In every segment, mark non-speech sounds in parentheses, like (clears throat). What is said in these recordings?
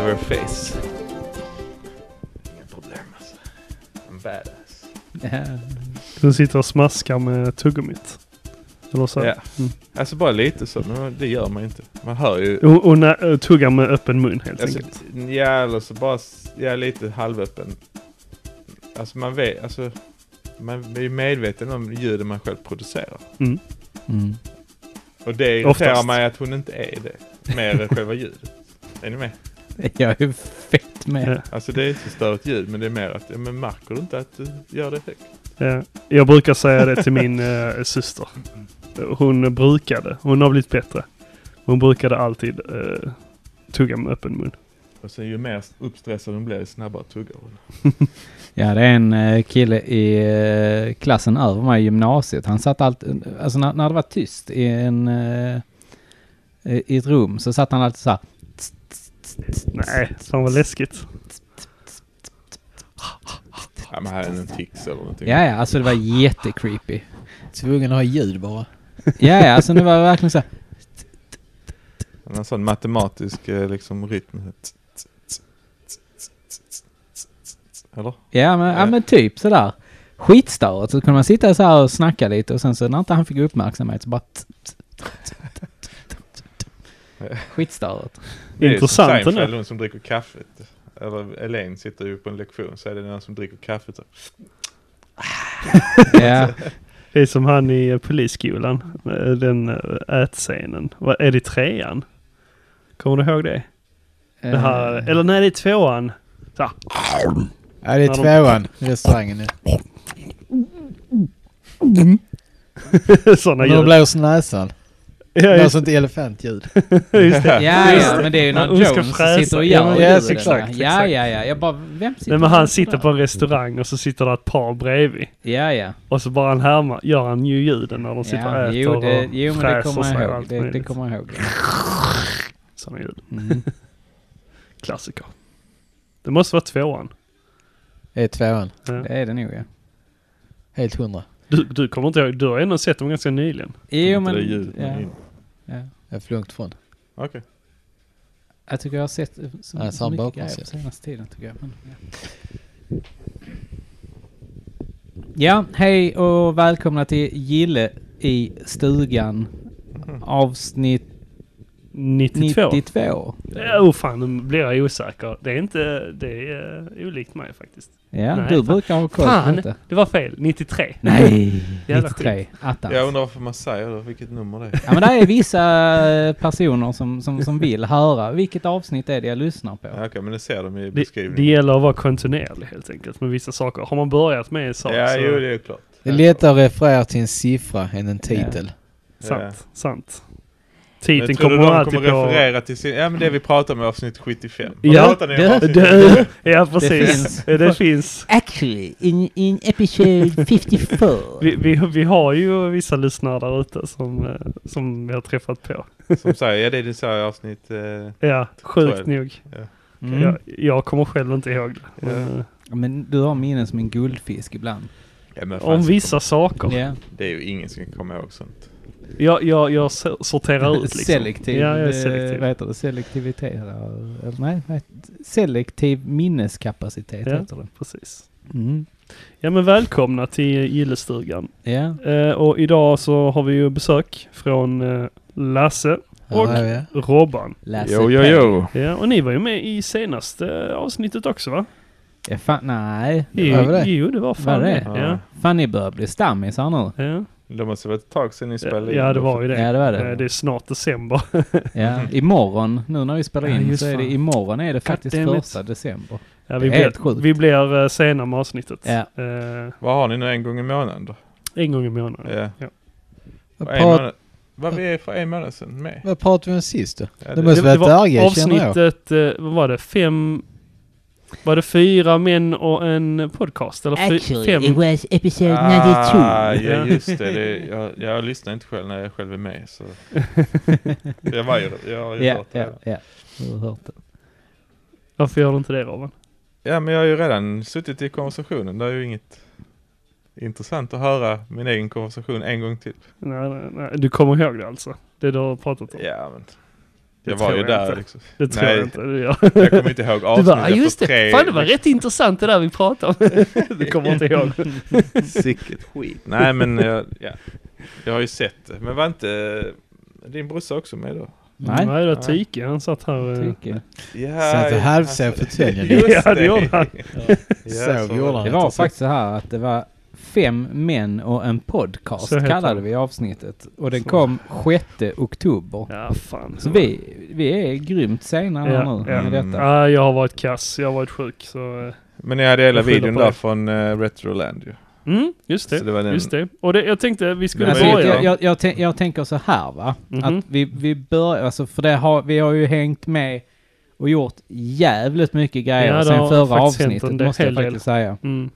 your face. Inga problem alltså. I'm badass. Ja. Du sitter och smaskar med tuggummit. Eller så. Ja. här. Mm. Alltså bara lite så, men det gör man ju inte. Man hör ju... Och, och na- tuggar med öppen mun helt Alltså, enkelt. ja, eller så bara... s- Ja, lite halvöppen. Alltså man vet... Alltså, man är ju medveten om ljudet man själv producerar. Mm. Mm. (laughs) Och det irriterar Oftast. mig att hon inte är det. Mer än själva ljudet. Är ni med? Jag är fett med. Ja. Alltså det är inte så störigt ljud, men det är mer att... Ja, men märker du inte att du gör det högt? Ja. Jag brukar säga det till min eh, syster. Hon brukade, hon har blivit bättre. Hon brukade alltid eh, tugga med öppen mun. Och sen ju mer uppstressad hon blir, ju snabbare tuggar hon. Ja, det är en eh, kille i eh, klassen över mig i gymnasiet. Han satt alltid, alltså när, när det var tyst i en, eh, i ett rum så satt han alltid så här. Nej, fan vad läskigt. Ja, men här är en tics eller någonting. Ja, ja, alltså det var jättecreepy. Tvungen att ha ljud bara. (laughs) Ja, ja, alltså det var verkligen så här. En sån matematisk eh, liksom rytm. Eller? Ja, men, ja, Ja. men typ sådär. Skitstörigt. Så kunde man sitta så här och snacka lite och sen så när inte han fick uppmärksamhet så bara... (laughs) Skitstörigt. Det är Intressant som Seinfeld, ändå. hon som dricker kaffet. Eller Elaine sitter ju på en lektion så är det någon som dricker typ. kaffet. Så. (laughs) Ja, Det är som han i eh, polisskolan. eh, Den eh, ätscenen. Vad Är det i trean? Kommer du ihåg det? Det här, eh, eller nej, det är tvåan. (laughs) Ja, det är När de- tvåan i restaurangen nu. Sådana När de ljud. blåser näsan. (laughs) Ja, Något just, sånt elefantljud. just det. Ja, Just ja, men det är ju när Hon ska Jones fräsa. sitter och Ja, gör men det. yes, exakt, Ja, exakt. ja, ja. Jag bara, vem sitter Nej, men där? han sitter på en restaurang och så sitter där ett par bredvid. Ja, ja. Och så bara han härmar, gör han ju ljuden när de sitter och ja äter jo, det, och jo, men det fräser kommer sig jag och ihåg. allt Det, det möjligt. kommer jag ihåg. Sådana ljud. Mm. Klassiker. Det måste vara tvåan. Det är tvåan. Det är det nog, ja. Helt hundra. Du, du kommer inte ihåg, du har ändå sett dem ganska nyligen. Jo, Inte men... det ljudet man Ja, gillar. ja. Jag är för långt från. Okej. Jag tycker jag har sett eh, så, Ja, så samma mycket bakom grejer på sig. senaste tiden tycker jag. Men, ja. ja, hej och välkomna till Gille i stugan. Mm. Avsnitt 92. 92. Ja, oh, fan, nu blir jag osäker. Det är inte, det är eh, olikt mig faktiskt. Ja, Nej, du fan. brukar ha koll på Fan. detta. Det var fel. 93. Nej, Jävla 93. Attans. Jag undrar varför man säger det, vilket nummer det är. Ja men det är vissa eh, personer som, som, som vill höra vilket avsnitt är det jag lyssnar på. Ja, Okej, men det ser de i Det, det beskrivningen. gäller att vara kontinuerlig helt enkelt med vissa saker. Har man börjat med en sak ja, så... jo, det är ju klart. Det är lättare att referera till en siffra än en titel. Sant, sant. Men Jag Titeln tror kommer du de kommer alltid på... referera till sin... Ja, men det vi pratade om i avsnitt 75. Och Ja, pratade ni om det- avsnitt (laughs) det- Ja, precis. Det finns. Ja, det finns. Actually, in, in episode 54. Vi, vi, vi har ju vissa lyssnare där ute som, eh, som vi har träffat på. Som säger, ja det är det så i avsnitt... Eh, Ja, sjukt Så nog. Mm. Jag, jag kommer själv inte ihåg det. Men, Ja. eh, Ja, Men du har minnen som en guldfisk ibland. ja, men fan, Om så vissa kommer- saker. Ja. Det är ju ingen som kan komma ihåg sånt. Jag, jag, jag so- sorterar ut liksom. (laughs) Selektiv, Ja, jag är eh, selektiv. Vad heter det? Selektivitet? Eller, eller nej, vad heter det? selektiv minneskapacitet Ja. heter det. Precis. Mm. Ja men välkomna till gillestugan. Ja. Eh, och idag så har vi ju besök från eh, Lasse Och- Ja, ja. Robban. Lasse Ja, och ni var ju med i senaste eh, avsnittet också va? Ja, fan, nej. Jo, var det? jo det var fan Var det? Ja. Fan, ni börjar bli stammisar nu. Ja. Det måste vara ett tag sedan ni spelade in. ja, det var ju det. Ja, det var Eh, det. Det är snart december. Ja. Imorgon, nu när vi spelar Mhm. Ja, in, just så är det fan. imorgon är det faktiskt damn it. första december. (laughs) Ja, vi, Det är helt blir, sjukt. vi blir eh, sena med avsnittet. Ja. Eh, Vad har ni nu en gång i månaden då? en gång i månaden. Ja. Vad, Och En prat, månad, vad vi är för en månad sedan med? vad pratade vi om sist då? Ja, Det det, måste vara ett arga, känner jag. avsnittet, eh, vad var det? Fem... Var det fyra män och en podcast? Eller fy, fem? was episode ah, ja, Ja. just det. det jag, jag lyssnar inte själv när jag själv är med. Så. jag var ju Jag har ju Ja, hört det. ja, ja. Du har hört det. Varför gör du inte det Robin? Ja, men jag har ju redan suttit i konversationen. Det är ju inget intressant att höra min egen konversation en gång till. Nej, nej, nej. Du kommer ihåg det alltså? Det du har pratat om? Ja, men Det Jag var tror ju jag där inte. liksom. Det tror Nej. jag inte. Det gör. Jag (laughs) kommer inte ihåg Du avsnitt bara, "Ah, efter just det. tre. Fan det var rätt intressant det där vi pratade om. (laughs) du kommer inte ihåg. (laughs) Sicket skit. Nej men jag, ja. jag har ju sett det. Men var inte eh, din brorsa också med då? Nej. Nej det var Nej. Tyke. Han satt här. eh, (laughs) Tycker. Ja, Satt och ja, halvsov alltså, (laughs) på täljen. just Ja, det gjorde han. Ja, Sov var gjorde det. han. Det var faktiskt så här att det var fem män och en podcast Så heter kallade det. vi avsnittet. Och den Så. kom 6 oktober. Ja fan. Så vi, vi är grymt sena här Ja, nu ja. med detta. Ja, jag har varit kass. Jag har varit sjuk så. eh, Men ni hade hela Jag skyller videon på där det. från eh, Retroland ju. Mm, just Så det. det var den. Just det. Och det, jag tänkte vi skulle Men Alltså, det börja. vet jag, jag, jag, tän- jag tänker så här va. Mhm. Att vi, vi börjar, alltså för det har, vi har ju hängt med och gjort jävligt mycket grejer Ja, det sen har förra faktiskt hänt en avsnittet del- måste jag hel del. faktiskt säga. Mm.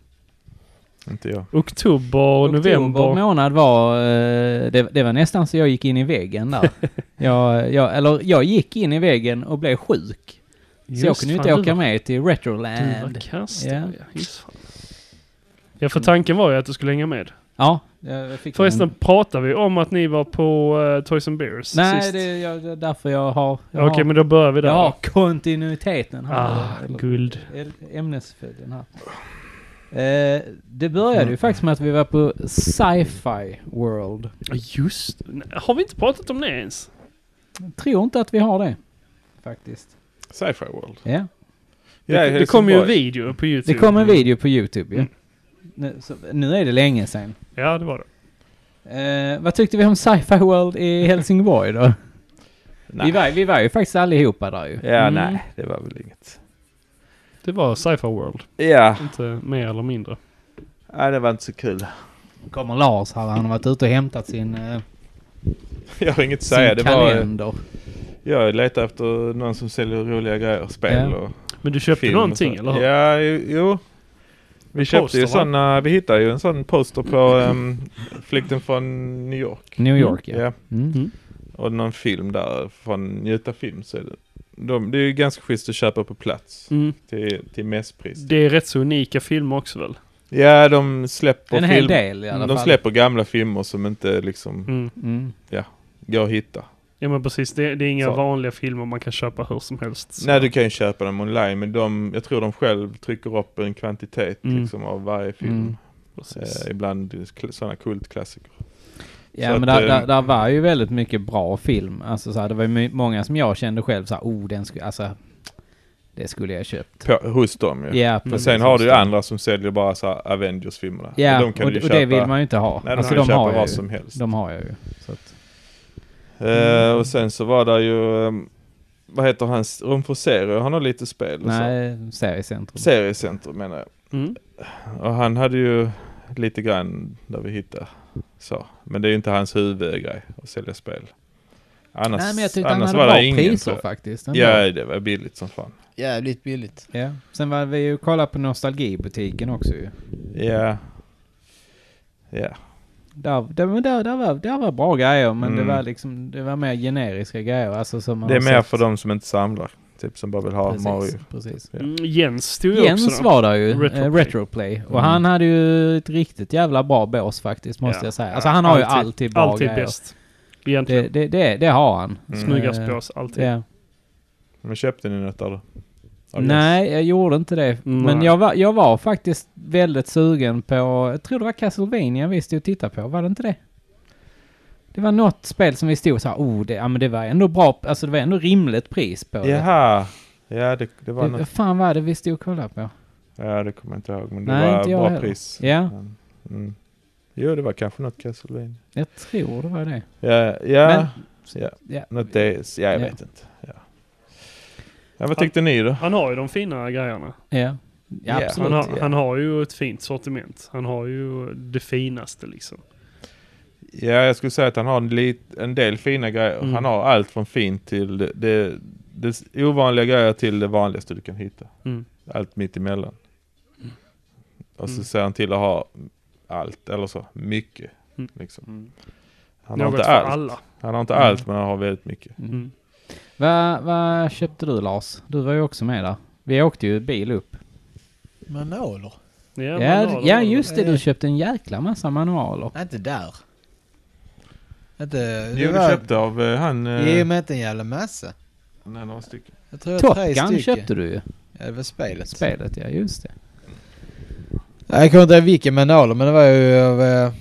Inte jag. Oktober och Oktober november. månad var, eh, det, det var nästan så jag gick in i väggen (laughs) där. jag, jag, eller jag gick in i väggen och blev sjuk. Just så jag kunde ju fan, inte du åka var- med till Du var Retroland. kass Ja. ja. just fan. Ja för tanken var ju att du skulle hänga med. Ja, jag fick Förresten en- pratade vi om att ni var på eh, Toys and Beers Nej, sist. det är jag, det är därför jag har... Jag Ja, Okej har, men då börjar vi där. jag har kontinuiteten här. Ah, Eller- guld. äl- ämnesföljden här. Eh, det började ju faktiskt med att vi var på Sci-Fi World. Ja, Just Nej, Har vi inte pratat om det ens? Tror inte att vi har det. Faktiskt. Sci-Fi World. Ja. Ja, i det, det kom ju en Helsingborg. video på Det Youtube. kom en video på Youtube ju. Mm. Nu, så, nu är det länge sedan. Ja det var det. Eh, vad tyckte vi om Sci-Fi World i Helsingborg (laughs) då? Nej. vi, var, vi var ju faktiskt allihopa där ju. Ja, Mm. nej. Det var väl inget. Det var Sci-Fi World. Ja, Inte mer eller mindre. nej, det var inte så kul. Kommer Lars här, han har varit ute och hämtat sin, eh, Jag har inget att säga. sin Det var, kalender. jag letar efter någon som säljer roliga grejer. Spel Ja. och Men du köpte film. och någonting så. eller hur? Ja, jo. jo. Vi köpte poster, ju va? sådana. Vi hittade ju en sån poster på um, Flykten från New York. New York Ja. ja. Mm. Och någon film där från Göta Film så är det. De, det är ju ganska schysst att köpa på plats Mm. till, till mässpris. Det är rätt så unika filmer också väl? Ja, de släpper En hel film. Mm, del i alla De fall. släpper gamla filmer som inte liksom Mm. Mm. går att hitta. Ja men precis, det, det är inga Så. vanliga filmer man kan köpa hur som helst. Så. Nej, du kan ju köpa dem online, men de, jag tror de själv trycker upp en kvantitet Mm. liksom, av varje film. Mm. Precis. Eh, ibland sådana kultklassiker. Ja Så men att, där, där, eh, där var ju väldigt mycket bra film. Alltså så här, det var ju my- många som jag kände själv så här, oh den skulle, alltså det skulle jag köpt. På, hos dem ju. Ja, Men precis. sen har du ju andra som säljer bara så här Avengers-filmerna. Ja, Och och, och det vill man ju inte ha. Nej, de alltså kan de köpa har, vad jag ju, som helst. de Mm. har jag ju. Så att, Eh, och sen så var det ju, ehm, vad heter hans, Rom Forserio, han har lite spel och nej, seriecentrum. så. Seriecenter menar jag. Mm. Och han hade ju lite grann där vi hittade. Så. Men det är ju inte hans huvudgrej att sälja spel. Annars, nej men jag tyckte han annars hade var bra det ingen priser så- faktiskt. ändå. Ja, det var billigt som fan. Jävligt billigt. ja. Sen var vi ju och kollade på Nostalgibutiken också ju. Mm. Ja. Ja. Där, där, men där, där, var, där var bra grejer men Mm. det var liksom, det var mer generiska grejer. Alltså, som man Det är har mer sett. för de som inte samlar. Typ som bara vill ha Precis, Mario. Precis. Ja. Mm, Jens stod ju också Jens där. var där ju, Retroplay. Retroplay. Retroplay. Och Mm. han hade ju ett riktigt jävla bra bås faktiskt, måste Ja. jag säga. Alltså han har ju alltid bra Alltid grejer. bäst. Egentligen. Det, det, det, det har han. Mm. Snyggast Eh, blås, alltid. Ja. Men köpte ni något där då? Av Jens? Nej, jag gjorde inte det. Men Nej. jag var, jag var faktiskt väldigt sugen på, jag tror det var Castlevania vi stod och tittade på, var det inte det? Det var något spel som vi stod och sa, oh, det, ja, men det var ändå bra, alltså det var ändå rimligt pris på det. Jaha. Ja, det, det var Det- något. Vad fan var det vi stod och kollade på? Ja, det kommer jag inte ihåg. Men det Nej, var inte jag bra heller. pris. Ja, Men, Mm. Jo, det var kanske något Castlevania. jag tror det var det. Ja, ja. Men- ja. Ja. Något det, ja, jag Ja. vet inte. Ja. Ja, vad tyckte ni då? Han har ju de fina grejerna. Ja, ja Ja. absolut. Han har, ja. han har ju ett fint sortiment. Han har ju det finaste liksom. Ja, jag skulle säga att han har en, lit, en del fina grejer. Mm. Han har allt från fint till det, det, det ovanliga grejer till det vanligaste du kan hitta. Mm. Allt mitt emellan. Och så Mm. ser han till att ha allt, eller så, mycket. Mm. Liksom. Mm. Han, har Något inte för allt. alla. han har inte Mm. allt, men han har väldigt mycket. Mm. Vad vad köpte du Lars? Du var ju också med där. Vi åkte ju bil upp. Manualer? Ja, Ja, men han har d- ja de- just det. Eh. Du köpte en jäkla massa manualer. Nej, inte där. Inte... Jo, du köpte av eh, han... eh, Jo, men inte en jävla massa. Nej, några stycken. Jag tror jag har Top tre Gun stycken. köpte du ju. Ja, det var spelet. Spelet, ja just det. Nej, Jag kommer inte ihåg vilken manualer, men det var ju av... eh,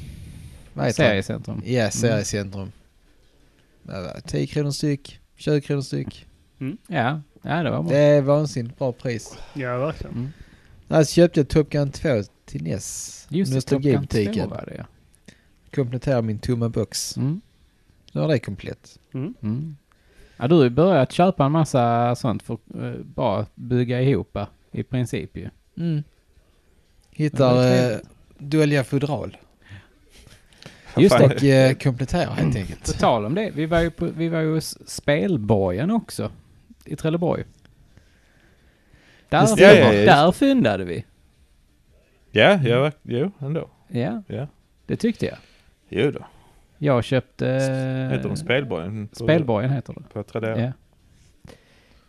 Vad heter det? Seriecentrum. Ja, Seriecentrum. Det var 10 kronor styck, 20 kronor styck. Ja. ja, det var Det bra. är vansinnigt bra pris. Ja, verkligen. Mm. Nej, så köpte jag Top Gun 2 till NES. Just det, Top Gun 2 Nostalgibutiken. var det ja. Kompletterar min tomma box. Mm. Nu har det komplett. Mm. Ja, du har ju börjat köpa en massa sånt för att eh, bara bygga ihop eh, i princip ju. Hittar Mm. Det var eh, dualiga fodral (laughs) Just Fan, det. och eh, kompletterar helt På enkelt. tal om det, vi var ju, på, vi var ju hos Spelborgen också. I Trelleborg. Där, Just det. Ja, ja, ja, just där fyndade vi. Ja, jag verk- jo, ändå. Ja, Ja. det tyckte jag. Jo då. Jag köpte... Heter de Spelborgen? på- Spelborgen heter det. På Tradera? Eh, Ja.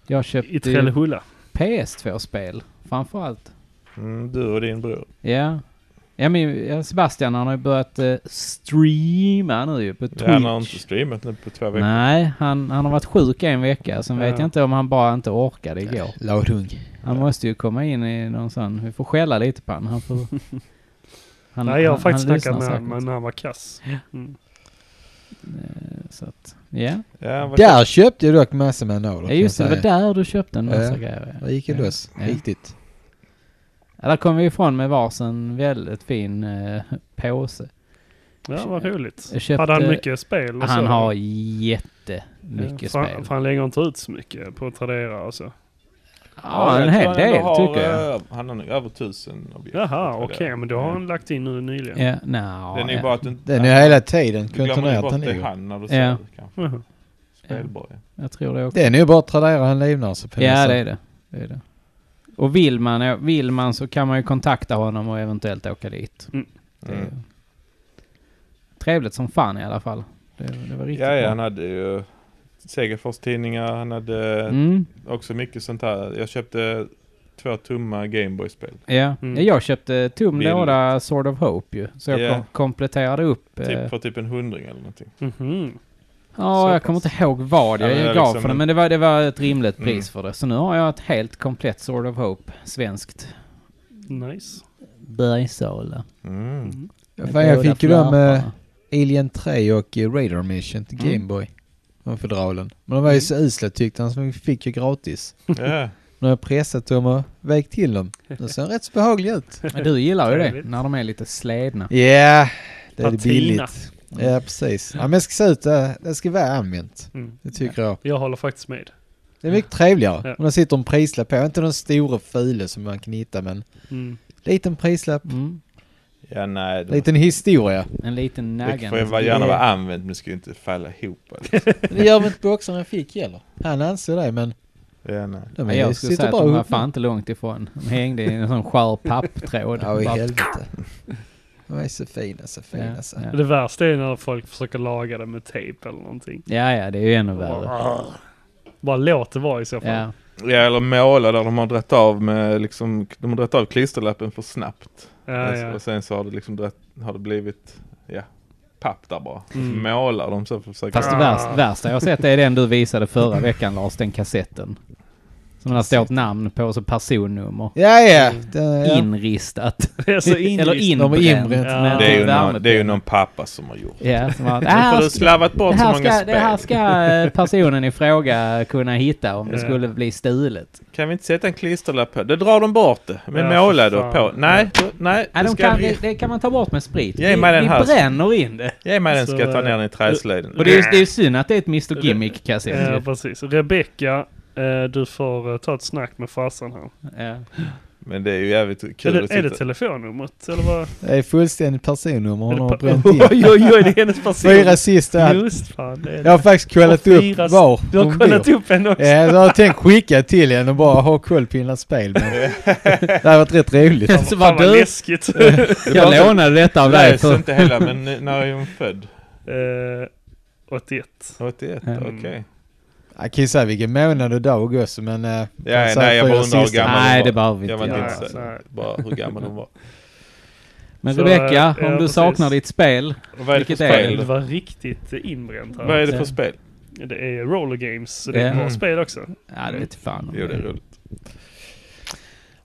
Jag köpte I ju Trellehulla. PS2-spel framförallt. Mm, du och din bror. Ja. Ja men ja, Sebastian han har ju börjat eh, streama nu ju på Twitch. Han har inte streamat nu på två veckor. Nej, han, han har varit sjuk en vecka. Sen vet Ja. jag inte om han bara inte orkade igår. Laudung. Han måste ju komma in i någon sån... Vi får skälla lite på honom. Han får... han- Nej, jag har han- faktiskt han snackat med lyssnar honom, men han var kass. Mm. säkert. Eh, Så att, ja. Ja, vad Där köpte jag dock massa manualer. ja, kan just det. jag Det var säga. där du köpte en massa Ja. grejer. Där gick jag Ja. loss. Ja. Riktigt. Ja, där kom vi ifrån med varsin väldigt fin eh, påse. Ja, vad roligt. Jag köpte- Hade han mycket spel? Och Han så? har Ja, jättemycket för, spel. För han lägger inte ut så mycket på Tradera och så. Ja, en jag tror hel han ändå del har, tycker jag. eh, Han har nog över tusen objekt. Jaha, på okej. Tradera. men då har han lagt in nu nyligen. Ja, nja, Det är ja. nog bara att du inte... Den är hela tiden du glömmer ju kontrollerat bort den det är ligger. han när du Ja. säger det kanske. Jaha. Spelborgen. Jag tror det också. Det är nog bara Tradera han livnär sig på. Ja, nästan. det är det. det är det. Och vill man, vill man så kan man ju kontakta honom och eventuellt åka dit. Det är Mm. Trevligt som fan i alla fall. Det, det var riktigt Ja, ja, bra. han hade ju Segerfors tidningar, han hade Mm, också mycket sånt här. Jag köpte två tomma Gameboy-spel. ja. Mm. ja, jag köpte tom Billigt. låda Sword of Hope ju. Så jag Ja. kom, kompletterade upp. eh, Typ för typ en hundring eller någonting. Mhm. Ja, så jag kommer pass. inte ihåg vad jag Ja, det är gav liksom för det, en- men det var, det var ett rimligt Mm. pris för det. Så nu har jag ett helt komplett Sword of Hope, svenskt. Nice. Bergsala. Mm. Mm. Ja, Med fan, jag båda fick ju dem flärparna. eh, Alien 3 och eh, Radar Mission till Mm. Gameboy. De fodralen. Men de var ju så usla tyckte han, så vi fick ju gratis. Ja. Nu har jag pressat dem och vägt till dem. De ser rätt så behagliga (laughs) ut. Ja, Du gillar ju det, Trevligt. när de är lite sledna. Ja, det är Patina. billigt. Ja, precis. Ja, men jag ska se ut, eh, det ska vara använt. Mm. Det tycker jag. Jag håller faktiskt med. Det är mycket trevligare. Ja. Om det sitter en prislapp på. Inte den stora fule som man kan hitta, men Mm. liten prislapp, Mm. ja, (laughs) nej. Det, liten historia. En liten det naggande. får jag alltså, vara- gärna vara använt, men det ska ju inte falla ihop. (laughs) alltså. Det gör väl inte boxaren fick heller. Han anser det, men Ja, nej. de Ja, är, jag skulle sitter säga att bra de var ihop. fan inte långt ifrån. De hängde i en sån skör papptråd. Ja, i Bara- helvete. De är så fina, så fina. Så. ja. Det värsta är när folk försöker laga det med tejp eller någonting. ja, ja, det är ju ännu värre. Bara, bara låt det vara i så fall. Ja. Ja, eller måla där de har dragit av med liksom, de har dragit av klisterlappen för snabbt. Ja, ja. Och sen så har det liksom dratt, har det blivit, ja, papp där bara. Och så Mm. målar de så för att försöka... Fast det Ah. värsta, värsta jag har sett är den du visade förra veckan Lars, den kassetten. Som det står ett namn på och så personnummer. Ja, ja. Mm. Det, ja. Inristat. (laughs) Det är (laughs) så Eller inrist- De är inbränt. inbränt. Ja. med Alltså, Det är, ju värmepenna. någon, det är ju någon pappa som har gjort. Ja, (laughs) som har, Ah, det, Sen här får du ska, slavat bort det, så här många ska, spel. det här ska eh, personen i fråga kunna hitta om det Ja. skulle bli stulet. Kan vi inte sätta en klisterlapp på? Då drar de bort det. Men Ja, måla för då fan. på. Nej, du, nej. Nej, du de ska kan, ri- det, det kan man ta bort med sprit. Ge Vi, mig den vi här. bränner in det. Ge mig den Så, ska jag ta ner eh, den i träslöjden. Och det är ju det är ju synd att det är ett Mr Gimmick-kassett. Ja, ju. precis. Rebecka, eh, du får eh, ta ett snack med farsan här. Ja. Men det är ju jävligt Är kul att det, är det sitta- telefonnumret? Eller vad? det är fullständigt personnummer hon har är (laughs) bränt det in. Oj, oj, oj, det är hennes person. Fyra sista. allt. Just fan, det är Jag har det. faktiskt kollat Och upp fyra- var Du har hon Eh, kollat bor. upp henne också. Ja, så har jag tänkt skicka till henne och bara ha koll på hennes (laughs) spel. Men det hade varit rätt roligt. Så Fan vad vad du- läskigt. (laughs) Eh, Jag lånade detta av dig. Läs För, inte hela, men när är hon född? Eh, 81. 81, Mm. okej. Jag kan ju säga vilken månad och dag också, men... eh, Ja, nej, säga jag fyra bara undrar hur sista. gammal nej, hon det behöver vi Jag inte var inte Nej, göra. intresserad. nej. Bara hur gammal hon var. Men Så, Rebecka, eh, om ja, du precis. saknar ditt spel. Och vad är det Vilket för är spel? Det då? var riktigt inbränt här. Vad är det för spel? Det är Roller Games, så det är Ja. ett bra Mm. spel också. Ja, det vet fan om Jo, det är (laughs) roligt.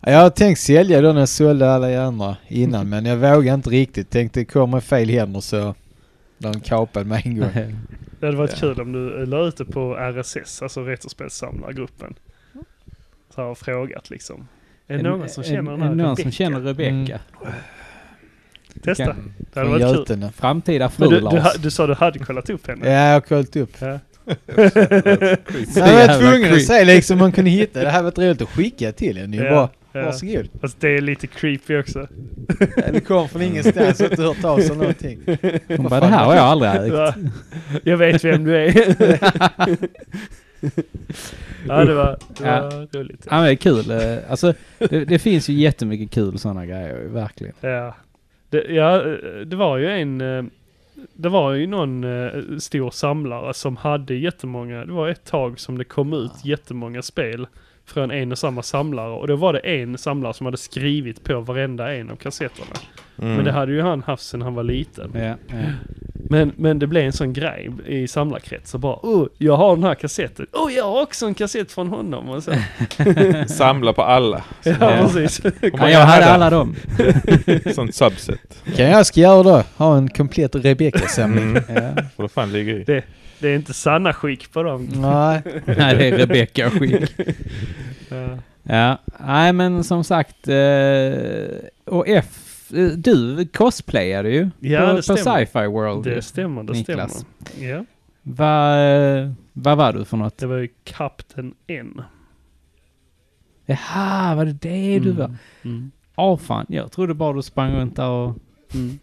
Jag har tänkt sälja den jag sålde alla andra innan men jag vågar inte riktigt. Tänkte det kommer fel hem och så blir de kapad med en gång. Det hade varit Ja. kul om du eh, la ut det på RSS, alltså Retrospelssamlargruppen. Så har jag frågat liksom. Är det någon som känner den (laughs) är det här någon Rebecca? som känner Rebecka? Mm. Testa. kan- Det hade varit kul. Götene. Framtida Men fru du, du, ha- Lars. du sa du hade kollat upp henne? Ja, jag har kollat upp. Ja. Nej, jag var jävla tvungen att creep. se liksom om man kunde hitta. Det här var roligt att skicka till en. Det är ju Ja, bra. ja. Varsågod. Fast det är lite creepy också. Det kom från ingenstans och inte hört av sig någonting. Hon Vad bara, det fan här är har jag (laughs) aldrig ägt. (laughs) Va? Jag vet vem du är. ja, det var, det Ja. var roligt. Ja, men det är kul. eh, Alltså, det, det finns ju jättemycket kul sådana grejer, ju, verkligen. Ja. Det, ja, det var ju en... eh, Det var ju någon eh, stor samlare som hade jättemånga, det var ett tag som det kom ut jättemånga spel från en och samma samlare och då var det en samlare som hade skrivit på varenda en av kassetterna. Mm. Men det hade ju han haft sedan han var liten. Ja, ja. Men, men det blev en sån grej i samlarkretsar bara oh, jag har den här kassetten, oh jag har också en kassett från (laughs) honom och så. Samla på alla. Ja precis. (laughs) Om Ja, man jag gör hade det, (laughs) alla dem. Sånt subset. Kan jag ska göra då? Ha en komplett Rebecka-samling. Mm. Ja. Får det fan ligga i. Det är inte sanna skick på dem. Mm. Nej. Nej, det är Rebecka och skit. Ja. Ja, nej men som sagt. Eh, och F, eh, du cosplayade ju Ja, det på, på stämmer. Sci-Fi World. Det stämmer, det Niklas. stämmer. Ja. Vad eh, vad var du för något? Det var ju Kapten N. Jaha, var det det du var? Mm. Åh fan, jag trodde bara du sprang runt där och... (laughs) Mm.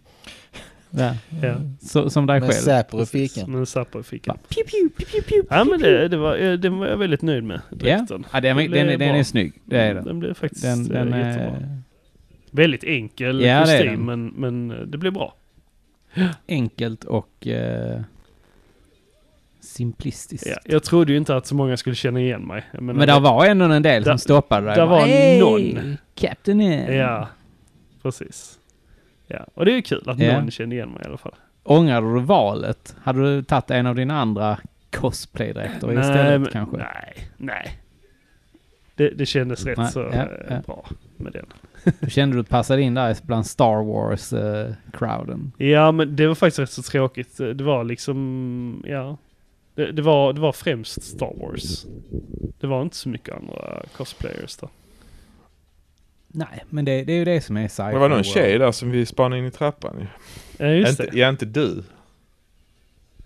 Ja, Ja. så, som dig Med själv. Säpo i precis. fickan. Men Zapper i fickan. Bara, pew, pew, pew, pew, pew, Ja pew, men pew. det, det, var, eh, det var jag väldigt nöjd med. Dräkten. Ja, den, Det den, den, är är- den bra. är snygg. Det är den. Den blev faktiskt Den, eh, den jättebra. är Väldigt enkel Ja, det är den. kostym men, men eh, det blev bra. enkelt och eh, simplistiskt. Ja, jag trodde ju inte att så många skulle känna igen mig. Jag menar, Men där var ändå en del Där- som stoppade dig. där var "Hej, någon." Captain N. Ja, precis. Ja, och det är ju kul att Ja. någon kände igen mig i alla fall. Ångrade du valet? Hade du tagit en av dina andra cosplaydräkter istället men- kanske? Nej, nej. Det, det kändes rätt Nej, så ja, eh, ja. bra med den. Då kände du att du passade in där bland Star eh, Wars-crowden. Ja, men det var faktiskt rätt så tråkigt. Det var liksom, ja. Det, det, var, det var främst Star Wars. Det var inte så mycket andra cosplayers där. Nej, men det, det är ju det som är sci-fi. Det var någon world. tjej där som vi spanade in i trappan ju. Ja, just Inte, det. ja, inte du.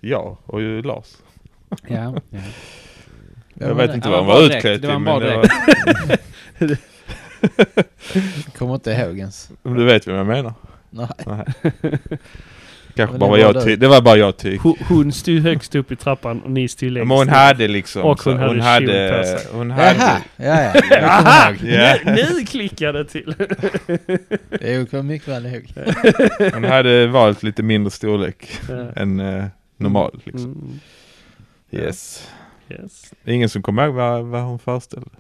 Jag och ju Lars. Ja, ja. Jag Ja, vet det- inte ja, vad han det var var dräkt. utklädd Det till. var en men baddräkt. det var- Jag kommer inte ihåg ens. Om Du vet vem jag menar. Nej. Kanske Men bara det var var jag du. ty- Det var bara jag tyg. Hon, hon stod högst upp i trappan och ni stod längst Men hon ner. (laughs) hade liksom... Och så- hon hade hon kjol på hade, sig. hon Jaha, hade (laughs) ja ja. Jag Aha! kommer ihåg. Ja. Nu, nu klickade det (laughs) till! Jag kommer mycket väl ihåg. Hon hade valt lite mindre storlek Ja. än eh, normal liksom. Mm, Yes. yes. Det är ingen som kommer ihåg vad, vad hon föreställde.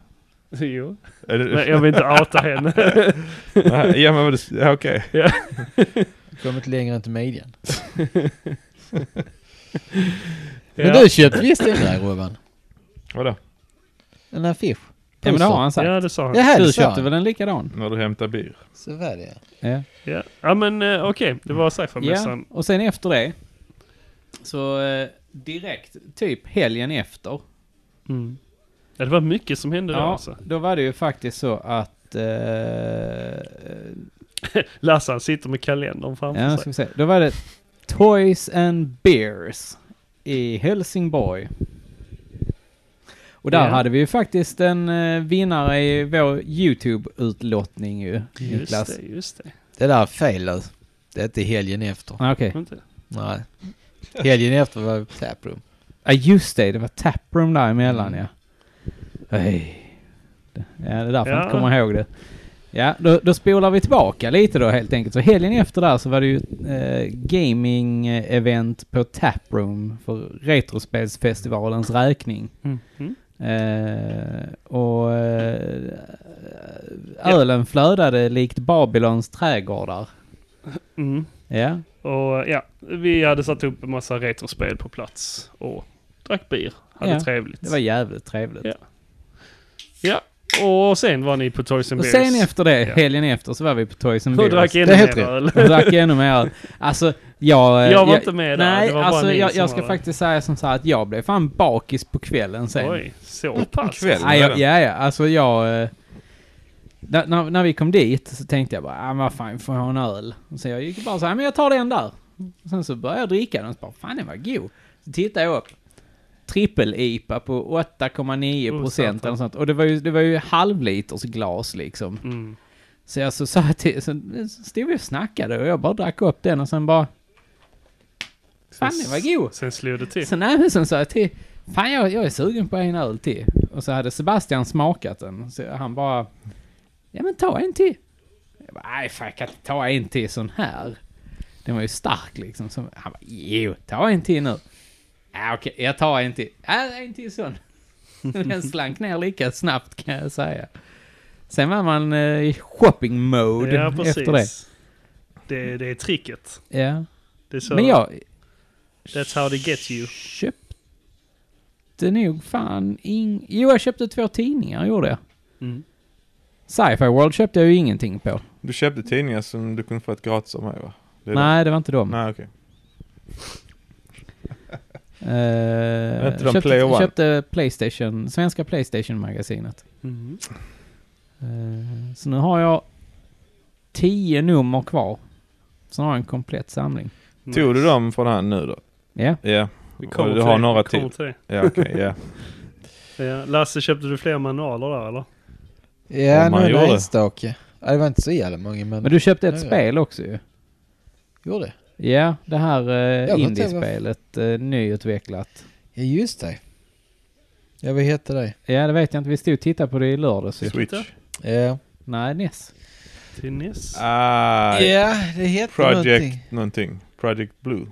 (laughs) Jo. (laughs) Är det- (laughs) Nej, jag vill inte outa henne. Nej, ja men vad det- ja, okej. Jag kommer inte längre än till midjan. Men (laughs) ja. du köpte visst den där Robban? Vadå? En affisch? ja, men det har han sagt. ja, det sa han. Jaha, du det sa köpte han. väl en likadan? När du hämtar bir. Så var det Ja. Ja, ja men eh, okej, det var ja. sci-fi-mässan. Och sen efter det, så eh, direkt, typ helgen efter, Mm. Ja, det var mycket som hände då ja, alltså. då var det ju faktiskt så att eh, Lasse han sitter med kalendern framför ja, ska sig. vi se. Då var det Toys and Beers i Helsingborg. Och där Ja. hade vi ju faktiskt en eh, vinnare i vår YouTube-utlottning ju, Just Niklas. det, just det. Det där är fel alltså. Det är inte helgen efter. Ah, Okej. Inte. Nej. Helgen efter var taproom. Ja, just det. Det var Taproom där emellan, Mm. ja. Oj. Ja, det är därför jag Ja. inte kommer ihåg det. Ja, då, då spolar vi tillbaka lite då helt enkelt. Så helgen efter där så var det ju ett, eh, gaming-event på Taproom för Retrospelsfestivalens räkning. Mm. Mm. Eh, och eh, ölen flödade likt Babylons trädgårdar. Mm. Ja, Och ja, vi hade satt upp en massa retrospel på plats och drack bier, hade Ja. trevligt. Det var jävligt trevligt. Ja. Och sen var ni på Toys and Och Beers. sen efter det, Ja. helgen efter, så var vi på Toys and och Beers. drack ännu Det är helt mer (laughs) öl. Och drack ännu mer. Alltså, jag... eh, Jag var inte med där, Nej, det var bara alltså ni jag, som jag ska var där. faktiskt säga som så här att jag blev fan bakis på kvällen sen. Oj, så Mm. pass. Kväll. Nej, jag, redan. ja, ja, alltså jag... eh, När, när- när vi kom dit så tänkte jag bara, ah, men vad fan, får jag ha en öl? Och sen jag gick bara så här, men jag tar den där. Och sen så började jag dricka den och så bara, fan den var god. Så tittade jag upp. Trippel-IPA på 8,9 Oh, procent satan. eller sånt. Och det var ju, det var ju halvliters glas liksom. Mm. Så jag så sa till, så så stod vi och snackade och jag bara drack upp den och sen bara, fan den var god. Sen slog det till. Så nej, men sen sa jag till, fan jag, jag är sugen på en öl till. Och så hade Sebastian smakat den, så han bara, ja men ta en till. Jag bara, nej fan jag kan inte ta en till sån här. Den var ju stark liksom. Så han bara, jo ta en till nu. Ja okej, jag tar en till. Ja, en till sån. (laughs) Den slank ner lika snabbt kan jag säga. Sen var man eh, i shopping mode Ja, precis. efter det. Det, det är tricket. Ja. Det är så, Men jag, That's how they get you. köpte nog fan ing... Jo, jag köpte två tidningar gjorde jag. Mm. Sci-Fi World köpte jag ju ingenting på. Du köpte tidningar som du kunde få ett gratis av mig va? Det är Nej, det var inte dem. det. Nej okej. Eh, Inte de köpte, Player One? köpte Playstation, svenska Playstation-magasinet. Mm. Eh, så nu har jag tio nummer kvar. Så nu har jag en komplett samling. Tog du dem från han nu då? Ja. Ja, Vi Och kommer du till har det. några Vi kommer till. till. ja okej, ja. (laughs) det. Ja. Lasse, köpte du fler manualer där eller? Ja, Om man någon gjorde. enstaka. Ja, det var inte så jävla många, men... Men du köpte ett Ja, ja. spel också ju. Gjorde det? Ja, det här vet uh, inte indiespelet, uh, nyutvecklat. Ja, just det. Ja, vad heter det? Ja, det vet jag inte. Vi stod och tittade på det i lördags ju. Switch. Ja, Nej, E NES. Till Ness? Ah, ja det heter någonting. Project någonting. Project Blue.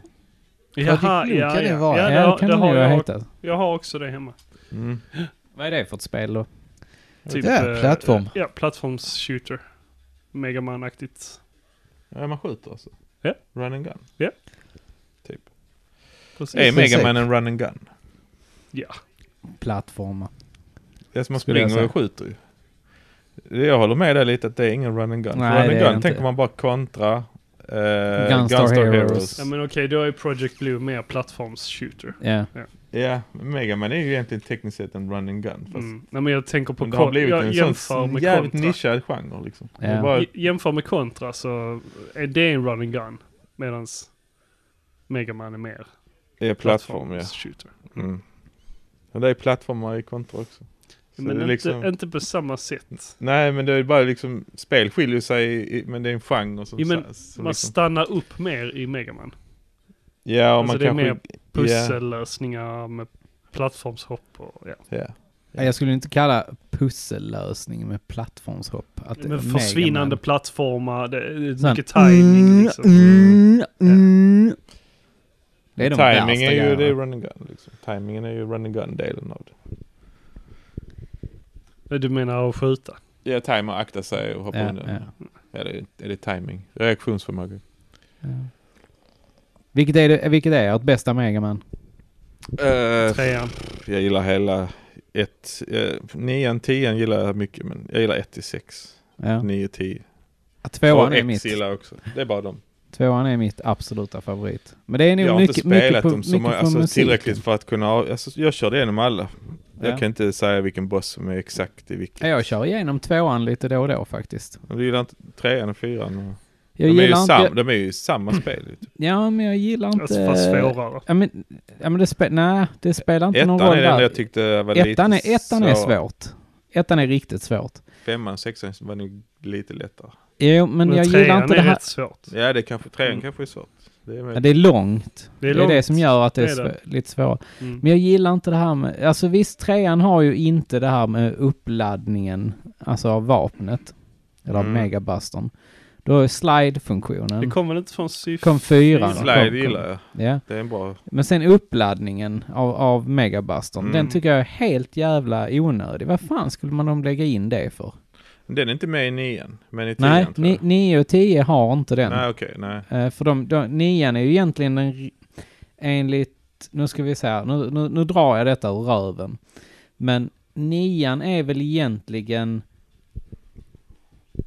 Project Blue kan det vara. Ja, Ja, det, det har- kan det det har nog ha jag. hetat. Jag har också det hemma. Mm. Vad är det för ett spel då? Typ, Ja, eh, plattform. Ja, plattforms-shooter. Megaman-aktigt. Ja man skjuter alltså. Ja. Run and gun. Ja. Typ. Precis. Är Precis. Mega Man en run and gun? Ja. Plattformar. Det är som man Skulle jag springer och skjuter ju. Det- Jag håller med dig lite att det är ingen run and gun. Nej, Nej, run det är and det gun inte. tänker man bara kontra. Uh, Gunstar Heroes. ja, men okej, då är Project Blue mer plattforms-shooter. Ja. Ja, Mega Man är ju egentligen tekniskt sett en run and gun. Fast Mm. Nej, men jag tänker på... men det har kon- blivit jag en jämför sån med jävligt kontra. nischad genre liksom. Ja. Det är bara, J- Jämför med kontra så är det en run and gun. Medans Megaman är mer det är plattform ja. plattforms-shooter. Mm. Och det är plattformar i kontra också. Så Men det är inte, liksom- Mm. inte på samma sätt. Nej men det är bara liksom, spel skiljer sig i- i, men det är en genre som... Ja, men som Man liksom, stannar upp mer i Megaman. ja, och alltså man det är kanske... mer Pussellösningar med plattformshopp och ja. Ja, Jag skulle inte kalla pussellösning med plattformshopp. Att Men Mega Man- försvinnande plattformar, det är Sån- mycket timing liksom. Mm, Ja. mm. Det är de Timing värsta är ju det är grejerna. run and gun. Liksom. Timingen är ju run and gun-delen av det. Du menar att skjuta? Ja, timer, akta sig och hoppa Ja, undan. ja, Eller är det timing? Reaktionsförmåga. ja. Vilket är, det, vilket är ert bästa Megaman? Äh. Eh, Trean? jag gillar hela ett, eh, nian, tian gillar jag mycket men jag gillar ett till sex. Ja. Nio, tio. Tvåan och är X mitt. gillar jag också. Det är bara dem. Tvåan är mitt absoluta favorit. Men det är nog jag har mycket, inte spelat mycket på, dem så mycket många, på alltså, musiken. tillräckligt för att kunna, av- alltså, jag körde igenom alla. Ja. Jag kan inte säga vilken boss som är exakt i vilket. Ja, jag kör igenom tvåan lite då och då faktiskt. Men Du gillar inte trean och fyran? Och... Jag de, är ju gillar sam, inte... de är ju samma spel. ju, Typ. Ja, men jag gillar inte... Alltså fast svårare. Ja men, ja, men det, spe, nej, det spelar inte Ettan någon roll är den där. jag tyckte var lite Ettan, är, ettan är svår. svårt. Ettan är riktigt svårt. Femman, sexan var nog lite lättare. Jo, men, Men jag trean gillar inte är det här. rätt svårt. Ja, det kanske, trean Mm. kanske är svårt. Det är Ja, med. det är långt. Det Det är är, långt. det som gör att det är, Det är det. svå- lite svårt. Mm. Men jag gillar inte det här med... Alltså visst, trean har ju inte det här med uppladdningen, alltså av vapnet. Eller av Mm. megabustern. Då har ju Det slide-funktionen. kom väl inte från syf... Kom fyran. Slide. Slide kom- kom. gillar jag. Ja. Det är en bra... Men sen uppladdningen av, av megabustern, Mm. den tycker jag är helt jävla onödig. Vad fan skulle man de lägga in det för? Den är inte med i nian, men i tian Nej, tror jag. 9 och 10 har inte den. Nej, okej, nej. Eh, för de, de, nian är ju egentligen en, ri- enligt ut, nu ska vi se här, nu, nu, nu drar jag detta ur röven. Men nian är väl egentligen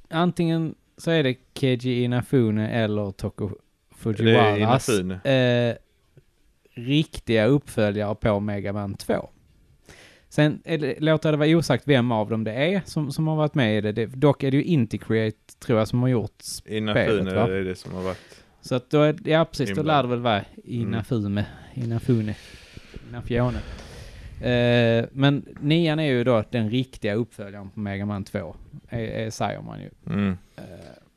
antingen så är det Keiji Inafune eller Toko Det är Fujiwaras Inafune. eh, riktiga uppföljare på Mega Man 2. Sen är det- låter jag det vara osagt vem av dem det är som, som har varit med i det. det. Dock är det ju Intercreate tror jag som har gjort. Inafune Spelet, va? det är det som har varit. Så att då är det, ja precis, då Himla. lär det väl vara Inafume, Inafune, Inafione. Eh, men nian är ju då den riktiga uppföljaren på Mega Man 2, är, är, säger man ju. Eh,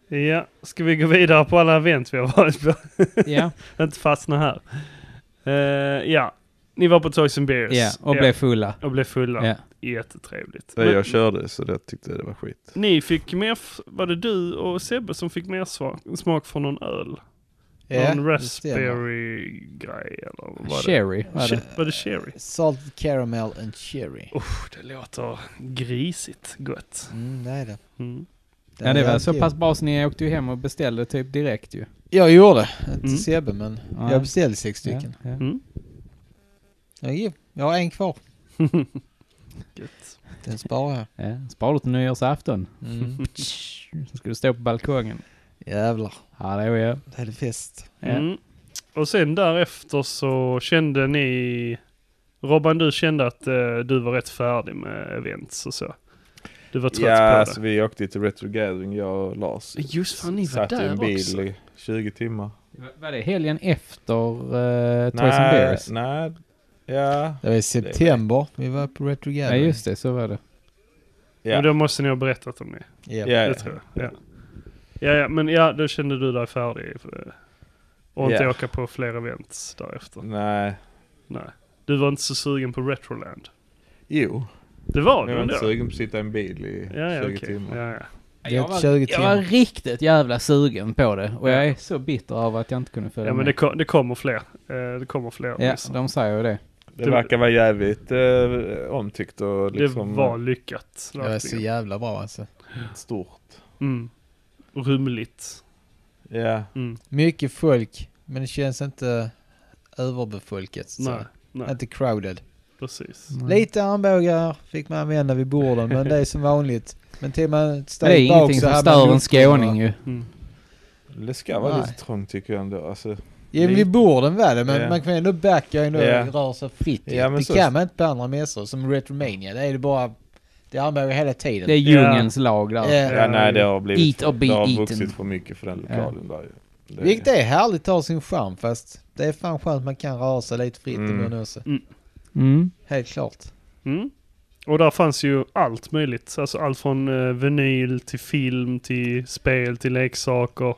Mm. Ja, ska vi gå vidare på alla event vi har varit på? (laughs) Ja, Inte fastna här. Eh, ja, ni var på Toys and Beers. ja och blev fulla. och blev fulla. Ja. Jättetrevligt. Det Men jag körde så det tyckte jag det var skit. Ni fick mer, f- var det du och Sebbe som fick mer smak, smak från någon öl? någon det stämmer. raspberry-grej eller vad var det? Sherry var det. Che- Var det sherry? Eh, Salt caramel and cherry. Oh, det låter grisigt gott. Mm, det är det. Mm. Ja det är var så alltid. pass bra så ni åkte ju hem och beställde typ direkt ju. Jag gjorde. Inte Mm. Sebbe men Ja. jag beställde sex stycken. Ja, ja. Mm. Jag, ger- jag har en kvar. Gött. Den sparar jag. Ja. Spar du till nyårsafton. Mm. Så ska du stå på balkongen. Jävlar. Hallå ja. Det är det fest. ja. Mm. Och sen därefter så kände ni, Robban du kände att eh, du var rätt färdig med events och så. Du var trött Ja, på alltså, det. vi åkte till Retro Gathering, jag och Lars. Just fan, ni var Satt i där en bil också. i 20 timmar. Var- Var det helgen efter uh, Toys and Nej, Bears? nej. Ja, Det var i september. Vi var på Retro Ja Gathering. just det, så var det. ja. Men då måste ni ha berättat om det. Japp. Ja, Det tror jag. Ja. Ja, ja, men ja, då kände du dig färdig. för- Och inte Ja. åka på fler events därefter. Nej. Nej. Du var inte så sugen på Retroland. Jo. Det Men var du jag var inte ändå. sugen på att sitta i en bil i Ja, ja, 20 okej. timmar. Ja, ja. Det Jag är var, 20 jag var timmar. riktigt jävla sugen på det och jag är så bitter över att jag inte kunde följa ja, men det, med. ko- det kommer fler. Eh, Det kommer fler. Ja, liksom. de säger ju det. Det Det- verkar vara jävligt eh, omtyckt och Det liksom var lyckat. Det var så verkligen. jävla bra alltså. stort. Mm. Rymligt. Ja, Mm. Mycket folk, men det känns inte överbefolkat. Så. Nej, att säga. nej, Inte crowded. precis. Mm. Lite armbågar fick man använda vid borden, men det är som vanligt. Men till man Men det är steg bak ingenting så som hade man stör en luftbullar. skåning ju. Mm. det ska vara Nej. lite trångt tycker jag ändå. Alltså, Ja, men vid borden var det, men Ja. man kan ändå backa och ändå Ja. röra sig fritt. Ja, men det så- kan man inte på andra mässor, som Retromania. Det är det bara... Det är armbågar hela tiden. Det är Ja. djungelns lag där. ja, Ja. nej, det har blivit Eat or be det har eaten. vuxit för mycket för den lokalen där ju. Det- Vilket är härligt, har sin charm, fast det är fan skönt man kan röra sig lite fritt Mm. i munnen också. Mm. Helt klart. Mm. Och där fanns ju allt möjligt. Alltså allt från eh, vinyl till film till spel till leksaker.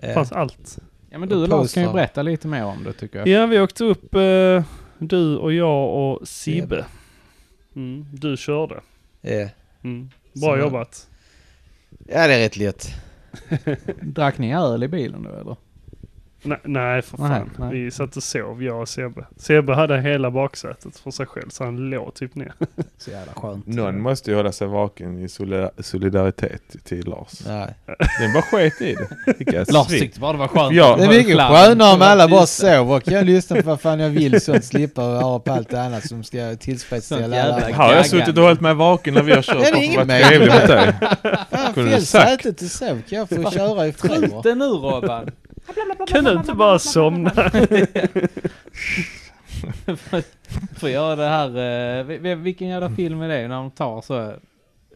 Det Ja. fanns allt. Ja men du Och Lars kan ju poster. berätta lite mer om det tycker jag. Ja, vi åkte upp eh, du och jag och Sibbe. Mm. Du körde. Ja. Mm. Så- Bra jobbat. ja, det är rätt lätt. Drack ni öl i bilen då eller? Nej, nej för Nej, fan. nej. Vi satt och sov jag och Sebbe. Sebbe hade hela baksätet för sig själv så han låg typ ner. Så jävla skönt. Någon måste ju hålla sig vaken i solida- solidaritet till Lars. Nej. Den bara sket i det. Vilka Lars svin. tyckte bara det var skönt. Ja. att Det är var mycket flamm. skönare om alla bara Tysta. sover. Kan jag lyssna på vad fan jag vill så att slippa höra på allt annat som ska Sånt tillfredsställa jävla alla. Har jag suttit och hållit mig vaken när vi har kört? Det är Varför ingen var mening. trevligt mot dig? (laughs) Fan, Kunde du fäll sagt? sätet och sov. Kan jag få köra i Skjut förlor? det nu Robban! Kan du inte bara somna? (laughs) Får göra det här, eh, vi- vi- vilken jävla film är det när de tar så?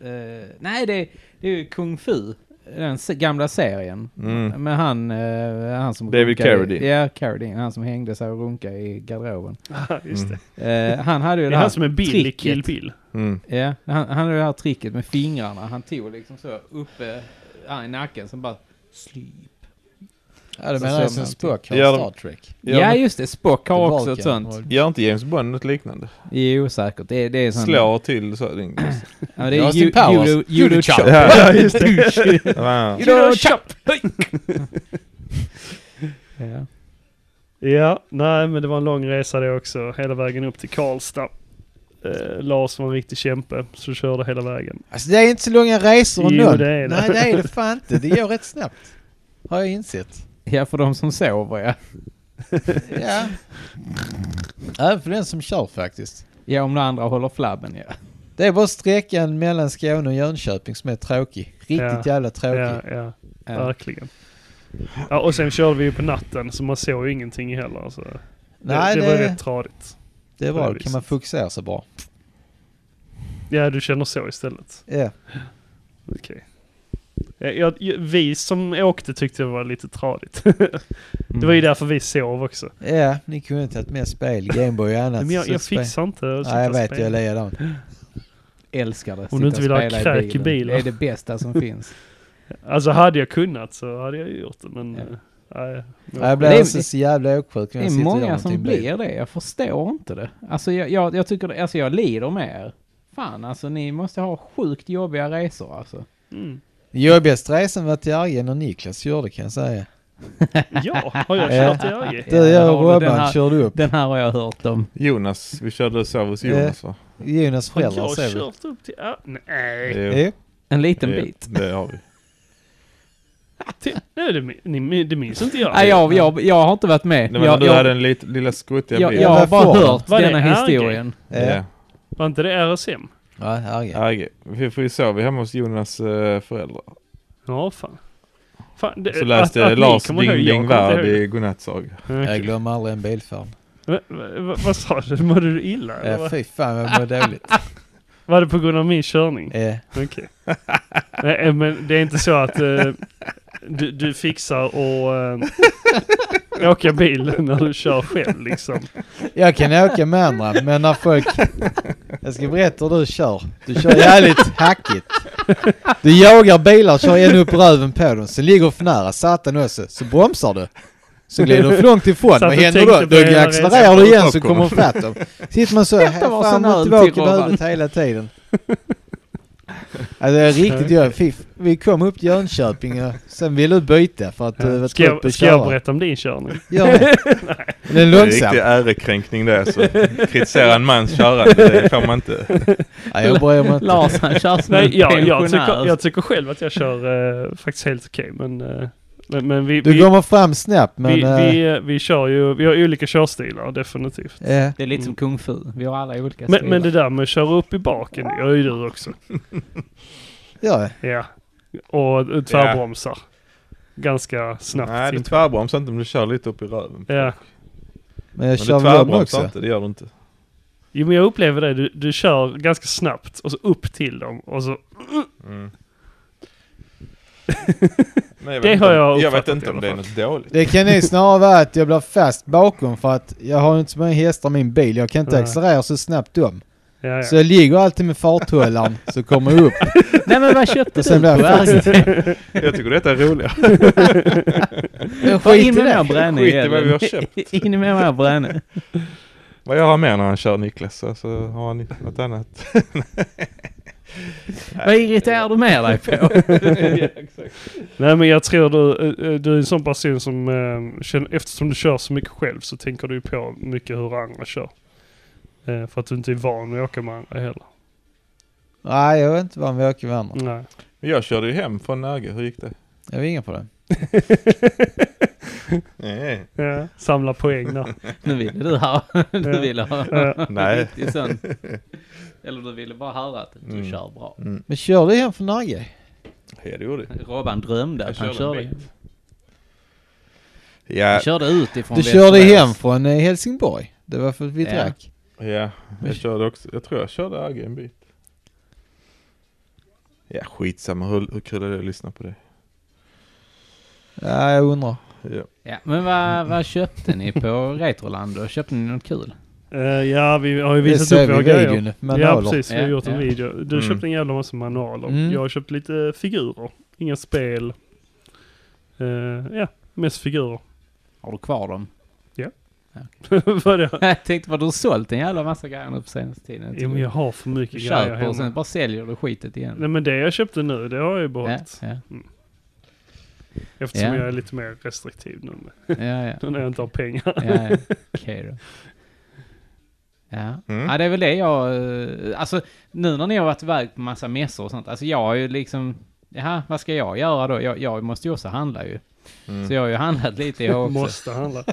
eh, nej det, är- det är ju Kung Fu, den se- gamla serien. Mm. Med han, eh, han som David runkade i- Carradine. Ja, Carradine. Han som hängde sig och runkade i garderoben. Just det. Eh, han hade ju Det det är här han som är Bill i tricket. Kill Bill. Mm. Ja, han, han hade det här tricket med fingrarna. Han tog liksom så uppe här i nacken som bara sleep. Ja, det Så menar jag somnar som han Spock har Ja, de- Star Trek. Ja, Ja, men- just det, Spock har också Vulcan. ett sånt. Gör inte James Bond något liknande? Jo säkert, det, det är sånt. Slår till så. ring. (laughs) Ja, men det är Austin ju- Powers. judo- judo chop. Ja, just (laughs) det. Ja. Judo chop! (laughs) Ja. Ja, nej men det var en lång resa det också. Hela vägen upp till Karlstad. Eh, Lars var en riktig kämpe så körde hela vägen. Alltså det är inte så långa resor Jo, ändå. det är det. Nej, det är det fan inte. Det går rätt snabbt. Har jag insett. ja, för de som sover ja. Ja. Även för den som kör faktiskt. Ja, om de andra håller flabben, ja. Det är bara sträckan mellan Skåne och Jönköping som är tråkig. Riktigt Ja. jävla tråkig. Ja, ja, ja. verkligen. Ja, och sen körde vi ju på natten så man såg ju ingenting heller. Så det, Nej, det, det, var det, rätt tradigt. är på bra. det Då kan man viset. fokusera sig bra. Ja, du känner så istället. Ja. Okej. Ja, jag- jag- vi som åkte tyckte det var lite tradigt. (laughs) Det var Mm. Mm. ju därför vi sov också. ja, ni kunde inte haft med spel, Gameboy och annat. Men jag, Så jag spel- fixar alltså inte att Nej, jag sitta och vet. spela. Jag är likadan. Älskar det. Om du inte vill ha kräk i bilen. Det är det bästa (laughs) som finns. Alltså hade jag kunnat så hade jag gjort det men... Ja. eh, Nej, Ja, Jag Men det blir är- alltså så jävla åksjuk när Det jag sitter är många och gör någonting som i bilen. blir det. Jag förstår inte det. Alltså jag, jag, jag tycker det, alltså jag lider med er. Fan alltså ni måste ha sjukt jobbiga resor alltså. Mm. Jobbigaste resan var till Arjen och Niklas gjorde kan jag säga. Ja, har (laughs) jag Ja. kört i Örje? Du, jag har och du den Robban här- körde upp. Den här har jag hört om. Jonas, vi körde och sov hos Eh, Jonas va? Jonas Har föräldrar jag ser vi. kört upp till Örje? Nej. Jo, Jo. En liten jo, bit. Det har vi. Till, nej, det, min- ni, min- det minns inte jag. Nej, jag, jag, jag har inte varit med. Det var när jag, du jag, hade den lit, lilla jag, skuttiga jag, bilen. har Ja, Eh. bara varför? hört Var det denna RG? historien. Ja. Ja. Var inte det RSM? Ja, Arjen. Arge. Vi, för vi sov ju hemma hos Jonas eh, föräldrar. Ja, fan. fan det, Så läste att- att jag ni Lars kommer ihåg, Ding jag Ding kommer inte Värld ihåg. i godnattsaga. Jag Okej. glömmer aldrig en bilfärd. Va- va- va- Vad sa du? (laughs) Mådde du illa? eller Ja, vad? fy fan vad jag mår (laughs) dåligt. Var det på grund av min körning? Ja. Okej. Nej, eh, men det är inte så att eh, du, du fixar och eh, (laughs) åka bil när du kör själv liksom. Jag kan åka med andra, men när folk... Jag ska berätta hur du kör. Du kör jävligt hackigt. Du jagar bilar, kör en upp röven på dem, sen ligger du för nära satan också, så bromsar du. Så glider du för långt ifrån, Så att vad du händer tänkte då? på Då hela accelererar resan. du igen så kommer du fatt dem. Sitter man så här Detta var fram sån och öl tillbaka till med Robban. huvudet hela tiden. Alltså jag är riktigt jag fiff. Vi kom upp till Jönköping och sen ville du byta för att eh, du var Ska trött på jag, att ska jag köra. berätta om din körning? Gör (laughs) det. Den är Det är en riktig långsam. ärekränkning det. (laughs) Så kritisera en mans körande, det får man inte. Nej, jag (laughs) bryr mig inte. Lars han kör som en Nej, jag, jag, pensionär. tycker, jag tycker själv att jag kör eh, (laughs) faktiskt helt okej men, eh, men, men vi, Du vi, kommer fram snabbt men... vi, eh, vi, eh, vi kör ju, vi har olika körstilar definitivt. eh, Det är lite som kung fu. Vi har alla olika Men, stilar. men det där med att köra upp i baken, det gör ju du också. gör det. Ja. Och tvärbromsar. Ganska snabbt. Eh, Nej, du in- tvärbromsar inte men du kör lite upp i röven. ja. Men Men jag kör du väl om också. tvärbromsar inte, det gör du inte. Jo men jag upplever det, du, du kör ganska snabbt och så upp till dem och så... (laughs) Mm. Nej, jag vet Det inte har om- jag Jag vet uppfattat i inte om alla det är fall. något dåligt. Det kan ju snarare vara att jag blir fast bakom för att jag har inte så många hästar i min bil. Jag kan inte Nej. accelerera så snabbt om. Ja, ja. Så jag ligger alltid med farthållaren (laughs) så kommer jag upp. Nej men vad köpte Och sen du på blir jag fast. RG? (laughs) Jag tycker detta är roligare. Jag Vad skiter in i med mer det. bränne Skit i vad vi har köpt. (laughs) In med mer bränne. Vad jag har med när han kör Niklas, så alltså, har han något annat. Vad irriterar du med dig på? (laughs) Nej men jag tror du, eh, eh, du är en sån person som, eh, känner, eftersom du kör så mycket själv så tänker du ju på mycket hur andra kör. Eh, för att du inte är van att åka med andra heller. Nej, jag vet inte var vi åker med andra. Nej. Men jag körde ju hem från Nöge, hur gick det? Jag vingar på det. Nej, Ja. Samla poäng (laughs) där. Nu ville du ha... (laughs) Du ville ha... Ja. Nej. (laughs) riktig sån- Eller du ville bara höra att du Mm. kör bra. Men kör du hem från Norge? ja, det gjorde jag. Robban drömde att Jag han körde en körde... Ja, Han körde utifrån Du körde Västerås. hem från eh, Helsingborg. Det var för att vi Ja. drack. ja, jag körde också. Jag tror jag körde Agge en bit. Ja, skitsamma. Hur, hur kul är det att lyssna på det? Ja, jag undrar. Ja. Ja, men vad, vad köpte ni på Retroland då? Köpte ni något kul? Eh, ja vi har ju Det visat ser upp vi våra i grejer. videon. Ja Manualer. precis, vi har Ja, gjort en ja. video. Du Mm. köpte en jävla massa manualer. Mm. Jag har köpt lite figurer. Inga spel. Eh, ja, mest figurer. (laughs) Har du kvar dem? Vad det? (laughs) Jag tänkte vad du har sålt en jävla massa grejer nu på senaste tiden. Jo men jag har för du mycket grejer köper och hemma. sen bara säljer du skitet igen. Nej men det jag köpte nu, det har jag ju ja, behållit. ja, Eftersom Ja. jag är lite mer restriktiv nu. ja, (laughs) ja. Nu när jag inte har pengar. ja, ja. Okej då. Ja. Mm. ja, det är väl det jag... eh, Alltså, nu när ni har varit iväg på massa mässor och sånt. Alltså, jag har ju liksom... Jaha, vad ska jag göra då? Jag, jag måste ju också handla ju. Mm. (laughs) Så jag har ju handlat lite jag också. Måste handla.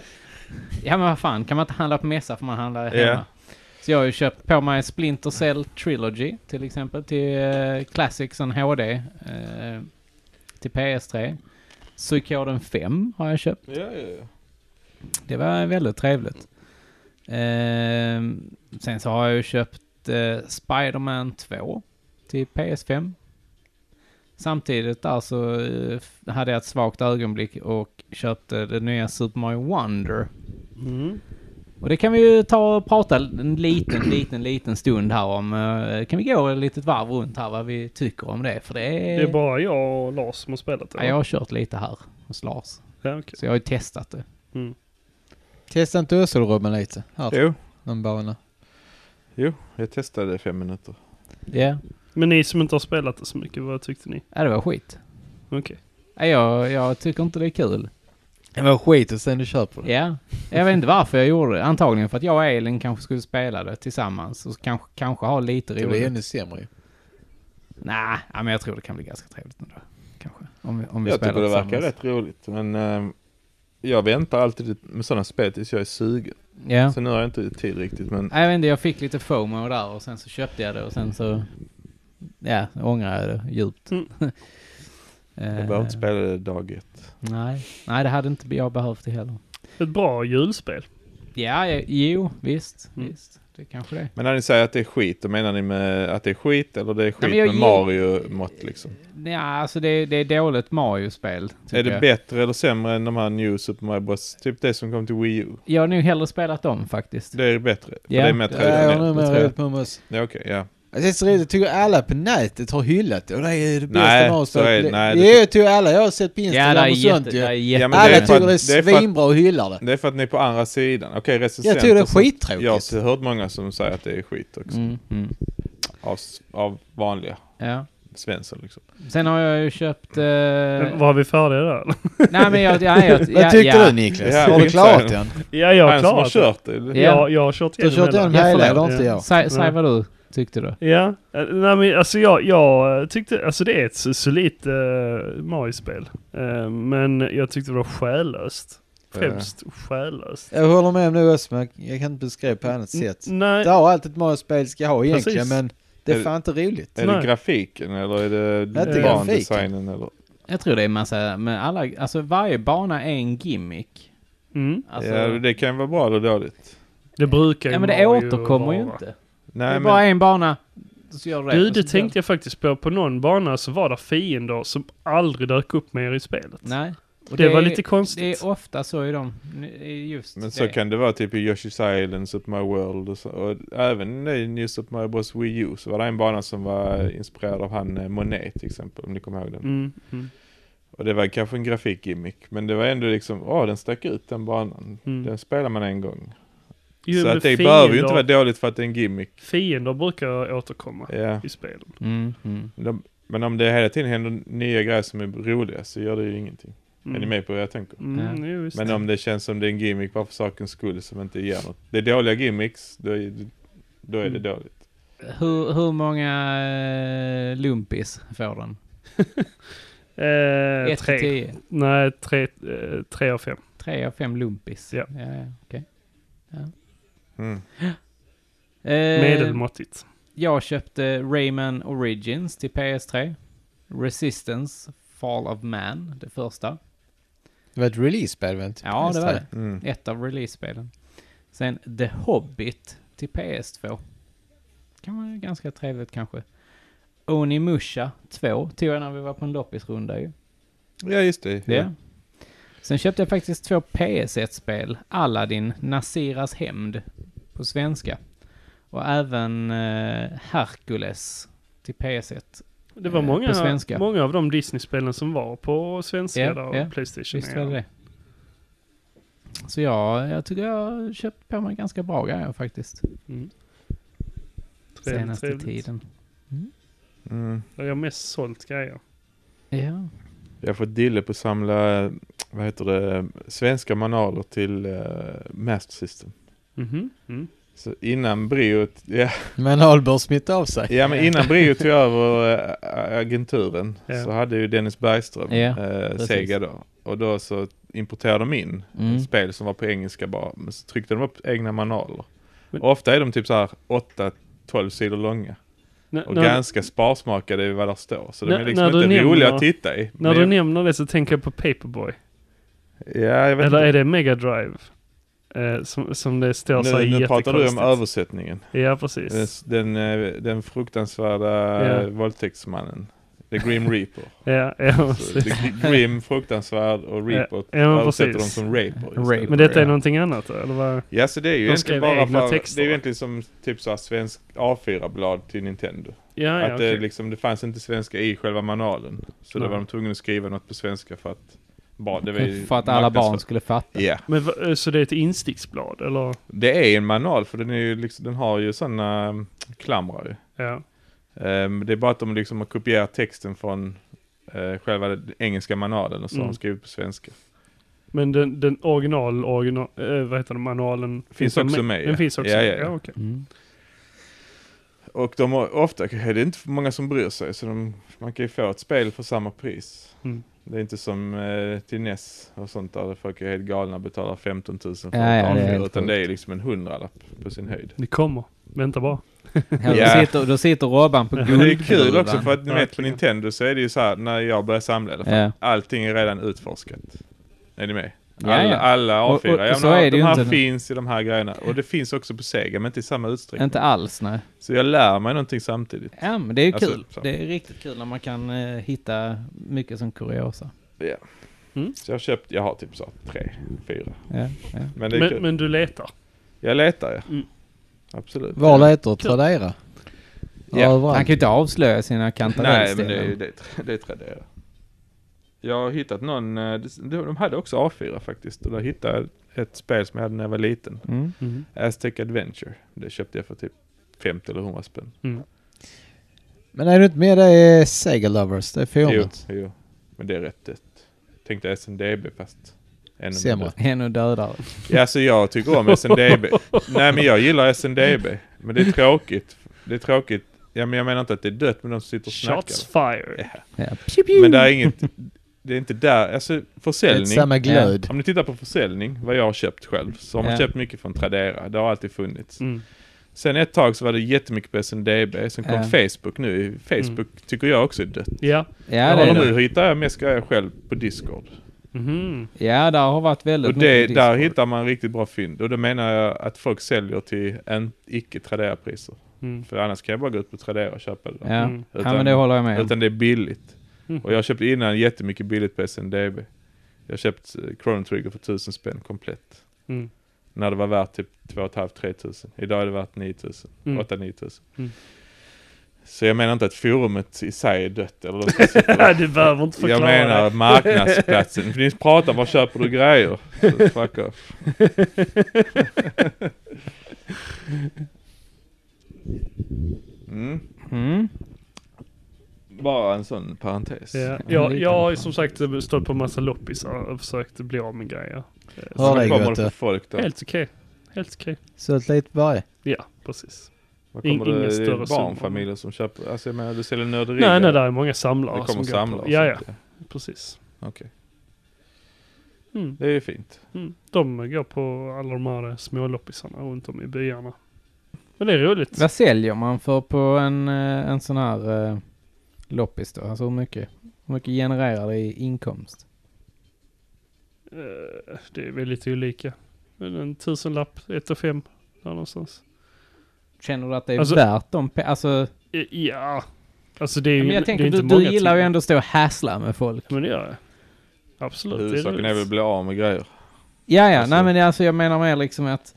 Ja men vad fan, kan man inte handla på mässa får man handla hemma. Ja. Så jag har ju köpt på mig Splinter Cell Trilogy till exempel till eh, Classicsen HD. Eh, till PS3. Suikoden 5 har jag köpt. Ja, ja, Det var väldigt trevligt. Ehm, sen så har jag ju köpt eh, Spider-Man 2 till PS5. Samtidigt där så eh, f- hade jag ett svagt ögonblick och köpte det nya Super Mario Wonder. Mm. Och det kan vi ju ta och prata en liten, liten, liten stund här om. Eh, Kan vi gå ett litet varv runt här vad vi tycker om det? För det är... Eh. Det är bara jag och Lars som har spelat det. ja, jag har kört lite här hos Lars. ja, okej. Så jag har ju testat det. mm. Testa inte Össelrubben lite? Här, Jo, någon bana. jo, jag testade i fem minuter. Ja. Men ni som inte har spelat det så mycket, vad tyckte ni? Ja, det var skit. Okej. Ja, jag, jag tycker inte det är kul. Det var skit och sen du kör på det. Ja, jag vet inte varför jag gjorde det. Antagligen för att jag och Elin kanske skulle spela det tillsammans och kanske, kanske ha lite Det blir roligt. ännu sämre ju. Nej, ja, men jag tror det kan bli ganska trevligt ändå. Kanske. Om vi, om vi Jag spelar tycker det verkar tillsammans. rätt roligt, men eh, jag väntar alltid med sådana spel tills jag är sugen. Ja. Så nu har jag inte tid riktigt, men Nej, Jag vet inte, jag fick lite FOMO där och sen så köpte jag det och sen så... Ja, ångrar jag det djupt. (laughs) Eh, Mm. jag behöver inte spela det dag ett. Nej. Nej, det hade inte jag behövt det heller. Ett bra julspel. Ja, ja, jo, visst. Mm. Visst. Det kanske det är. Men när ni säger att det är skit, då menar ni med att det är skit eller det är skit men jag med gillar- Mario-mått liksom? Ja, alltså det, det är dåligt Mario-spel. tycker Är det jag. bättre eller sämre än de här New Super Mario Bros? Typ det som kom till Wii U. Jag har nog hellre spelat dem faktiskt. Det är bättre, för Ja. det är mer Ja, Ja, jag traditionellt. har det nog tror jag. roligt med möss. Ja, okej, ja. Alltså, det är så roligt, jag tycker alla på nätet har hyllat det och det är det bästa Nej, Mario-spelet. så är det- nej, det Jo, jag tycker alla. Jag har sett på Ja, det är Instagram och sånt jätte... Det ju. är Ja, men jätte... det Alla är för tycker att- det det är är för att- svinbra och hyllar det. Det är för att ni är på andra sidan. Okej, recensenter. Jag tycker det är och sånt. Jag skittråkigt. har hört många som säger att det är skit också. Mm, mm. Av, av vanliga Ja. svensson liksom. Sen har jag ju köpt... eh, Var vi färdiga där? (laughs) eller? nej men jag... Ja, jag ja, Vad tyckte ja. du Niklas? Ja, Har du vi klarat säger- den? ja, jag har Han som har klarat det. kört det. Ja. Ja, jag har kört Du har igenom kört hela. den Ja, hela, förlåt. det har inte jag. Säg, säg Nej. vad du tyckte då. Ja, eh, nej men alltså jag, jag eh, tyckte, alltså det är ett så- solitt uh, Mario-spel. Eh, men jag tyckte det var själlöst. Främst själlöst. Jag håller med om det också, men jag kan inte beskriva på annat sätt. N- Nej, Det har allt ett Mario-spel ska ha egentligen, Precis. men det är fan inte roligt. Är det Nej. grafiken eller är det Inte bandesignen eller? Jag tror det är en massa... Men alla... Alltså varje bana är en gimmick. mm, Alltså, Ja, det kan vara bra eller dåligt. det brukar ju ja men det Mario återkommer ju vara. inte. det är Nej, bara men en bana. Så gör det. Du, och så det dör tänkte jag faktiskt på. På någon bana så var det fiender som aldrig dök upp mer i spelet. Nej. Och det, var är- lite konstigt. Det är ofta så i dem. Det är Just men så det. kan det vara typ i Yoshi's Island, Super Mario World och, så, och även i New Super Mario Bros Wii U så var det en bana som var inspirerad av han eh, Monet till exempel, om ni kommer ihåg den. Mm, mm, Och det var kanske en grafikgimmick, men det var ändå liksom, åh den stack ut den banan. mm. Den spelar man en gång. Jo, så men att det fiender, behöver ju inte vara dåligt för att det är en gimmick. Fiender brukar återkomma Ja. i spelen. Mm, mm. De, men om det hela tiden händer nya grejer som är roliga så gör det ju ingenting. Är ni Mm. med på vad jag tänker? Mm, jo, visst. Men om det känns som det är en gimmick bara för sakens skull som inte ger något. Det är dåliga gimmicks, då är, då är det Mm. dåligt. Hur, hur många eh, lumpis får den? Eh, 1 till tre. 10? Nej, tre, eh, tre av fem. Tre av fem lumpis. Ja. ja okej. Mm. Eh, Medelmåttigt. Jag köpte Rayman Origins till PS3. Resistance, Fall of Man, det första. Det var ett release-spel, var det inte? Ja, det var det. Mm. Ett av release-spelen. Sen The Hobbit till PS2. Kan vara ganska trevligt kanske. Onimusha 2 tog jag när vi var på en loppisrunda ju. Ja, just det. Ja. Sen köpte jag faktiskt två PS1-spel. Aladdin, Nasiras hämnd på svenska. Och även eh, Hercules till PS1. Det var eh, många, på svenska. många av de Disney-spelen som var på svenska Ja, där och ja. Playstation. Visst ja. var det det? Så ja, jag tycker jag har köpt på mig ganska bra grejer faktiskt. Mm. Trevligt, Senaste trevligt. tiden. Mm. Där jag mest sålt grejer. Ja. Jag har fått dille på att samla, eh, vad heter det, svenska manualer till eh, Master System. Mhm. Mm. Så innan Brio, ja, Men Albert smittade av sig. ja men innan Brio (laughs) tog över eh, agenturen Ja. så hade ju Dennis Bergström Ja, eh, precis. Sega då. Och då så importerade de in Mm. spel som var på engelska bara, men så tryckte de upp egna manualer. Men- Och ofta är de typ så här 8-12 sidor långa. N- Och när, ganska sparsmakade i vad där står. Så de När- är liksom när du inte roliga nämner- att titta i. när Men du jag- nämner det så tänker jag på Paperboy. ja, jag vet Eller inte. är det Mega Drive? Eh, som, som det står så här Nu, nu pratar du om jättekonstigt. översättningen. Ja, precis. Den, den, eh, den fruktansvärda Ja. yeah. våldtäktsmannen. The (laughs) Grim Reaper. Ja, ja, Så precis. the gr- grim, fruktansvärd och Reaper Ja, ja, översätter de precis. som Raper istället. Rape. Men detta är Ja. någonting annat då, eller vad? Ja, så det är ju De egentligen skrev bara egna för, texter, det är ju va? egentligen som typ så här svensk A4-blad till Nintendo. Ja, att ja, okej. det, liksom, det fanns inte svenska i själva manualen. Så då Nej. var de tvungna att skriva något på svenska för att, barn, det var ju (laughs) För att alla barn marknadsför- skulle fatta. Ja, Men va- eh, så det är ett insticksblad, eller? det är en manual för den, är ju liksom, den har ju sådana um, klamrar ju. Ja. Ehm, det är bara att de liksom har kopierat texten från eh, själva den engelska manualen och så har Mm. de skrivit på svenska. Men den, den original, original eh, vad heter den, manualen? Finns den också med, Den ja. finns också Ja, med, ja, ja. ja, okej. Mm. Och de har ofta, det är inte många som bryr sig så de, man kan ju få ett spel för samma pris. Mm. Det är inte som eh, till NES och sånt där folk är helt galna och betalar 15 000 för ett Ja, ja, det är A4, helt utan det är liksom en hundralapp på sin höjd. Det kommer. Vänta bara. Ja, Ja. Då, sitter, då sitter Robban på Men (laughs) det är guldgruvan. kul också för att ni vet på Verkligen. Nintendo så är det ju så här när jag började samla i alla fall, Ja. allting är redan utforskat. Är ni med? Ja, Alla, ja. alla A4, Och- och- ja, så men, är det de ju här inte nu. finns i de här grejerna och det finns också på Sega men inte i samma utsträckning. Inte alls, nej. Så jag lär mig någonting samtidigt. Ja, men det är ju Alltså, kul. så. Det är riktigt kul när man kan eh, hitta mycket som kuriosa. Mm. Så jag har köpt, jag har typ så här tre, fyra. Ja, ja. Men det är kul. Men, men du letar. Jag letar ja. Mm. Absolut. Var letar du? Tradera? Ja. Han kan Överallt. ju inte avslöja sina Nej men det är ju kantarellställen. det, är tra- det är Tradera. Jag har hittat någon, eh, det- de hade också A4 faktiskt och där hittade jag ett spel som jag hade när jag var liten. Mm. Mm. Aztec Adventure. Det köpte jag för typ 50 eller 100 spänn. Men är du inte med det är Sega Lovers, det är Jo, forumet. jo. Men det är rätt eh, dött. Tänkte SMDB fast ännu Sämre. mindre. Ännu dödare. Ja, så jag tycker om SMDB. Nej, men jag gillar SMDB. Men det är tråkigt. Det är tråkigt. Ja, men jag menar inte att det är dött, men de som sitter och snackar. Shots fired. Ja. Men det är inget, det är inte där, alltså Det är inte försäljning. samma glöd. Om du tittar på försäljning, vad jag har köpt själv, så har man Ja. köpt mycket från Tradera. Det har alltid funnits. Mm. Sen ett tag så var det jättemycket på SMDB, sen kom Ja. Mm. Facebook nu. Facebook tycker jag också är dött. Ja. Ja, det jag är håller det. nu hittar jag mest grejer själv på Discord. Mhm. Ja, där har varit väldigt Och det, mycket där Discord. hittar man riktigt bra fynd. Och då menar jag att folk säljer till en icke Tradera-priser. Mm. För annars kan jag bara gå ut på Tradera och köpa det där. Ja. Mm. ja, men det håller jag med om. Utan det är billigt. Mm. Och jag köpte innan jättemycket billigt på SNDB. Jag köpte eh, Chrono Trigger för 1000 spänn komplett. Mm. När det var värt typ 2,5-3 tusen. Idag är det värt 9 tusen. Mm. 8-9 tusen. Mm. Så jag menar inte att forumet i sig är dött. (laughs) Eller de ska sitta där. Äh, du behöver inte jag förklara menar det. marknadsplatsen. För ni pratar, var köper du grejer? Så fuck off. Mm. Mm. Bara en sån parentes. (laughs) Ja. Ja, Jag, det jag kan har man ju fan. som sagt eh, stått på massa loppisar och försökt bli av med grejer. Eh, Ja, Vad det är kommer gött, det för det. folk då? Helt okej. Helt okej. Sålt lite på varje. Ja, precis. Vad In- kommer det, ingen större summa. barnfamiljer som köper? Alltså jag menar, du säljer nörderi? Nej, nej, där. där är många samlare Det kommer som går på- samlare och Ja, ja, sånt, precis. Okej. Mm. Det är ju fint. Mm. De går på alla de här eh, småloppisarna runt om i byarna. Men det är roligt. Vad säljer man för på en, eh, en sån här eh, loppis då? Alltså hur mycket, hur mycket genererar det i inkomst? Eh, Det är väldigt olika. Men en tusenlapp, ett och fem, där någonstans. Känner du att det är Alltså- värt de pe- Alltså, Eh, Ja, alltså det är ju men det är jag tänker inte du, många du gillar ju timmar. ändå att stå och hassla med folk. Men det gör jag. Absolut. det är Huvudsaken är roligt. väl att bli av med grejer. Ja, ja, Alltså- nej men det- alltså jag menar mer liksom att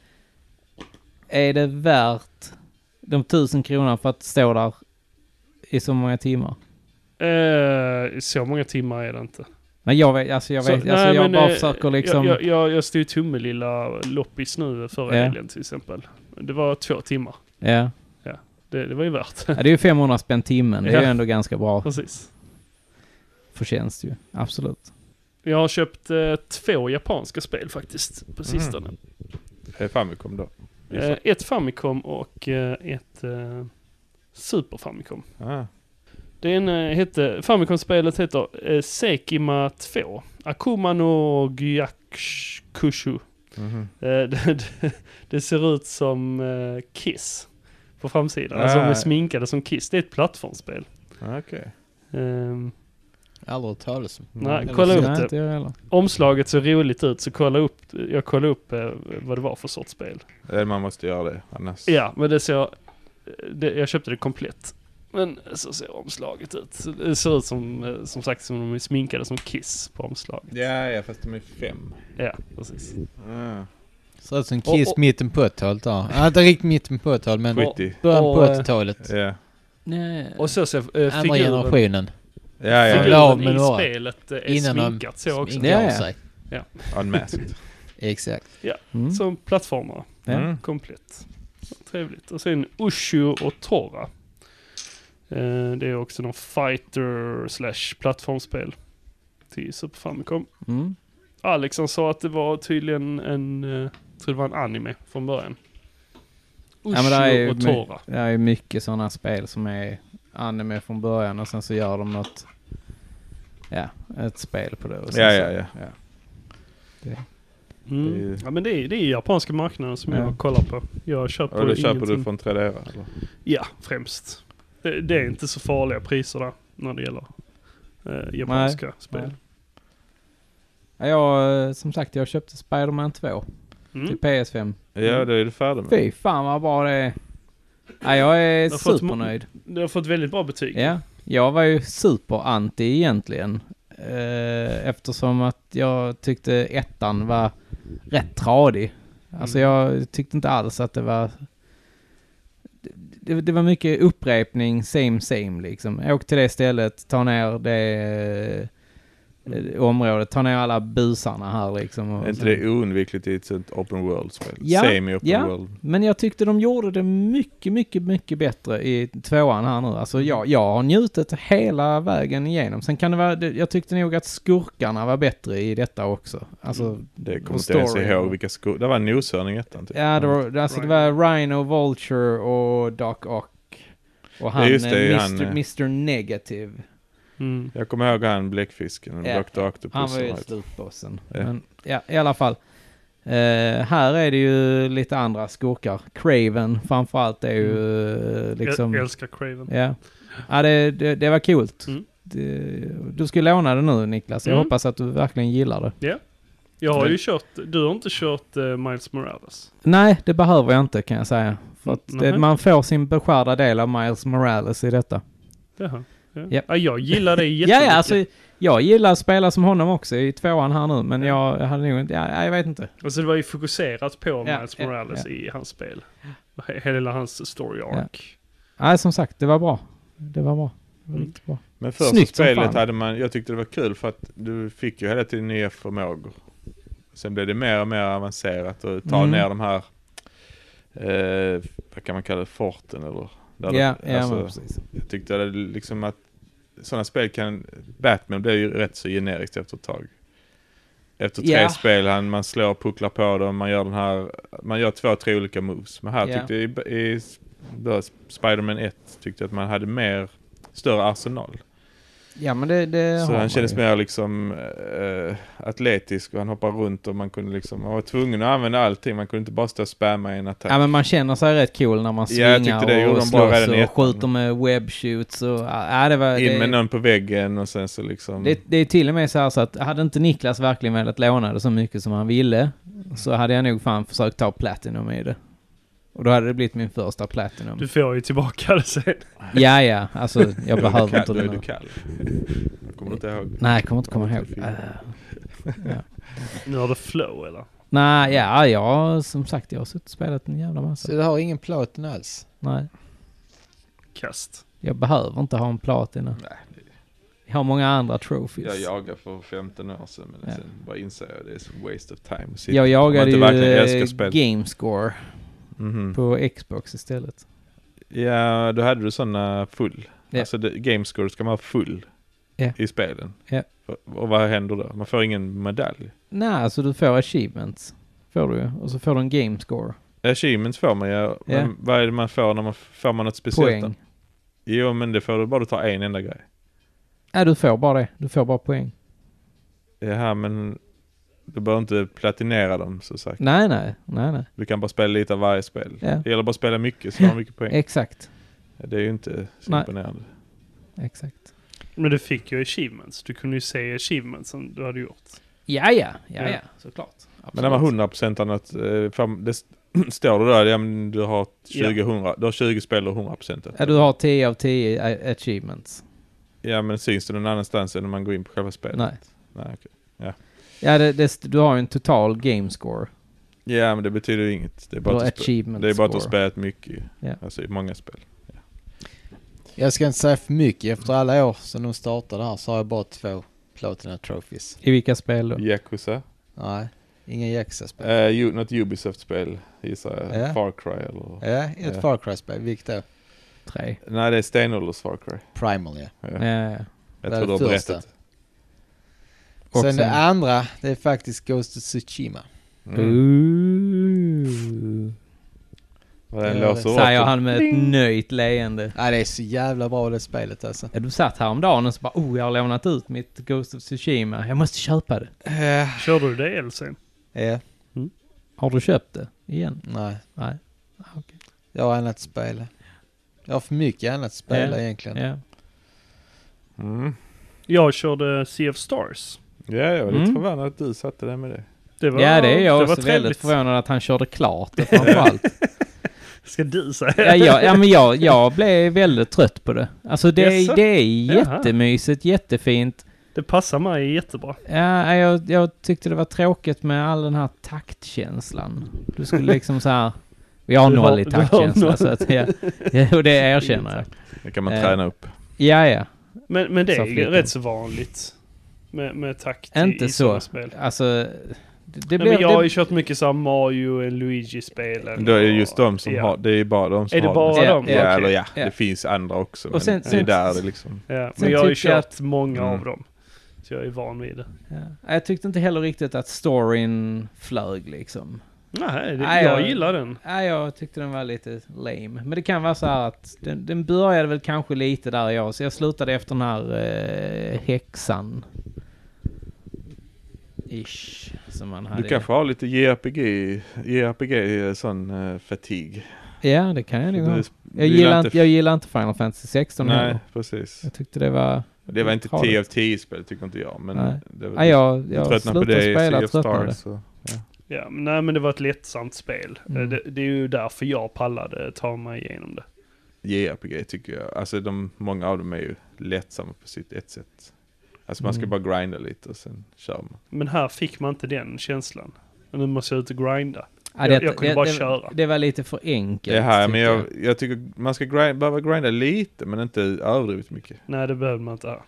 är det värt de tusen kronorna för att stå där i så många timmar? Eh, så många timmar är det inte. Men jag vet, alltså jag så, vet, alltså jag men, bara eh, försöker liksom... Jag, jag, jag stod i Tummelilla loppis nu förra Ja. helgen till exempel. Det var två timmar. Ja. Det, det var ju värt. (laughs) ja, det är ju 500 spänn timmen. Det är Ja. ju ändå ganska bra Precis. förtjänst ju. Absolut. Jag har köpt eh, två japanska spel faktiskt på Mm, sistone. Det är Famicom då. Gissa. Eh, ett Famicom och eh, ett eh, Super Famicom. Ah. Det ena hette, Famicom-spelet heter eh, Sekima 2. Akuma no Gyakushu. Mhm. Eh, (laughs) det, det, det ser ut som eh, Kiss på framsidan. Alltså Ah. de är sminkade som Kiss. Det är ett plattformsspel. Okej. Ehm, Aldrig hört talas om. nej, Eller kolla så- upp Nej, det. inte jag heller. Omslaget ser roligt ut så kolla upp, jag kollade upp eh, vad det var för sorts spel. Eh, Man måste göra det annars. Ja, men det ser... eh, Det, jag köpte det komplett. Men så ser omslaget ut. Så Det ser ut som, eh, som sagt, som de är sminkade som Kiss på omslaget. Ja, ja, fast de är fem. Ja, precis. Ah, Ser ut som Kiss Och- och- mitten på 80-talet där. Ja, inte riktigt mitten på 80-talet men skitty. början på Och, eh, 80-talet. Ja. Nej. Och så ser eh, Andra figuren, generationen. Ja, ja, Figuren. ja. av figuren med i några. spelet eh, är Innan de sminkat så också. Sminkar Ja, ja. sig. Unmasked. Exakt. Mm. Som plattformar. Ja. Mm. Komplett. Trevligt. Och sen Ushu och Tora. Eh, det är också någon fighter slash plattformsspel. Till Super Famicom. Mm. Alexan sa att det var tydligen en, eh, jag tror det var en anime från början. Ushu Ja, men det är ju och my- Tora. Det är ju mycket sådana spel som är anime från början och sen så gör de något, ja, ett spel på det. Och sen Ja, så, ja, ja. det är Mm. ju- Ja men det är, det är japanska marknaden som Ja. jag kollar på. Jag köper Och då köper ingenting. du från Tradera eller? Ja, främst. Det, det är inte så farliga priser där när det gäller eh, japanska spel. Ja, jag, eh, som sagt, jag köpte Spider-Man 2 till Mm. PS5. Ja, då är du färdig med Mm. Fy fan vad bra det är. Ja, jag är har fått supernöjd. Det har fått väldigt bra betyg. Ja, jag var ju superanti egentligen. Eh, eftersom att jag tyckte ettan var rätt tradig. Alltså Mm. jag tyckte inte alls att det var... Det, det var mycket upprepning, same same liksom. Åk till det stället, ta ner det eh, området, ta ner alla busarna här liksom. och- Mm. Är inte det oundvikligt i ett sånt open world-spel? Ja, Semi open ja. world. Men jag tyckte de gjorde det mycket, mycket, mycket bättre i tvåan här nu. Alltså jag, jag har njutit hela vägen igenom. Sen kan det vara, det- jag tyckte nog att skurkarna var bättre i detta också. Alltså, Mm. Det kommer Och inte ens story. ihåg vilka skor. Det var en noshörning i ettan typ. ja, det var, alltså det var Rhino, Vulture och Doc Ock. Och han, Ja, just det, eh, Mr, han, eh, Mr Negative. Mm. Jag kommer ihåg han bläckfisken, Ja. Dr. Octopus. Han var och ju allt. slutbossen. Ja. Men ja, i alla fall. Eh, här är det ju lite andra skurkar. Craven framförallt är ju eh, liksom... Mm. Jag älskar Craven. Ja, ja det, det, det var coolt. Mm. Det, du ska låna det nu Niklas. Jag Mm. hoppas att du verkligen gillar det. Jag har ju kört, du har inte kört eh, Miles Morales. Nej, det behöver jag inte kan jag säga. För att Mm, det, nej. man får sin beskärda del av Miles Morales i detta. Jaha. Ja. Ja. Ja, jag gillar (laughs) det Ja, jättemycket. ja, alltså jag gillar att spela som honom också i tvåan här nu, men jag hade nog inte, ja, jag vet inte. Alltså det var ju fokuserat på Ja, Miles ja, Morales i hans spel. Och he- Hela hans story arc. Nej, som sagt, det var bra. Det var bra. Det var Mm. riktigt bra. Men första Snyggt som spelet fan. hade man, jag tyckte det var kul för att du fick ju hela tiden nya förmågor. Sen blev det mer och mer avancerat och ta Mm. ner de här, eh, vad kan man kalla det, forten eller? Där Ja, det- ja, alltså, men precis. jag tyckte det liksom att sådana spel kan, Batman blev ju rätt så generiskt efter ett tag. Efter tre Ja. spel, han, man slår och pucklar på dem, man gör den här, man gör två, tre olika moves. Men här Ja. tyckte jag i, i då, Spider-Man 1 tyckte jag att man hade mer, större arsenal. Ja, men det, det har Så man han kändes ju. mer liksom eh, atletisk och han hoppar runt och man kunde liksom, man var tvungen att använda allting, man kunde inte bara stå och spamma i en attack. Ja men man känner sig rätt cool när man Ja, jag svingar tyckte det gjorde och de bra slåss redan i och ettan. skjuter med webshoots och... Ja, det var... In med det, någon på väggen och sen så liksom... det, det är till och med så här så att hade inte Niklas verkligen velat låna det så mycket som han ville så hade jag nog fan försökt ta Platinum i det. Och då hade det blivit min första Platinum. Du får ju tillbaka (laughs) det sen. Ja, ja, alltså (laughs) jag Då är du behöver kall- Då inte det är du nu. kall. Kommer du inte ihåg? Nej, jag kommer inte komma ihåg. Fy. Äh, Nu har du flow eller? nej, ja, jag, som sagt, jag har suttit och spelat en jävla massa. Så det har ingen platen alls? Nej, Kast. jag behöver inte ha en Platina. Nej, Jag har många andra trophies. Jag jagade för 15 år sedan men Ja. sen bara inser jag att det är så waste of time. att sitta- Jag jagade typ. Om ju man inte verkligen älskar eh, spel. Gamescore Mhm. på Xbox istället. Ja, då hade du sådana full. Ja. Alltså det, gamescore ska man ha full Ja. i spelen. Ja. Och, och vad händer då? Man får ingen medalj. Nej, alltså du får achievements. Får du ju. Och så får du en Gamescore. Achievements får man ju. Men Ja. vad är det man får när man får man något speciellt? Poäng. Jo, men det får du bara du tar en enda grej. Nej, du får bara det. Du får bara poäng. Jaha, men du behöver inte platinera dem så sagt. Nej, nej, nej, nej. Du kan bara spela lite av varje spel. Ja. Det gäller bara att spela mycket så du har mycket poäng. Exakt, Det är ju inte så Nej. imponerande. exakt. Men du fick ju achievements. Du kunde ju se achievements du hade gjort. Ja, ja, ja, Ja. ja, såklart. Men de här 100 procenten att... eh, fram- Det st- (clears throat) står det där, ja, men du har 20, 100, du har 20 spel och 100 procent. Ja, du har 10 av 10 a- achievements. Ja, men syns det någon annanstans än när man går in på själva spelet? Nej. Nej, okej. Ja, det, det, du har ju en total game score. Ja, men det betyder ju inget. Det är bara, Eller att, du spe- achievement det är bara att du har score. spelat mycket. Ja. Alltså i många spel. Jag ska inte säga för mycket. Efter alla år sedan de startade här så har jag bara två Platina Trophies. I vilka spel då? Yakuza. Nej, inga Jaxa-spel. Eh, ju, något Ubisoft-spel gissar jag. Ja. Far Cry eller... Ja, ett Ja. Far Cry-spel. Vilket då? Tre. Nej, det är stenålders Far Cry. Primal ja. Ja. Ja, ja, ja. Jag det tror är du har det berättat. första. Och Sen det sen- andra, det är faktiskt Ghost of Tsushima. Mm. Ooh. Vad är en Ja, låser åt Säger dig? han med ett nöjt leende. Nej, det är så jävla bra det spelet alltså. Ja, Du satt häromdagen och så bara oh, jag har lånat ut mitt Ghost of Tsushima. Jag måste köpa det. Ja, Eh. Körde du det sen? ja, Har du köpt det? Igen? nej. Nej. Jag har annat att spela. Jag har för mycket annat att spela Eh. Ja, egentligen. Ja. Mm. Jag körde Sea of Stars. Ja, jag var lite Mm. förvånad att du satte det med det. Det var, ja, det är jag det var också väldigt trevligt. förvånad att han körde klart det framförallt. (laughs) Ska du säga? ja, ja, ja, men jag, jag blev väldigt trött på det. Alltså det, Jaså? är, det är Jaha. jättemysigt, jättefint. Det passar mig jättebra. Ja, jag, jag tyckte det var tråkigt med all den här taktkänslan. Du skulle liksom så här... Jag har Du har- noll i du har taktkänsla noll. så att jag, ja, och (laughs) det erkänner jag. Det kan man Eh. träna upp. Ja, ja. Men, men det Sa är ju flickan. rätt så vanligt. Med, med takt i- Inte i så. sådana spel. Alltså... Det, det Nej, blev, men jag har ju det, kört mycket så här Mario och Luigi-spel. Då är det just de som ja. har, det är ju bara de som Är det har bara Ja, de? Ja, Okej. eller ja, Ja. det finns andra också. Men sen- det är sen- där det liksom... Ja, Sen men jag har ju tycker jag kört många Mm. av dem. Så jag är van vid det. ja. jag tyckte inte heller riktigt att storyn flög liksom. Nej, det, Nej, jag jag- gillar den. Ja, jag tyckte den var lite lame. Men det kan vara så här att den, den började väl kanske lite där jag, så jag slutade efter den här eh, häxan. Ish, som man hade. Du kanske har lite JRPG, JRPG sån eh, fatig. Ja, det kan jag nog ha. Du- du Jag gillar inte, jag gillar inte Final Fantasy 16 Nej, heller. precis. Jag tyckte det var... Det var inte Har 10 av 10 spel tycker inte jag. Men Nej. det var, Ja, jag, jag jag slutade spela, tröttnade. Så. Ja, men nej, men det var ett lättsamt spel. Eh, Mm. Det, det är ju därför jag pallade ta mig igenom det. JRPG E tycker jag. Alltså de, många av dem är ju lättsamma på sitt ett sätt. Alltså man ska Mm. bara grinda lite och sen kör man. Men här fick man inte den känslan. Och nu måste jag ut och grinda. Ja, Jag- jag kunde bara det, köra. Det var lite för enkelt. Det här, men tyckte jag, jag tycker man ska grind, behöva grinda lite men inte överdrivet mycket. Nej, det behövde man inte. här.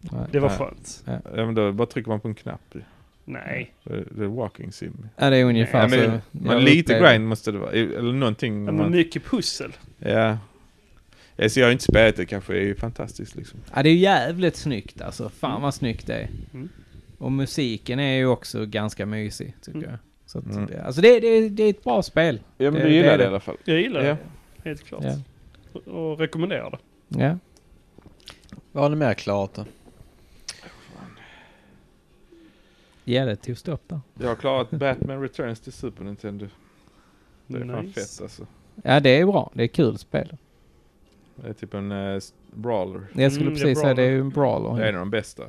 Nej. Det var Nej. skönt. Ja, men då bara trycker man på en knapp. Nej. Det är- det är walking sim. Ja, det är ungefär Ja, så. men, Alltså, jag men lite upplevde. grind måste det vara. Eller någonting. Ja, man- men mycket pussel. Ja. ja. Så jag har inte spelat det kanske, det är ju fantastiskt liksom. Ja, det är jävligt snyggt alltså. Fan vad snyggt det är. Mm. Och musiken är ju också ganska mysig, tycker Mm. jag. Så att, Mm. Alltså det, det, det är ett bra spel. Ja men du gillar det i alla fall. Jag gillar Ja. det. Helt klart. Ja. Och, och rekommenderar det. Ja. Vad har ni mer klarat då? ja, det tog stopp där. Jag har klarat Batman Returns till Super Nintendo. Det är fan Nice. fett alltså. Ja, det är bra. Det är kul spel. Det är typ en eh, s- brawler. Jag skulle Mm, det är precis bra säga det är det. ju en brawler. Det är en av de bästa.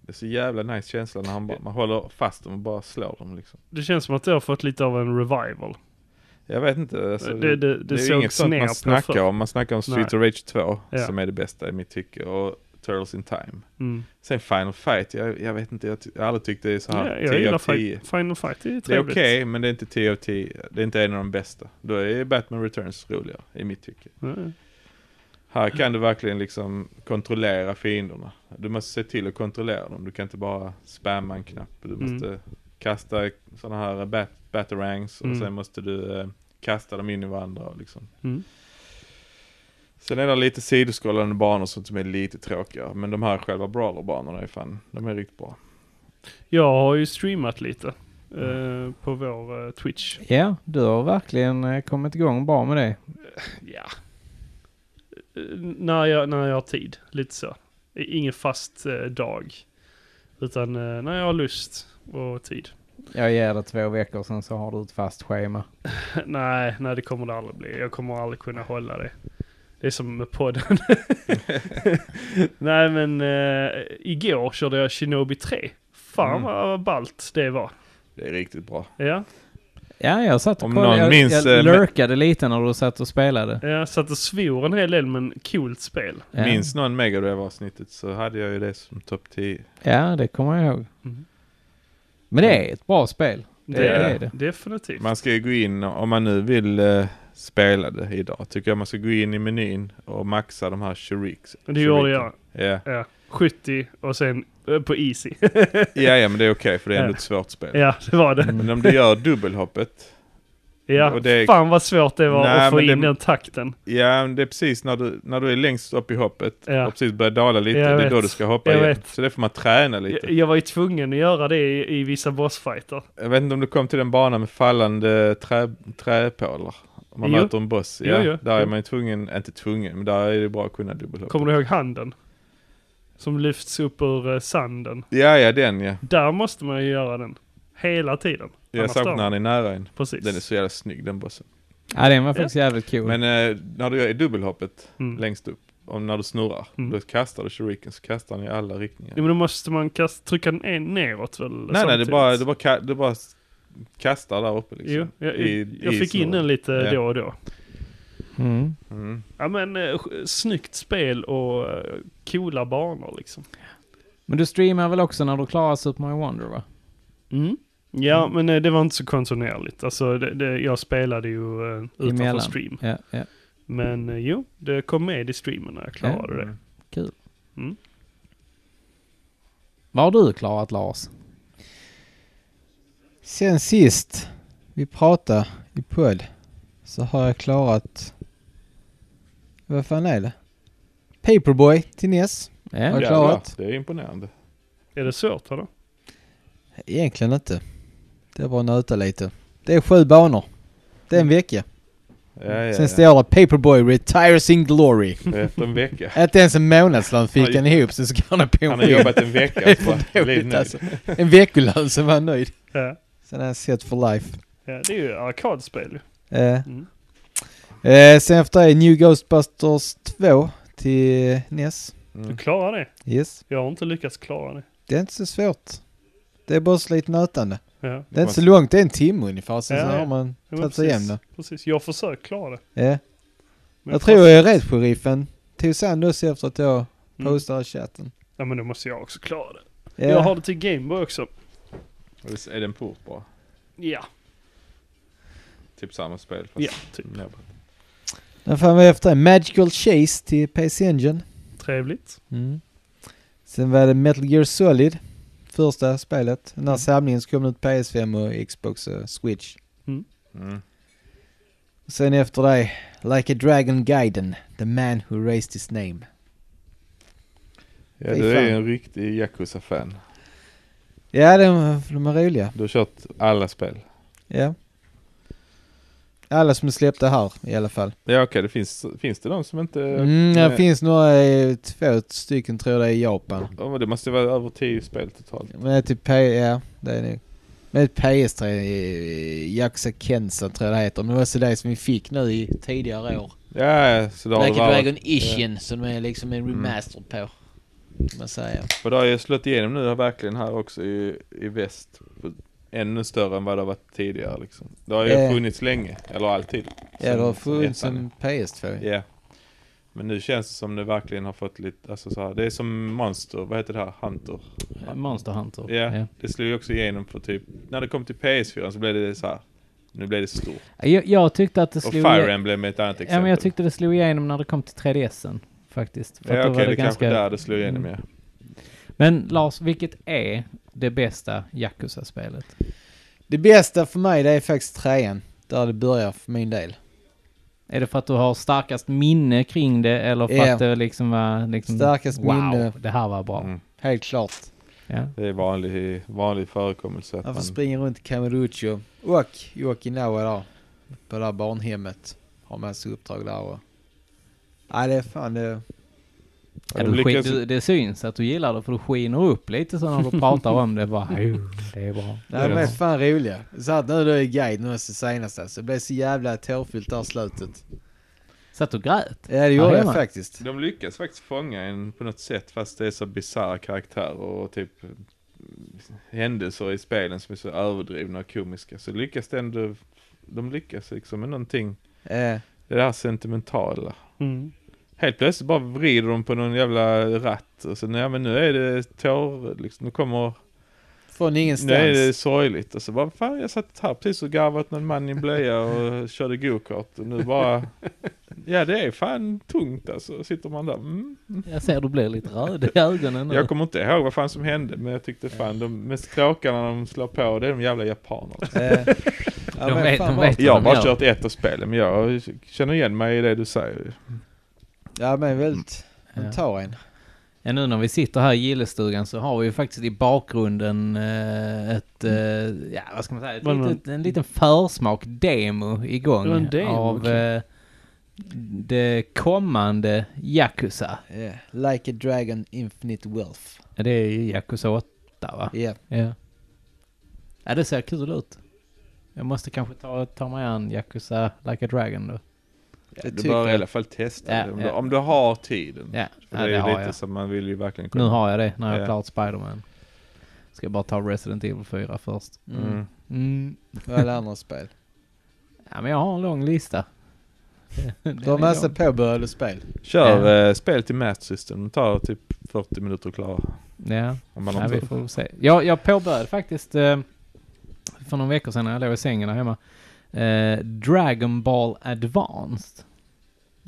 Det är så jävla nice känsla när han bara, man håller fast dem och bara slår dem liksom. Det känns som att jag har fått lite av en revival. Jag vet inte. Alltså, det, det, det, det är ju inget sågs sånt ner man på snackar förr. om. Man snackar om Street Nej. of Rage 2 Ja. som är det bästa i mitt tycke och Turtles in Time. Mm. Sen Final Fight, jag, jag vet inte, jag, ty- jag har aldrig tyckt det är så Ja, här jag 10 gillar av 10. fi- Final Fight, det är Det är trevligt. okej, men det är inte 10 av 10. Det är inte en av de bästa. Då är Batman Returns roligare, i mitt tycke. Ja. Här kan du verkligen liksom kontrollera fienderna. Du måste se till att kontrollera dem. Du kan inte bara spamma en knapp. Du Mm. måste kasta sådana här bat batarangs och Mm. sen måste du eh, kasta dem in i varandra. och Liksom. Mm. Sen är det lite sidoskrollande banor och sånt som är lite tråkiga. Men de här själva brawlerbanorna är fan, de är riktigt bra. Jag har ju streamat lite. Mm. eh, på vår eh, Twitch. Ja, du har verkligen eh, kommit igång bra med det. Ja. när, jag, när jag har tid, lite så. I- Ingen fast eh, dag. Utan eh, när jag har lust och tid. Jag ger det två veckor sen så har du ett fast schema. (laughs) nej, nej det kommer det aldrig bli. Jag kommer aldrig kunna hålla det. Det är som (laughs) med podden. nej men eh, igår körde jag Shinobi 3. Fan Mm. vad ballt det var. Det är riktigt bra. Ja, Ja, jag satt Om på någon jag, minns, eh, jag lurkade lite när du satt och spelade. jag satt och svor en hel del men coolt spel. Ja. Minns någon Megadrive-avsnittet så hade jag ju det som topp 10. Ja, det kommer jag ihåg. Mm. Men det är ett bra spel. Det, Det är är det. Definitivt. Man ska ju gå in, och- om man nu vill eh, spela det idag, tycker jag man ska gå in i menyn och maxa de här shuriks. det gjorde shuriken. jag. Ja, Ja, 70 och sen eh, på easy. (laughs) ja, ja men det är okej för det är ändå Ja. ett svårt spel. (laughs) ja, det var det. Men om du gör dubbelhoppet, Ja, Och det- fan vad svårt det var Nej, att få men det- in den takten. ja men det är precis när du, när du är längst upp i hoppet Ja. och precis börjar dala lite, Jag det är vet. då du ska hoppa Jag igen. vet. Så det får man träna lite. Jag, jag var ju tvungen att göra det i, i vissa bossfighter. Jag vet inte om du kom till den banan med fallande trä, träpålar. Om man Jo. möter en boss. Jo, Ja, jo. Där är Jo. man ju tvungen, inte tvungen, men där är det bra att kunna dubbelhoppa. Kommer du ihåg handen? Som lyfts upp ur eh, sanden. Ja, ja den ja. Där måste man ju göra den. Hela tiden. Jag Annars såg dör när man. den är nära en. Precis. Den är så jävla snygg den bossen. Ja, den var faktiskt jävligt cool. Men eh, när du gör dubbelhoppet mm. längst upp, om när du snurrar, Mm. då kastar du shuriken så kastar den i alla riktningar. Ja, men då måste man kast, trycka den en neråt väl? nej, nej, det samtidigt? bara, det bara, ka- det bara s- kastar där uppe liksom. Jo, jag, I- jag i fick in snurren. den lite Ja. då och då. Mm. Mm. Ja men eh, sj- snyggt spel och eh, coola banor liksom. Men du streamar väl också när du klarar Super Mario Wonder va? Ja men eh, det var inte så kontinuerligt. Alltså det, det, jag spelade ju eh, utanför Emellan. stream. Ja, ja. Men eh, jo, det kom med i streamen när jag klarade det. Vad har du klarat Lars? Sen sist vi pratade i podd så har jag klarat... Vad fan är det? Paperboy till E NES. Ja. Har Jävlar, klarat. Det är imponerande. Är det svårt eller? Egentligen inte. Det är bara att nöta lite. Det är sju banor. Det är en vecka. Ja, Mm. ja, Mm. Sen ja. står det Paperboy retires in glory. Efter en (laughs) vecka. Inte Äh, ens en månadslön fick Oj. han ihop sen ska han ha på Han har en jobbat en (laughs) vecka. så bara, Det är blev för dåligt, nöjd. alltså. En veckolön så var han nöjd. Ja. Sen är han set for life. ja det är ju arkadspel ju. Eh, Mm. eh, sen efter det är New Ghostbusters 2 till NES. Mm. Du klarar det. Yes. Jag har inte lyckats klara det. Det är inte så svårt. Det är bara lite nötande. Ja. Det är inte så långt, det är en timme ungefär. Sen Ja, så ja. har man Ja, tagit sig igenom det. precis. Jag har försökt klara det. Ja. Men Jag tror jag är rädd sheriffen. Tog sig an oss efter att jag Mm. postade i chatten. Eh, Ja men då måste jag också klara det. Ja. Jag har det till Gameboy också. Och det- Är det en port bara? Ja, Typ samma spel fast Mm, ja typ. mer bra. Den fan var efter det. Magical Chase till PC Engine. Trevligt. Mm. Sen var det Metal Gear Solid. Första spelet. Den här samlingen som kom ut PS5 och Xbox och Switch. Mm. Sen efter det, Like a Dragon Gaiden, The Man Who Raised His Name. Ja, Fy du är ju fan. en riktig Yakuza-fan. Ja, de, de är roliga. Du har kört alla spel. Ja. Alla som släppte här i alla fall. Ja okej, det finns, finns det de som inte... Mm, Eh, Nej. det finns några, eh, två stycken tror jag det är i Japan. Ja, men det måste vara över tio spel totalt. Men det är typ, P- ja det är det. Men ett PS3, eh, Yakuza Kensa tror jag det heter. Men det var också det som vi fick nu i tidigare år. Ja, så då har like det a varit. Mm. Dragon Ishin som är liksom en remaster på. Kan man säga. För det har ju slått igenom nu verkligen här också i, i väst. På- Ännu större än vad det har varit tidigare liksom. Det har ju Eh. funnits länge, eller alltid. Ja, det har Som- som funnits ettan. som PS2. Ja. Men nu känns det som det verkligen har fått lite, alltså så här, det är som Monster, vad heter det här, Hunter? Monster Hunter. Ja, det slog ju också igenom för typ, när det kom till PS4 så blev det så här. nu blev det stort. Jag, jag tyckte att det Och slog... Fire Emblem är ett annat exempel. ja, men jag tyckte det slog igenom när det kom till 3DSen. Faktiskt. För Ja, att då okej, var det det kanske ganska... där det slog igenom ja. Men Lars, vilket är det bästa Yakuza-spelet? Det bästa för mig det är faktiskt trean. Där det börjar för min del. Är det för att du har starkast minne kring det eller för Ja. att det liksom var liksom... Starkast wow, minne. det här var bra. Mm. Helt klart. Ja. Det är vanlig, vanlig förekommelse. Att Man får man, springa runt i Kamurocho och i Okinawa där. På det där barnhemmet. Har massa uppdrag där och Nej, det är fan det... Ja, de du lyckas- skin- du, det syns att du gillar det för du skiner upp lite så när du pratar om det. Bara, "Jo, det är bra. Nej, de Det är är fan roliga. Så att nu då är guide nu är det senaste, så det blev så jävla tårfyllt där slutet. Satt och grät. Ja, det Ja, gjorde det jag var. faktiskt. De lyckas faktiskt fånga en på något sätt fast det är så bisarra karaktärer och typ eh, händelser i spelen som är så överdrivna och komiska. Så lyckas det ändå, de lyckas liksom med någonting. Eh, Det där sentimentala. Mm. Helt plötsligt bara vrider de på någon jävla ratt och så nej men nu är det tår, liksom, nu kommer, från nu är det ingenstans. sorgligt och så bara fan jag satt här precis och garvade åt någon man i en blöja och körde gokart och nu bara, (laughs) ja det är fan tungt alltså, sitter man där, mm. Jag ser du blir lite röd i ögonen nu. Jag kommer inte ihåg vad fan som hände men jag tyckte fan de mest tråkiga när de slår på det är de jävla japanerna. (laughs) Eh, ja, De men vet- fan de vad- vet. Jag har bara Ja. kört ett av spelen men jag känner igen mig i det du säger. Ja, men väldigt... De ja. tar en. ja, nu när vi sitter här i gillestugan så har vi ju faktiskt i bakgrunden eh, ett, eh, ja vad ska man säga, ett Vad är det? litet, en liten försmak, demo Det var igång en demo, av okej. eh, det kommande Yakuza. Yeah. Like a dragon infinite wealth. Ja, Det är ju Yakuza 8 va? Yeah. Ja. Ja, det ser kul ut. Jag måste kanske ta, ta mig an Yakuza Like a Dragon då. Det Du tycker bör i jag. alla fall testa Ja, det om, du, ja. om du har tiden. Ja, För ja det det är ju har lite jag. som man vill ju verkligen Nu har jag det när jag har Ja. klarat Spiderman. Ska jag bara ta Resident Evil 4 först. Mm. Mm. Och alla andra spel. Ja, men jag har en lång lista. (laughs) Du har massa alltså påbörjade spel. Kör eh, spel till Math System, det tar typ 40 minuter att klara. Ja, Om man ja har vi tur. får väl se. Jag, jag påbörjade faktiskt eh, för några veckor sedan när jag låg i sängen där hemma. Eh, Dragon Ball Advanced.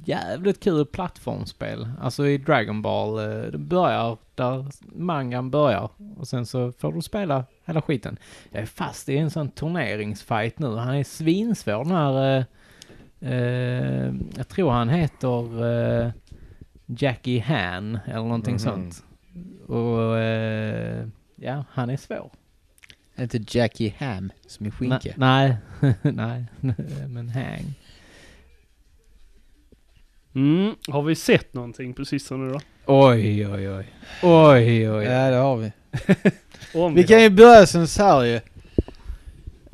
Jävligt kul plattformsspel. Alltså i Dragon Ball, eh, det börjar där mangan börjar och sen så får du spela hela skiten. Jag är fast i en sån turneringsfight nu. Han är svinsvår den här... Eh, eh, jag tror han heter eh, Jackie Han eller någonting Mhm. sånt. Och eh, ja, han är svår. Inte Jackie Ham som är Ne- nej, nej, (laughs) men Hang. Mm. Har vi sett någonting på sistone då? Oj, oj, oj. Oj, oj. Ja, det har vi. Om Vi kan har. ju börja som så här ju.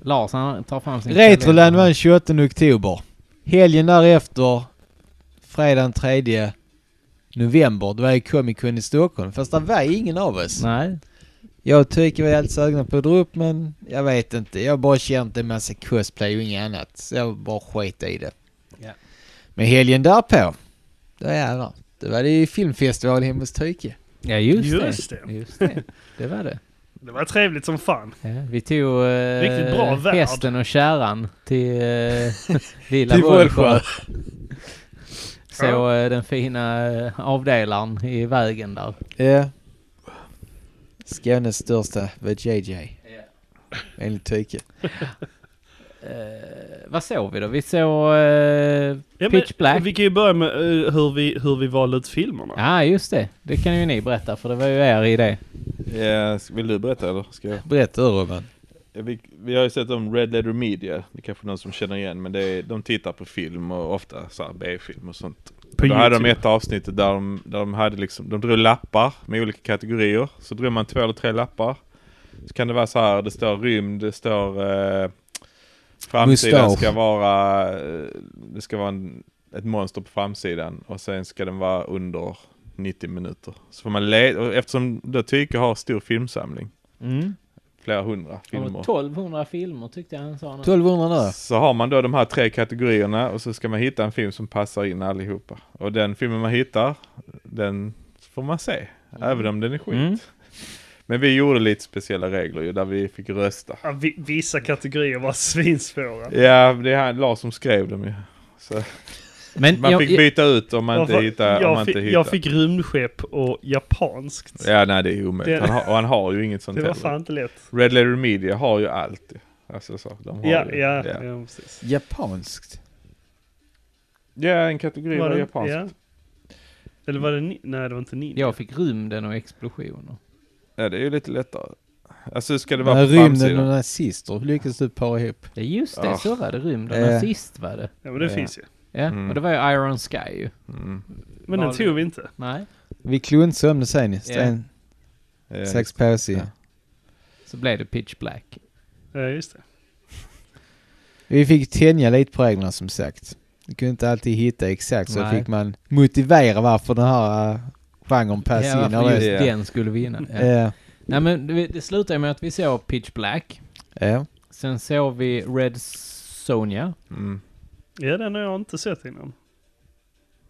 Lars han tar fram sin Retroland kalender. var den 28 oktober. Helgen därefter, fredagen 3 november, då var ju Comic Con i Stockholm. Fast det var ingen av oss. Nej, Jag tycker vi är helt sugna på att dra upp men jag vet inte. Jag har bara känt en massa cosplay och inget annat. Så jag bara skit i det. Ja. Men helgen därpå, då jävlar. Det var det ju filmfestival hemma hos Tyke. ja just, Just det. det. Just det. Det var det. Det var trevligt som fan. Ja, vi tog eh, Riktigt bra värld. hästen och kärran till (laughs) eh, lilla Till Vollsjö. Vollsjö. Så eh, den fina eh, avdelaren i vägen där. Ja. Skånes största VJJ. Enligt Tyke. Eh, vad såg vi då? Vi såg... Eh, Ja, Pitch Black. Vi kan ju börja med eh, hur, vi, hur vi valde ut filmerna. ja, just det. Det kan ju ni berätta för det var ju er idé. Ja, ska- Eh, vill du berätta eller? Ska jag? Berätta du Robin. Ja, Vi, vi har ju sett om Red Letter Media, det är kanske någon som känner igen men det är, de tittar på film och ofta så här B-film och sånt. På Då hade de YouTube. ett avsnitt där de, där de hade liksom, de drog lappar med olika kategorier. Så drog man två eller tre lappar. Så kan det vara så här, det står rymd, det står eh, framsidan Mustasch. ska vara, eh, det ska vara en, ett monster på framsidan och sen ska den vara under 90 minuter. Så får man leta, och eftersom då Tyke har stor filmsamling, Mm. flera hundra filmer. 1200 filmer tyckte jag han sa. 1200 nu. Så har man då de här tre kategorierna och så ska man hitta en film som passar in allihopa. Och den filmen man hittar, den får man se. Även om den är skit. Mm. Men vi gjorde lite speciella regler ju, där vi fick rösta. Ja, vi- vissa kategorier var (laughs) svinsvåra. Ja, det är han, Lars som skrev dem ju. Så Men man jag, fick byta ut om man inte Jag- hittar. Om jag, man fick, inte jag hittar. fick rymdskepp och japanskt. Ja, nej det är omöjligt. Det- Han har, och han har ju inget sånt det var heller. fan inte lätt. Red Letter Media har ju allt. ju. Alltså så, de har Ja, ju, ja, ja. ja, precis. Japanskt. Ja, en kategori var, det- japanskt. ja. Eller var det ni- Nej, det var inte ninja. jag fick rymden och explosioner. Ja, det är ju lite lättare. Alltså ska det vara När på rymden framsidan? och nazister lyckades du para ihop. Ja, just det. Ah. Så var det. Rymden. Eh. Nazist var det. Ja, men det Ja. finns ju. Ja, Mm. och det var ju Iron Sky ju. Mm. Men den Var- tog vi inte. Nej. Vi klunsömnade sen i sten, Eh, sax, liksom. påse. Ja. Så blev det Pitch Black. Ja, just det. Vi fick tänja lite på reglerna som sagt. Vi kunde inte alltid hitta exakt så Nej. fick man motivera varför den här uh, genren passade ja, in. varför Eller, just Ja. den skulle vinna. Ja. ja. Nej men det, det slutade med att vi såg Pitch Black. Ja. Sen såg vi Red Sonja. Mm. Ja, den har jag inte sett innan.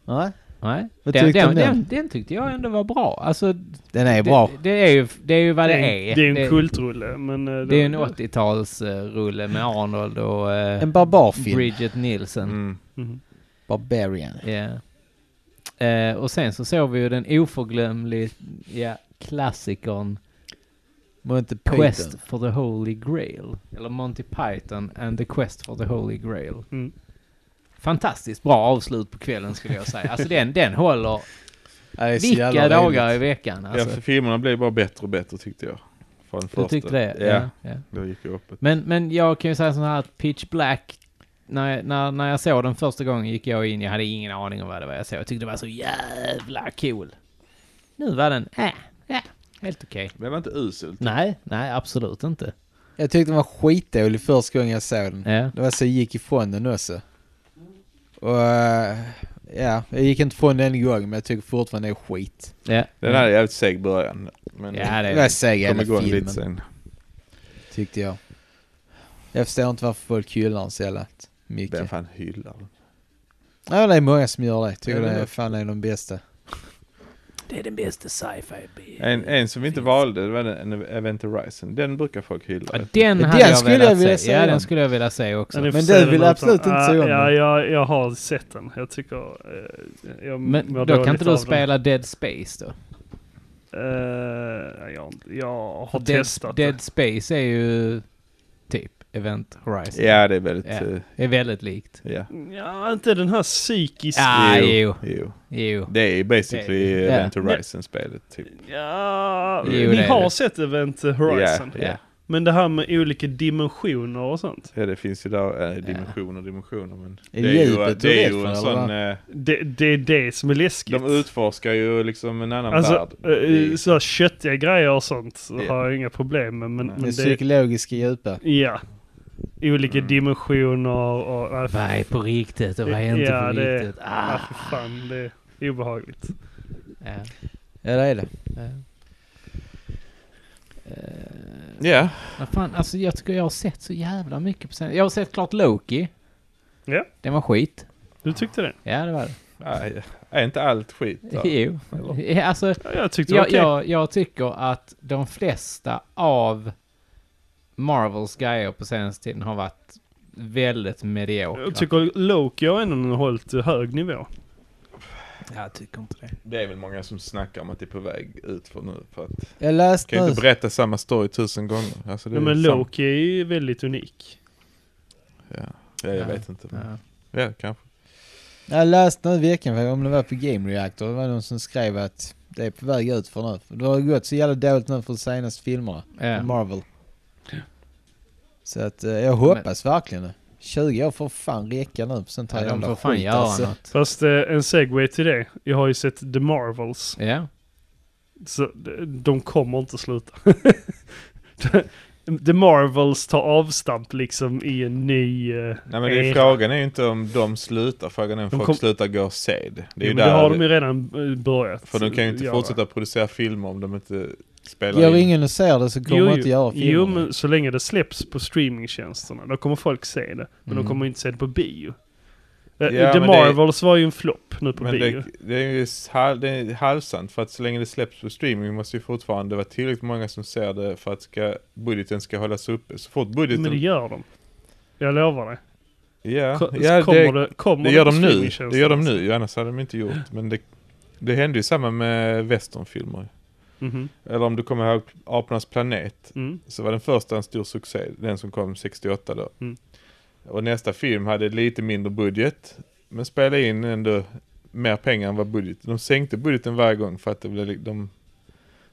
Nej. Nej. Vad den, tyckte du den, om den? den, den tyckte jag ändå var bra. Alltså, Den är bra. Det, det, är ju, det är ju vad det, är, är. det är en kultrulle, men... eh, Det är en den- 80-talsrulle med Arnold och eh, En barbarfilm. Bridget Nielsen. Mm. Mhm. Barbarian. Ja. Eh, och sen så såg vi ju den oförglömliga klassikern Monty Python. Quest for the Holy Grail. Eller Monty Python and the Quest for the Holy Grail. Mm. Fantastiskt bra avslut på kvällen skulle jag säga. Alltså den, den håller Ja, (laughs) det är så jävla vilka roligt. dagar i veckan. Ja, Alltså. för filmerna blev bara bättre och bättre tyckte jag. Från Du första. tyckte det? Ja, ja. då gick jag upp. ett- Men, men jag kan ju säga så här att Pitch Black, när, när, när jag såg den första gången gick jag in, jag hade ingen aning om vad det var jag såg. Jag tyckte det var så jävla cool. Nu var den, äh, ja, helt okej. Men det var inte uselt. Nej, nej absolut inte. Jag tyckte den var skitdålig första gången jag såg den. Ja. Det var så jag gick ifrån den också. Och eh, ja, jag gick inte ifrån den en gång men jag tycker fortfarande det är skit. Ja, Den hade jävligt seg början. Men ja det Det är var det. seg kom hela igång filmen lite sen. tyckte jag. Jag förstår inte varför folk hyllar den så jävla mycket. Vem fan hyllar den? Ja, det är många som gör det. Tycker Ja, det det är är det. fan är de bästa. det är den bästa sci-fi. En, en som vi inte valde, det var den, en Event Horizon. Den brukar folk hylla. Ja, den hade Den jag skulle velat jag vilja se. se Ja, den. den skulle jag vilja se också. Ja, ni får Men se du den vill någon absolut gång. inte se Ah, om Ja, den. jag, jag har sett den. Jag tycker... eh, Jag mår men då dåligt kan inte du av spela Dead Space då? Den. Eh, jag, jag har Dead, testat Dead Space är ju typ Event Horizon. Ja, det är väldigt... Ja. eh, Det är väldigt likt. Ja. det. Ja, inte den här psykiska... Ah, jo. jo. Jo. Det är ju basically Det- Event ja. Horizon-spelet. Typ. Ja, Jo, det ni är har det. sett Event Horizon. Ja, ja. Men det här med olika dimensioner och sånt. ja, det finns ju där eh, dimensioner, dimensioner. Men det Är är ju, djupet det är och ju en resten, sån... eh, Det, det är det som är läskigt. De utforskar ju liksom en annan alltså, värld. eh, I- så här köttiga grejer och sånt så Ja. har jag inga problem med. Men, Nej. Det men det, psykologiska djupa. ja. Olika Mm. dimensioner och... och Vad är på riktigt och vad är inte ja, på det, riktigt? Ja, Ah. för fan. Det är obehagligt. Ja, Ja, det är det. ja. Eh, Ja, vad fan, alltså jag tycker jag har sett så jävla mycket på sen. Jag har sett klart Loki. Ja. Den var skit. Du tyckte det? Ja, det var det. nej, är inte allt skit där? Jo. Eller? Ja, Alltså, Ja, jag tyckte det var jag, okej. jag, jag tycker att de flesta av Marvels grejer på senaste tiden har varit väldigt mediokra. Jag tycker Loki har ändå hållit hög nivå. jag tycker inte det. Det är väl många som snackar om att det är på väg ut för nu. För att, Jag läste kan ju nu. inte berätta samma story tusen gånger. Alltså, det Ja, är men ju sam- Loki är ju väldigt unik. Ja, ja jag Ja. vet inte. men- Ja. Ja, kanske. Jag läste nu i veckan om det var på Game Reactor. Det var någon som skrev att det är på väg ut för nu. För Det har gått så jävla dåligt nu för de senaste filmerna. Ja. Marvel. Så att eh, jag hoppas verkligen det. 20 år får fan räcka nu på sånt här Ja, de jävla får fan skit, göra alltså. något. Fast eh, en segway till det. Jag har ju sett The Marvels. Ja. Så de- de kommer inte sluta. (laughs) The Marvels tar avstamp liksom i en ny... eh, Nej, men det är, era. frågan är ju inte om de slutar, frågan är om De folk kom- slutar gå och se det. Det Det, är ju jo, men det där, har de ju redan eh, börjat. för de kan ju inte göra. fortsätta producera filmer om de inte spelar Gör in. ingen och ser det så kommer Jo, de inte göra jo, filmer. jo, men så länge det släpps på streamingtjänsterna, då kommer folk se det. Men Mm. de kommer inte se det på bio. Eh, Ja, The men det- Marvels var ju en flopp nu på Men bio. det, det är ju hal, det är halvsant för att så länge det släpps på streaming måste ju fortfarande vara tillräckligt många som ser det för att ska, budgeten ska hållas uppe. Så fort budgeten... Men det gör de. Jag lovar dig. ja, Ko- ja kommer det, det, kommer det gör på de nu. Det gör streamingtjänsterna? de nu, ju, annars hade de inte gjort. Men det, det hände ju samma med westernfilmer. Mhm. Eller om du kommer ihåg Apornas planet Mm. så var den första en stor succé, den som kom 68 då. Mm. Och nästa film hade lite mindre budget, men spelade in ändå mer pengar än vad budgeten, de sänkte budgeten varje gång för att det blev, li- de,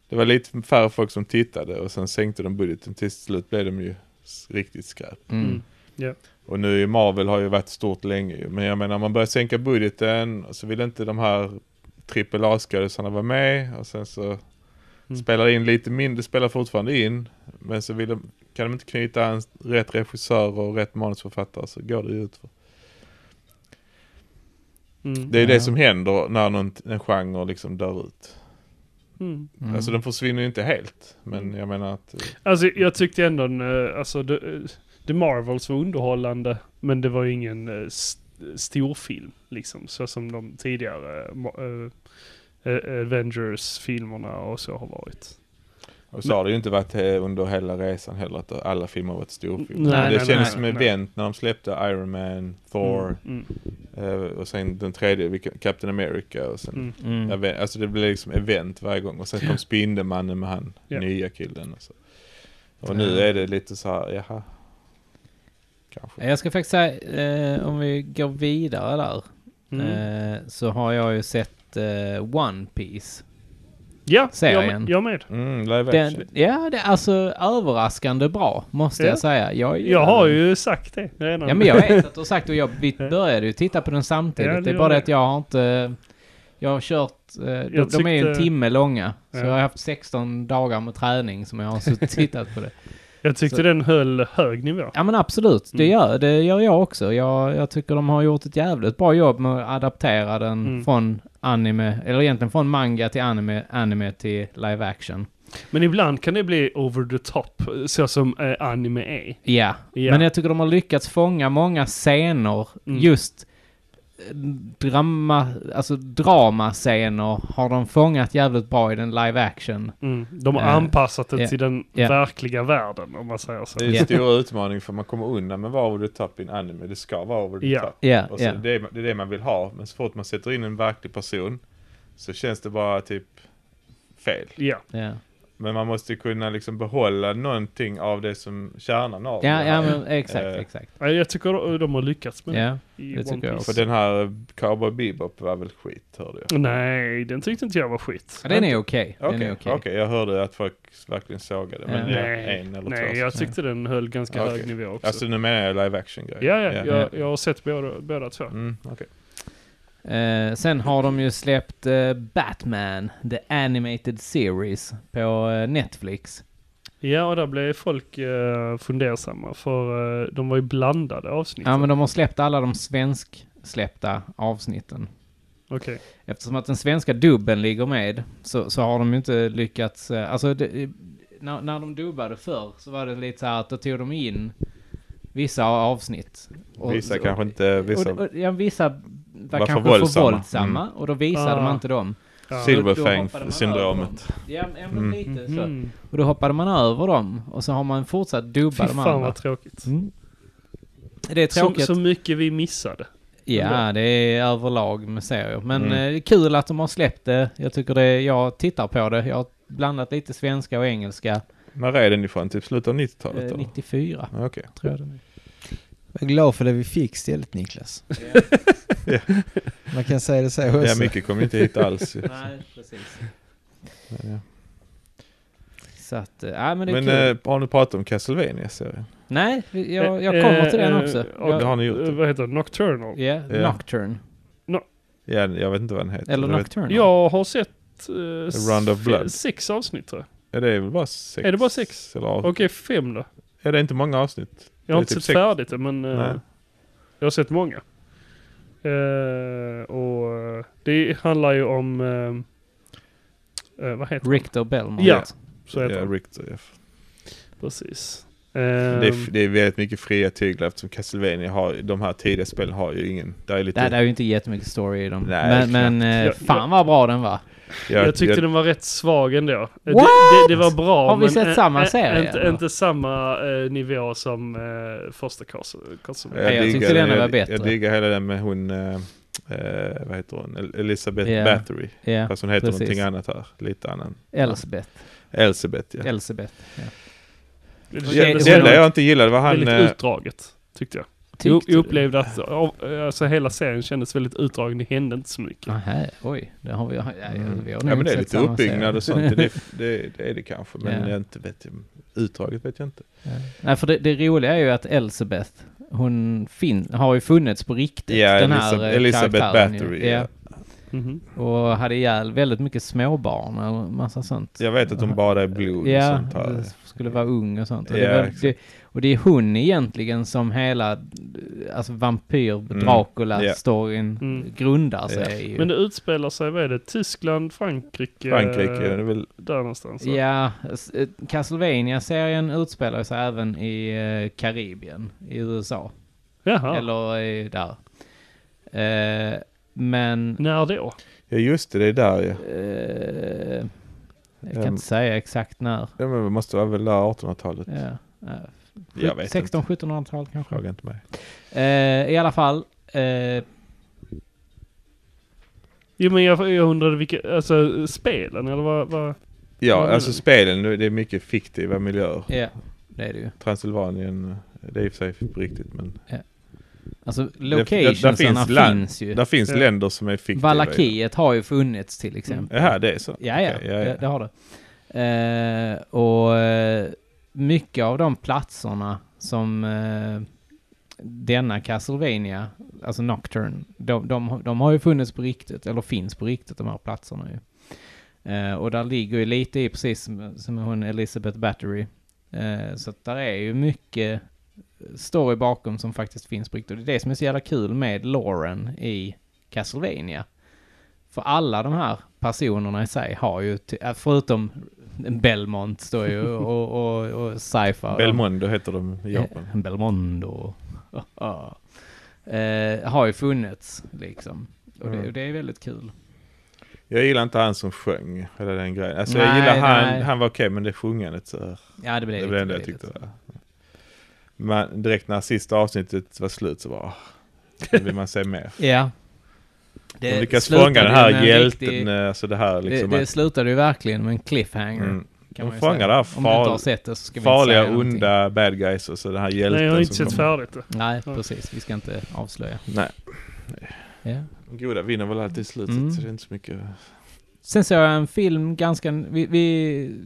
det var lite färre folk som tittade och sen sänkte de budgeten, till slut blev de ju s- riktigt skräp. Mm. Mm. Ja. Och nu i Marvel har ju varit stort länge ju. Men jag menar man börjar sänka budgeten så vill inte de här AAA-skådisarna vara med och sen så Mm. spelar in lite mindre, det spelar fortfarande in. Men så vill de, kan de inte knyta an rätt regissör och rätt manusförfattare så går det ju ut för. Mm. Det är Ja. det som händer när någon, en genre liksom dör ut. Mm. Mm. Alltså den försvinner ju inte helt. Men jag menar att... eh, Alltså jag tyckte ändå, eh, alltså The, eh, The Marvels var underhållande, men det var ju ingen eh, st- storfilm liksom, så som de tidigare eh, Ma- eh, eh, Avengers-filmerna och så har varit. Och så har det ju inte varit eh, under hela resan heller att alla filmer har varit storfilmer. Nej, det nej, kändes nej, som nej. event när de släppte Iron Man, Thor Mm. eh, och sen den tredje, vilken- Captain America och sen... Mm. Mm. Ave- Alltså det blev liksom event varje gång och sen kom Spindelmannen med han Ja. nya killen och så. Och nu är det lite så här, jaha. Kanske. Jag ska faktiskt säga, eh, om vi går vidare där, Mm. eh, så har jag ju sett eh, One Piece. ja, jag, serien. med- jag med. Mm, live action. Den, ja, det är alltså överraskande bra, måste Ja. jag säga. Jag, Jag har ju sagt det redan. Ja, men jag vet att du har sagt (laughs) och jag vi började ju titta på den samtidigt. Ja, det det, är gör bara det jag. att jag har inte... Jag har kört... eh, De, Jag de är ju en tyckte- timme långa. Så Ja. jag har haft 16 dagar med träning som jag har (laughs) suttit och tittat på det. Jag tyckte Så- den höll hög nivå. Ja men absolut, det Mm. gör, det gör jag också. Jag, jag tycker de har gjort ett jävligt bra jobb med att adaptera den Mm. från anime, eller egentligen från manga till anime, anime till live action. Men ibland kan det bli over the top, så som eh, anime är. Ja, Ja. men jag tycker de har lyckats fånga många scener, Mm. just eh, drama, alltså dramascener har de fångat jävligt bra i den live action. Mm. De har Eh, anpassat det ja, till den ja. Eh, verkliga världen, om man säger så. Det är en stor utmaning för man kommer undan med vad over the top i en anime. Det ska vara over the Ja. top. Ja, Och så ja. alltså, det, är, det är det man vill ha. Men så fort man sätter in en verklig person så känns det bara typ fel. Ja. ja. Men man måste ju kunna liksom behålla någonting av det som kärnan av. Ja, det här. ja men exakt, Eh, exakt. Ja, Jag tycker de har lyckats med Ja. det i det tycker jag Piece. För den här Cowboy Bebop var väl skit hörde jag. Nej, den tyckte inte jag var skit. Ja, Den är okej. Den Okej, är okej. okej. jag hörde att folk verkligen sågade. Men Ja. ja, Nej. en eller Nej, två. jag tyckte den höll ganska Okej. hög nivå också. Alltså nu menar jag live action ja, grejer. ja, Ja. Jag, jag har sett båda, båda två. Mm, okej. Eh, sen har de ju släppt eh, Batman, The Animated Series, på eh, Netflix. Ja, och där blev folk eh, fundersamma för eh, de var ju blandade avsnitt. Ja, men de har släppt alla de svensk släppta avsnitten. Okej. Eftersom att den svenska dubben ligger med så, så har de ju inte lyckats... eh, Alltså, det, när, när de dubbade förr så var det lite så här att då tog de in vissa avsnitt. Och- Vissa och- kanske inte, vissa Och, och, ja, vissa var, för kanske för våldsamma. Mm. våldsamma och då visade Ah. man inte dem. Ja. Silver- Då- då hoppade man Silverfang-syndromet. över dem. Ja, ja, men Mm. lite så. Mm. Och då hoppade man över dem och så har man fortsatt Fy dubba de fan andra. vad tråkigt. Mm. Det är Så, tråkigt. så mycket vi missade. ja, det är överlag med serier. Men Mm. eh, kul att de har släppt det. Jag tycker det, jag tittar på det. Jag har blandat lite svenska och engelska. När är den ifrån? Typ slutet av 90-talet? Eh, eller? 94, Ja, Okej. tror jag Eh, det Jag är glad för det vi fick istället Niklas. Ja. (laughs) Man kan säga det så också. Ja, mycket kom ju inte hit (laughs) alls. ju. är. Nej, precis. Men, ja. Så att, eh, ja men det är Men kul. eh, har ni pratat om castlevania serien Nej, jag, jag kommer till den Eh, också. eh, Jag- Det och- har ni gjort. eh, Vad heter det? Nocturnal? Ja, Ja. Nocturne. Ja, jag vet inte vad den heter. Eller Jag vet- Nocturnal. Jag har sett eh, s- Round of fe- Blood. sex avsnitt tror jag. Ja, det är väl bara sex? Är det bara sex? Eller, Okej, fem då. Ja, det är inte många avsnitt. Jag har Det inte är typ sett sex. färdigt det, men eh, Nej. jag har sett många. Eh, och eh, det handlar ju om... eh, eh, vad heter Richter Belmont. Ja. det? Så Ja, heter det. Richter, ja. Precis. Det är, Ehm, f- det är väldigt mycket fria tyglar eftersom Castlevania har, de här tidiga spelen har ju ingen, det är lite... Det, det är ju inte jättemycket story i dem. Nej, men men eh, knappt. Jag- fan vad bra den var. jag, jag tyckte jag, den var rätt svag ändå. Eh, Det, What? det, det var bra Har vi men sett eh, samma eh, serie, Inte, eller? inte samma eh, nivå som eh, första Castle. Castle. jag diggar- tyckte den jag- var bättre. Jag diggar hela den med hon, eh, eh, vad heter hon, El- Elizabeth Ja. Bathory. Ja, Fast hon heter precis. någonting annat här, lite annan. Elsbeth. Elisabeth ja. Elsbeth. Det Ja, kändes Det Elizabeth. enda väldigt, jag inte gillade var han, väldigt eh, utdraget, tyckte jag. Tyckte jag upplevde att av- eh, alltså, hela serien kändes väldigt utdragen, det hände inte så mycket. du? Nähä, oj. Det har vi, ja, ja, Mm. vi Ja har nog men inte det är sett lite samma uppbyggnad serie. och sånt. (laughs) Det, det, det är det kanske. Men Ja. jag inte vet, jag- utdraget vet jag inte. Nej, för det, det roliga är ju att Elsbeth, hon fin- har ju funnits på riktigt. Ja, den här Elisa- eh, Elizabeth karaktären ju. Bathory, ja. Mhm. Och hade ihjäl väldigt mycket småbarn och massa sånt. Jag vet att de badar i blod och Ja, sånt här. det skulle vara ung och sånt. Och, Ja, det var, exakt. det, och det är hon egentligen som hela alltså vampyr Dracula Ja. storyn Mm. grundar sig Ja. i. Men det utspelar sig, vad är det, Tyskland, Frankrike? Frankrike, det är väl... Där någonstans. va? Ja, s- eh, Castlevania-serien utspelar sig även i eh, Karibien i USA. Jaha. Eller i, där. Eh, men... När då? Ja just det, det är där ju. Eh, jag kan Ehm. inte säga exakt när. Det måste vara väl där 1800-talet. Ja. eh, Jag vet 16 inte. 1700-tal kanske. Fråga inte mig. Eh, I alla fall. Eh, Jo men jag, jag undrade vilka, alltså spelen eller vad? vad? Ja, men- alltså spelen, nu- det är mycket fiktiva miljöer. ja, det är det ju. Transylvanien, eh, det är i och för sig på riktigt men... Alltså där locationsarna finns finns, land. ju. Där finns Ja. länder som är fiktiva. Valakiet har ju funnits Mm. till exempel. Jaha, det är så? Ja, ja, Okej, ja, ja. Det, det har det. Eh, och eh, mycket av de platserna som eh, denna Castlevania, alltså Nocturne, de, de, de har ju funnits på riktigt, eller finns på riktigt de här platserna ju. Eh, och där ligger ju lite i, precis som, som hon Elizabeth Battery. Eh, så att där är ju mycket story bakom som faktiskt finns på riktigt. Och det är det som är så jävla kul med Lauren i Castlevania. För alla de här personerna i sig har ju, ty- äh, förutom Belmont (laughs) står ju och, och, och Sci-Fi. Belmondo heter de i Japan. Eh, (laughs) Belmondo. eh, har ju funnits liksom. Och det, Mm. och det är väldigt kul. Jag gillar inte han som sjöng, hela den grejen. Alltså jag Nej, gillar han, nej. han var okej men det sjungandet så här. Ja, det blev Det lite var det enda jag löjligt. tyckte var. Men direkt när sista avsnittet var slut så bara, nu vill man se mer. Ja. De lyckas slutade fånga den ju med här en hjälten, riktig- eh, alltså det här liksom det, det att- slutade ju verkligen med en cliffhanger. mm, Kan man De ju fångar säga. det här Om du inte har fal- sett det så ska vi inte farliga, säga någonting. onda bad guys och så den här hjälten Nej jag har inte som sett kommer. färdigt det. Nej, Ja. precis. Vi ska inte avslöja. Nej, Ja. de goda vinner väl alltid i slutet Mm. så det är inte så mycket. Sen såg jag en film ganska... Vi, vi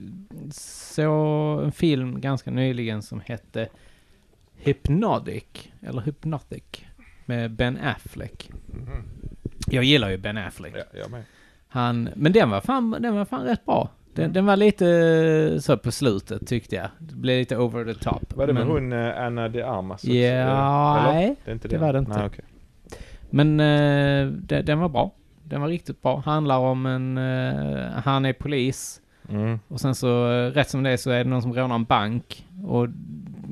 såg en film ganska nyligen som hette Hypnotic, eller Hypnotic, med Ben Affleck. Mhm. Jag gillar ju Ben Affleck. Ja, jag med. Han, men den var, fan, den var fan rätt bra. Den, Mm. den var lite eh, så på slutet tyckte jag. Det blev lite over the top. Var det med men, hon eh, Anna de Armas? också? Ja, Eller? nej. Det, är inte det var det inte. Nej, okej. Men eh, den, den var bra. Den var riktigt bra. Handlar om en... eh, han är polis. mm. Och sen så, eh, rätt som det är så är det någon som rånar en bank. Och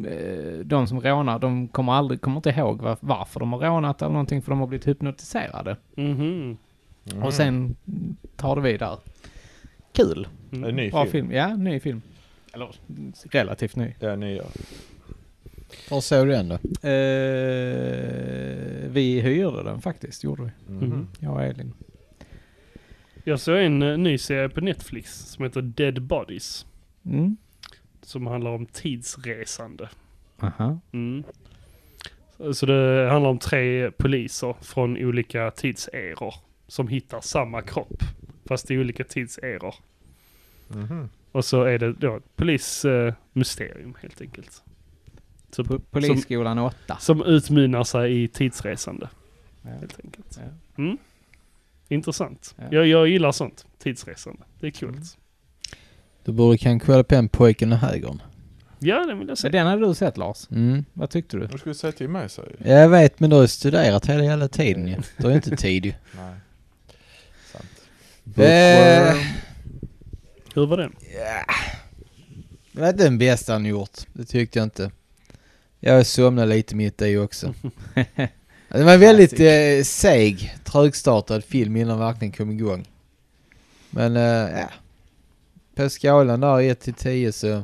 eh, de som rånar, de kommer aldrig, kommer inte ihåg var, varför de har rånat eller någonting, för de har blivit hypnotiserade. Mhm. Mm. Och sen tar det vidare. Kul. En ny Bra film. film. Ja, ny film. Eller relativt ny. Ja, ny ja. Var såg du den då? Eh, vi hyrde den faktiskt, gjorde vi. Mhm. Jag och Elin. Jag såg en eh, ny serie på Netflix som heter Dead Bodies. Mm. Som handlar om tidsresande. Aha. Mm. Så det handlar om tre poliser från olika tidseror. Som hittar samma kropp. Fast i olika tidseror. Mhm. Och så är det då ett polismysterium helt enkelt. Typ Po- Polisskolan 8. Som utmynnar sig i tidsresande. Ja. Helt enkelt. Ja. Mm. Intressant. Ja. Jag, jag gillar sånt. Tidsresande. Det är kul. Mm. Du borde kanske kolla på en Pojken och högern. Ja, den vill jag Så se. den hade du sett Lars? Mm. Vad tyckte du? Vad skulle du säga till mig sa jag ju. Jag vet men du har ju studerat hela jävla tiden ju. Du har ju inte tid ju. Nej. Sant. Eh, Hur var den? Det var inte den bästa han gjort. Det tyckte jag inte. Jag somnade lite mitt i också. Det var en väldigt eh, seg, trögstartad film innan den verkligen kom igång. Men eh, ja. På skalan där 1 till 10 så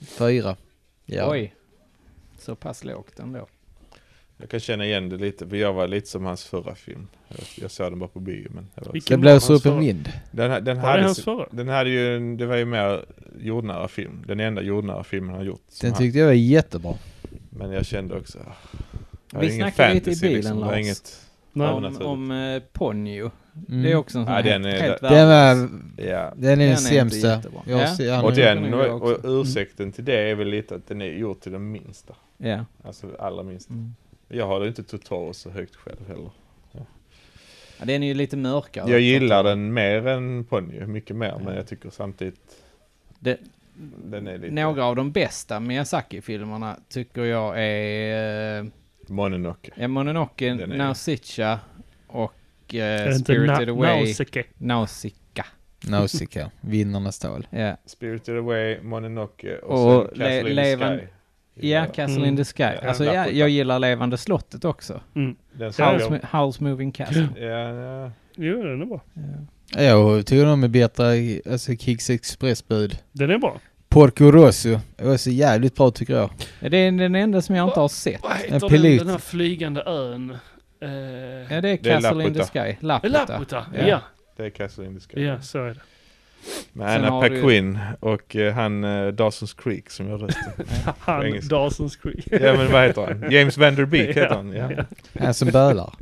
4. Ja. Oj. Så pass lågt ändå. Jag kan känna igen det lite, för jag var lite som hans förra film. Jag, jag såg den bara på bio men... Jag var... Vilken Det var blåser hans upp en förra? vind. Den, här- den, Var det hade, hans sin- förra? den hade ju, en- det var ju mer jordnära film. Den enda jordnära filmen han gjort. som Den han- tyckte jag var jättebra. Men jag kände också... ah, det var Vi ingen snackade lite i fantasy, bilen, liksom. Det var Lars. Inget, Nej. Ja, men- Om, naturligt. om eh, Ponyo. Mm. Det är också en sån Ja, här den helt, är- helt den, värdelös. var, ja. den är den, inte sämsta. jättebra. Jag Ja. ser- Och den den, kan jag och, också. Mm. och ursäkten till det är väl lite att den är gjord till den minsta. Ja. Mm. Alltså allra minst. Jag har det inte totalt så högt själv heller. ja. Den är ju lite mörkare. Jag gillar den mer än ponny, mycket mer. Men jag tycker samtidigt Det- den är lite... Några av de bästa Miyazaki-filmerna tycker jag är... eh, Mononoke. Ja, Mononoke, Den är- Nausicaa och Är eh, det inte Spirited Na- Away. Nausicaa? Nausicaa. Nausicaa, Vinnarnas tal. Ja, Spirited Away, Mononoke och, Och sen le- Castle in levan- the Sky. ja Castle in Mm. the Sky. Ja, Alltså, den där ja, skjuter. jag gillar Levande slottet också. Mm. Den såg House, jag... Mo- House Moving Castle. Ja, ja. Jo, den är bra. Jag tog dem med bättre, alltså Kicks Express-bud. Den är bra. Porco Rosso, det var så jävligt bra tycker jag. Ja, det är den enda som jag inte har sett. Vad En heter den, pilot. den här flygande ön? Eh, Ja, det är Det är Castle in the Laputa. Sky. Laputa. Laputa? Ja. Ja. Det är Castle in the Sky. ja, så är det. Med Sen Anna har du- Paquin och eh, han eh, Dawson's Creek som gör rösten. Han, På engelska. Dawson's Creek. ja men vad heter han? James Van Der Beek heter Ja, han. Ja. Han som (laughs) bölar.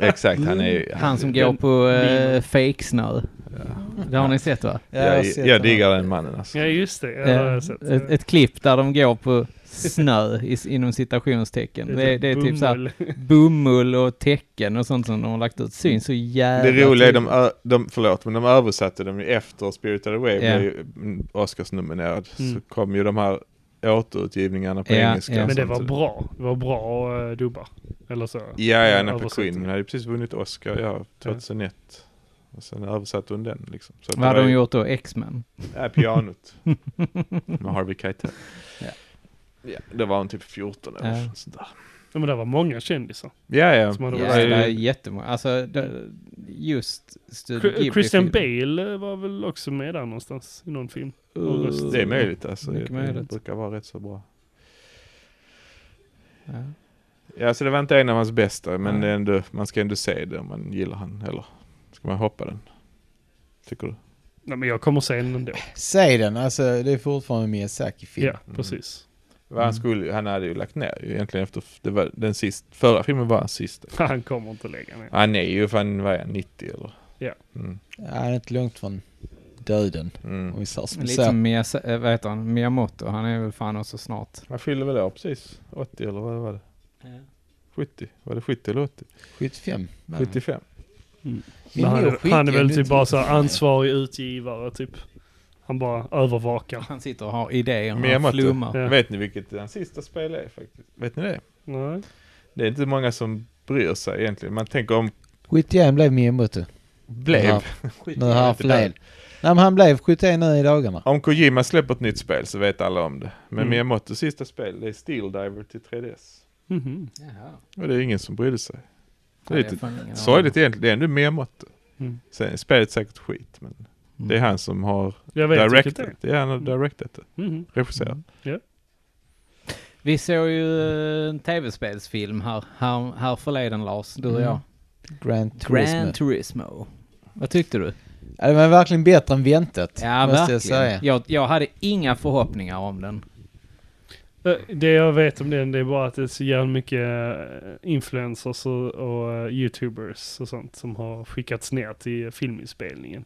Exakt, han är Mm. ju... Mm. Han som Den- går på Lin- uh, fejksnö. Det har ni sett va? Jag, jag diggar den mannen alltså. (laughs) Ja, just det. Ja, det har Eh, jag sett. ett, ett klipp där de går på snö i, inom citationstecken. Det, det är typ såhär bomull. bomull och tecken och sånt som de har lagt ut. Syns så jävla Det roliga är de, tydligt. ö- de, förlåt, men de översatte dem ju efter Spirited Away Ja. blev ju mm, Oscarsnominerad. Mm. Så kom ju de här återutgivningarna på Ja, engelska. ja. Men det var samtidigt. bra. Det var bra uh, dubbar. Eller så. eh, Ja, ja, Anna Översättning. Paquin hade ju precis vunnit Oscar, ja, 2001. Och sen översatte hon den liksom. Så att Vad det hade var de ju- gjort då? X-Men? Ja, pianot. Med Harvey Keitel. Ja. Ja, det var hon typ 14 år. Ja. sånt där. Ja, men det var många kändisar. Ja, ja. Som hade Det varit- var ju- Jävla jättemånga. Alltså, det, just Studio Chr- Christian Ghibli-filmer. Bale eh, var väl också med där någonstans i någon film. Uh, röst. Det är möjligt alltså. Det Mycket möjligt. brukar vara rätt så bra. Ja. Ja, så det var inte en av hans bästa, men Nej. det är ändå, man ska ändå se det om man gillar han, eller ska man hoppa den? Tycker du? Nej, men jag kommer se den ändå. Säg den, alltså det är fortfarande Miyazaki-film. Ja, Mm. precis. (laughs) Vad Han, skulle, han hade ju lagt ner ju egentligen efter, det var den sist, förra filmen var hans sista. Han kommer inte lägga ner. Han är ju fan, vad är han, 90 eller? Ja. Mm. Ja, Han är inte långt från döden, om Mm. vi säger som Lite så. som Miyaz- eh, vad heter han? Miyamoto. Han är väl fan också snart. Han fyllde väl år precis, 80 eller vad var det? 70? Var det 70 eller 80? 75. 75? Men han, är, han är väl typ bara så här här ansvarig utgivare, typ. Han bara övervakar. Han sitter och har idéer och han Miyamoto. flummar. Ja. Vet ni vilket hans sista spel är faktiskt? Vet ni det? Nej. Det är inte många som bryr sig egentligen. Man tänker om 71 blev Miyamoto. blev. (laughs) Ja. Skit Nu i har det, han inte där. fler. Nej men han blev 71 nu i dagarna. Om Kojima släpper ett nytt spel så vet alla om det. Men Mm. Miyamotos sista spel, det är Steel Diver till 3DS. Mhm. Jaha. Och det är ingen som brydde sig. Det är Ja, lite fan ingen aning. sorgligt egentligen, det är ändå Miyamoto. Mm. Sen är spelet säkert skit, men Mm. det är han som har Jag vet vilket det directat det. är han som har directat det, är. Mhm. regisserat. Mm. Vi såg ju eh, en tv-spelsfilm här, här, här förleden Lars, du och Mm. jag. Grand Turismo. Gran Turismo. Vad tyckte du? Ja, det var verkligen bättre än väntat. Ja, måste verkligen. jag säga. Jag, jag hade inga förhoppningar om den. Eh, Det jag vet om den, det är bara att det är så jävla mycket eh, influencers och, och eh, youtubers och sånt som har skickats ner till filminspelningen.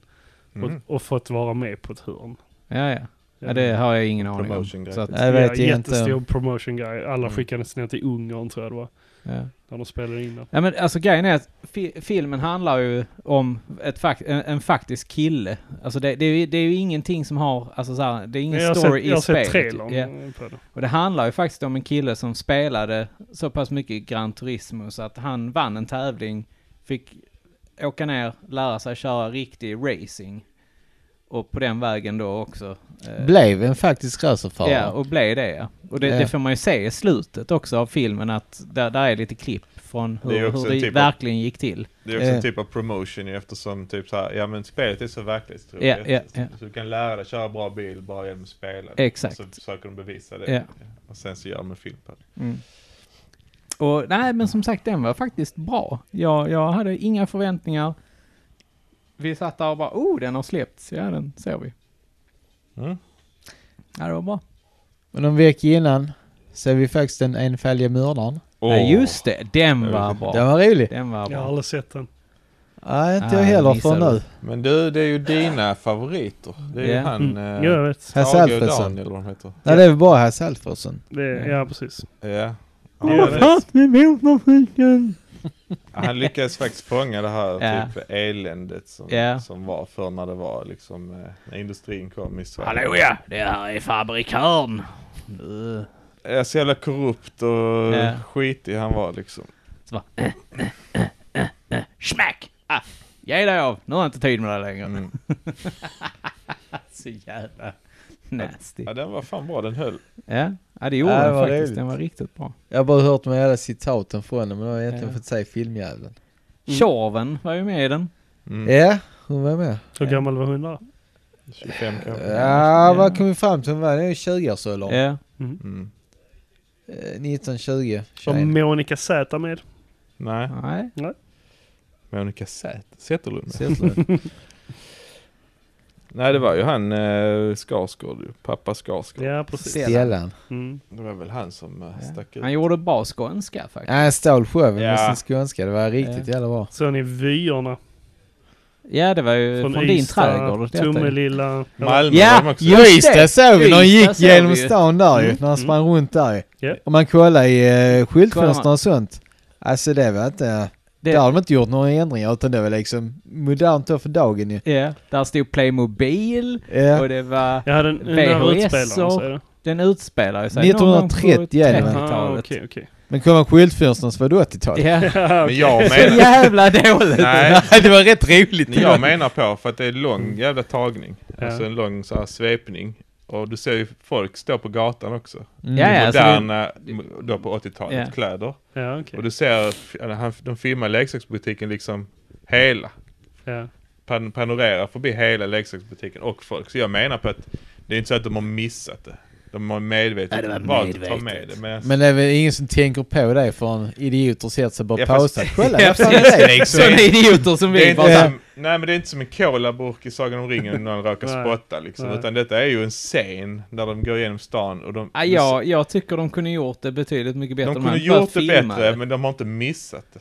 Mm. Och, och fått vara med på ett hörn. Ja, ja. ja det har jag ingen aning om. Promotion-grej. Så att, Nej, det vet ja, jag inte. jättestor promotion-grej. Alla Mm. skickades ner till Ungern tror jag det var. ja. När de spelade in den. Ja men alltså grejen är att fi- filmen handlar ju om ett fak- en, en faktisk kille. Alltså det, det, är ju, det är ju ingenting som har, alltså så här, det är ingen Jag har story sett, jag har i spelet. sett ju. trailern Ja. eh, på det. Och det handlar ju faktiskt om en kille som spelade så pass mycket Gran Turismo så att han vann en tävling, fick åka ner, lära sig köra riktig racing. Och på den vägen då också. eh, Blev en faktisk racerförare. Ja, och blev det ja. Och det, Ja. det får man ju se i slutet också av filmen att där, där är lite klipp från Det är hur, också hur det typ av- verkligen gick till. Det är också Eh. en typ av promotion ju, eftersom typ så här, ja men spelet är så verklighetstroget. Ja, ja, ja. Så du kan lära dig köra bra bil bara genom att spela. det. Exakt. Så försöker de bevisa det. Ja. Och sen så gör de en film på det. Och nej, men som sagt den var faktiskt bra. Jag, jag hade inga förväntningar. Vi satt där och bara, oh den har släppts. Ja, den ser vi. Mm. Ja, det var bra. Men någon vecka innan ser vi faktiskt den enfaldige mördaren. Ja, just det. Den var bra. Den var rolig. Den var Jag har bra. aldrig sett den. Nej, inte jag Ah, heller missade för nu. Men du, det är ju dina favoriter. Det är Ja. ju han... Mm. eh, Jo, jag vet. Tage och Hasse Alfredson. Daniel, eller vad de heter. Nej, det är väl bara Hasse Alfredson. Det, är- ja, precis. Ja. Jo, jag vet. Han lyckades faktiskt fånga det här Ja. typ eländet som, Ja. som var förr när det var liksom eh, när industrin kom i Sverige. Hallå ja, det här är fabrikören. Eh, ja! Så jävla korrupt och Ja. skitig han var liksom. Så bara... eh, eh, eh, eh, eh, Smack! Ah, ge dig av, nu har jag inte tid med det längre. Mm. Så jävla nasty. Ja den var fan bra, den höll. Ja, ja det gjorde Ja, det den var faktiskt. roligt. Den var riktigt bra. Jag har bara hört de jävla citaten från honom, men jag har egentligen Ja. fått säga filmjäveln. Mm. Tjorven var ju med i den. Mm. Ja, hon var med. Hur Ja. gammal var hon där? 25 kanske. Ja, Ja. vad kom vi fram till? Hon var i 20-årsåldern. Ja. Mm. Eh, 1920. Var tjejen. Monica Z med? Nej, Nej. Monica Zät- Zetterlund. ja. Zetterlund. Nej det var ju han eh, Skarsgård ju. pappa Skarsgård. Ja, precis. (laughs) Stellan. Mm. Det var väl han som eh, stack ut. Han gjorde bra skånska faktiskt. Nej, han stal showen Ja. med sin skånska. Det var riktigt Ja. jävla bra. Så ni vyerna? Ja, det var ju Eh, från, din trädgård. detta ju. Tummelilla. Malmö var de Ja, också. just det såg vi när han Just det gick såg genom vi ju. stan där ju, Mm, när han mm. sprang runt där ju. Ja. Om man kollar i uh, Kolla skyltfönster man. och sånt. Alltså det var inte... Det- Där har de inte gjort några ändringar utan det var liksom modernt då för dagen ju. Ja, där stod Playmobil Ja. och det var... Jag hade en, en där VHS utspelaren, så och- är det. Den utspelar ju sig 1930 är det väl? Aha, 1930-talet. Ah, okej, okej. (laughs) Men kollar man skyltfönstren så var det 80-talet. Ja. Men jag Så menar, jävla dåligt! (laughs) nej, det var rätt roligt. Nej, jag menar på för att det är lång Mm. jävla tagning. Ja. Alltså en lång så här svepning. Och du ser ju folk stå på gatan också. Mm. Ja, ja. alltså Moderna, då på 80-talet, Ja. kläder. Ja, okej. Och du ser, f- eller han, de filmar leksaksbutiken liksom hela. Ja. Pan, panorerar förbi hela leksaksbutiken och folk. Så jag menar på att det är inte så att de har missat det. De har medvetet Ja, det var valt att ta med medvetet. det. Men, Men det är väl ingen som tänker på det förrän idioter sätter sig bara Ja, ja, fast- (laughs) pausa. Kolla, Ja, vad fan är precis. (laughs) det? Liksom, Sådana idioter som det är vi inte bara... Ja. som, nej men det är inte som en colaburk i Sagan om ringen när någon (laughs) råkar Nej. spotta liksom. Nej. Utan detta är ju en scen där de går igenom stan och de... Ja, Ah, jag, jag tycker de kunde gjort det betydligt mycket bättre. De om kunde han gjort bara det bättre, filmade. men de har inte missat det.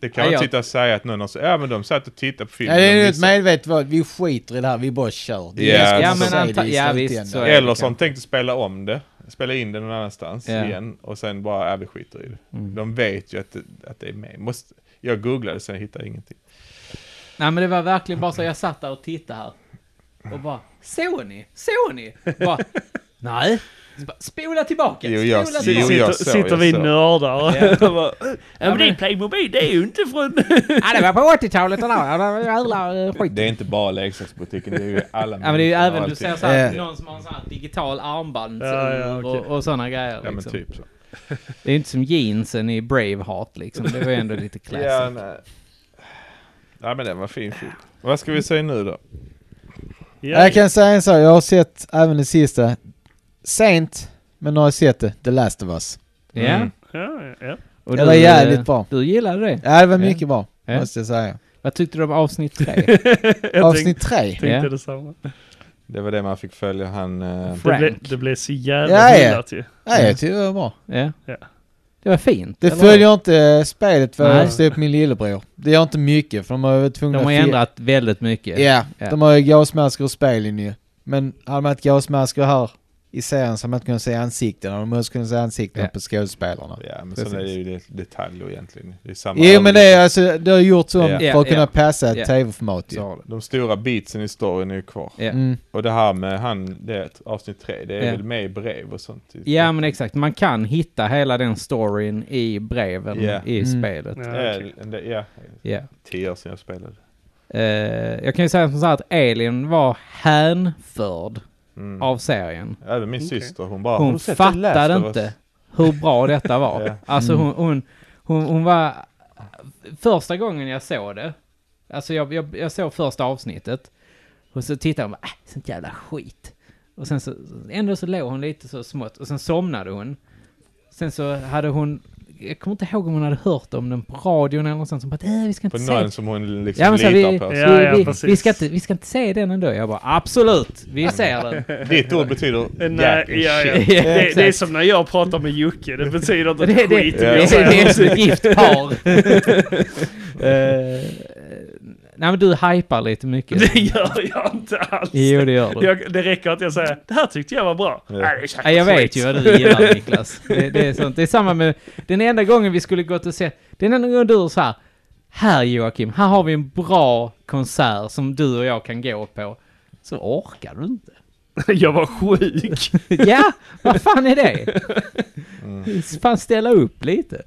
Det kan Ah, Ja, man jag- inte sitta och säga att någon har sagt, ja men de satt och tittade på Ja, filmen. det de är ju ett missade." medvetet val. Vi skiter i det här, vi bara kör. Det är Ja, ingen som ja, kommer men säga anta- det i ja, visst, slutändan. så är det. Eller som kanske. tänkte spela om det, spela in det någon annanstans Ja. Mm. igen och sen bara, ja vi skiter i det. De vet ju att det, att det är med. Måste, jag googlade sen hittade jag ingenting. Nej men det var verkligen bara så, jag satt där och tittade här. Och bara, såg ni? Såg ni? Bara, nej. Så bara, Spola tillbaka, Jo, spola jag ser- tillbaka. jo, sitter jag såg, sitter jag vi såg. nördar och Ja. bara, (laughs) "Ja, men det är Playmobil, det är ju inte från... Ja, det var på 80-talet och då, det var jävla eh, skit. Det är inte bara leksaksbutiken, det är ju alla (laughs) Ja men det är ju människor och även, du allting. ser såhär, Ja. någon som har en sån här digital armband Ja, ja, okej. och, och såna grejer Ja men liksom. typ så. Det är ju inte som jeansen i Braveheart liksom, det var ju ändå lite classic. (laughs) Ja, nej. Ja men den var fin film. Vad ska vi säga nu då? Ja, Jag kan säga en sak, jag har sett även det sista. Sent, men jag har sett det. The Last of Us. Ja, Mm. ja, ja. och Det var du, eh, jävligt bra. Du gillade det. Ja, det var Ja. mycket bra, Ja. måste jag säga. Vad tyckte du om avsnitt (laughs) tre? Jag Avsnitt tre. tänkte Ja. detsamma. Det var det man fick följa han... eh, Det, ble, Frank. det blev så jävla Ja, ja. hyllat ju. Ja, jag tyckte det var bra. Ja. Ja. Det var fint. Det eller hur? följer inte eh, spelet vad Nej. jag stod upp min lillebror. Det gör inte mycket, för de har ju varit tvungna De har att fi- ändrat väldigt mycket. Ja, Ja. de har ju gasmasker och spelen ju. Men hade man inte gasmasker här i serien så hade man inte kunnat se ansiktena. De måste kunna se ansiktena Ja. på skådespelarna. Ja, men Precis. sen är det ju det- detaljer egentligen. Det är samma Jo men det ögonblick. är alltså, det har gjorts om Ja. för att Ja, kunna ja. passa ett Ja. tv-format ju. Så har det. De stora beatsen i storyn är ju kvar. Ja. Mm. Och det här med han, det är ett avsnitt tre, det är Ja. väl med i brev och sånt? Ja men exakt, man kan hitta hela den storyn i breven Ja. i Mm. spelet. Ja, Ja, okej. det- ja, Ja. tio år sedan jag spelade. Eh, jag kan ju säga som så här att Elin var hänförd Mm. av serien. Även min Okej. syster, hon bara... "Har Hon du sett The Last fattade of Us?" inte hur bra detta var. (laughs) Ja. Alltså Mm. hon, hon, hon, hon var... Första gången jag såg det, alltså jag, jag, jag såg första avsnittet, och så tittade hon bara, äh, sånt jävla skit. Och sen så, ändå så låg hon lite så smått, och sen somnade hon. Sen så hade hon, jag kommer inte ihåg om hon hade hört om den på radion eller något sånt, som bara, äh, vi ska På inte se någon som hon liksom Ja, men så litar här, vi, på. vi, Ja, ja, vi, precis. vi, ska inte, vi ska inte se den ändå. Jag bara absolut, vi ser den. Ditt ord betyder Nej, jäkligt ja, ja. shit. (laughs) Ja, Det, det är exakt. som när jag pratar med Jocke, det betyder (laughs) inte Det, det, ett det, skit. det, det är som ett gift par. (laughs) Eh, Nej men du hypar lite mycket. (laughs) (laughs) Det gör jag inte alls. Jo det gör du. Jag, det räcker att jag säger det här tyckte jag var bra. Ja. Nej, det är säkert Nej, jag vet skit. ju vad du (laughs) gillar Niklas. Det, det är sånt. Det är samma med, den enda gången vi skulle gått och se, den enda gången du så här, här Joakim, här har vi en bra konsert som du och jag kan gå på. Så orkar du (laughs) inte. (laughs) Jag var sjuk. ja, vad fan är det? Fan ställa upp lite.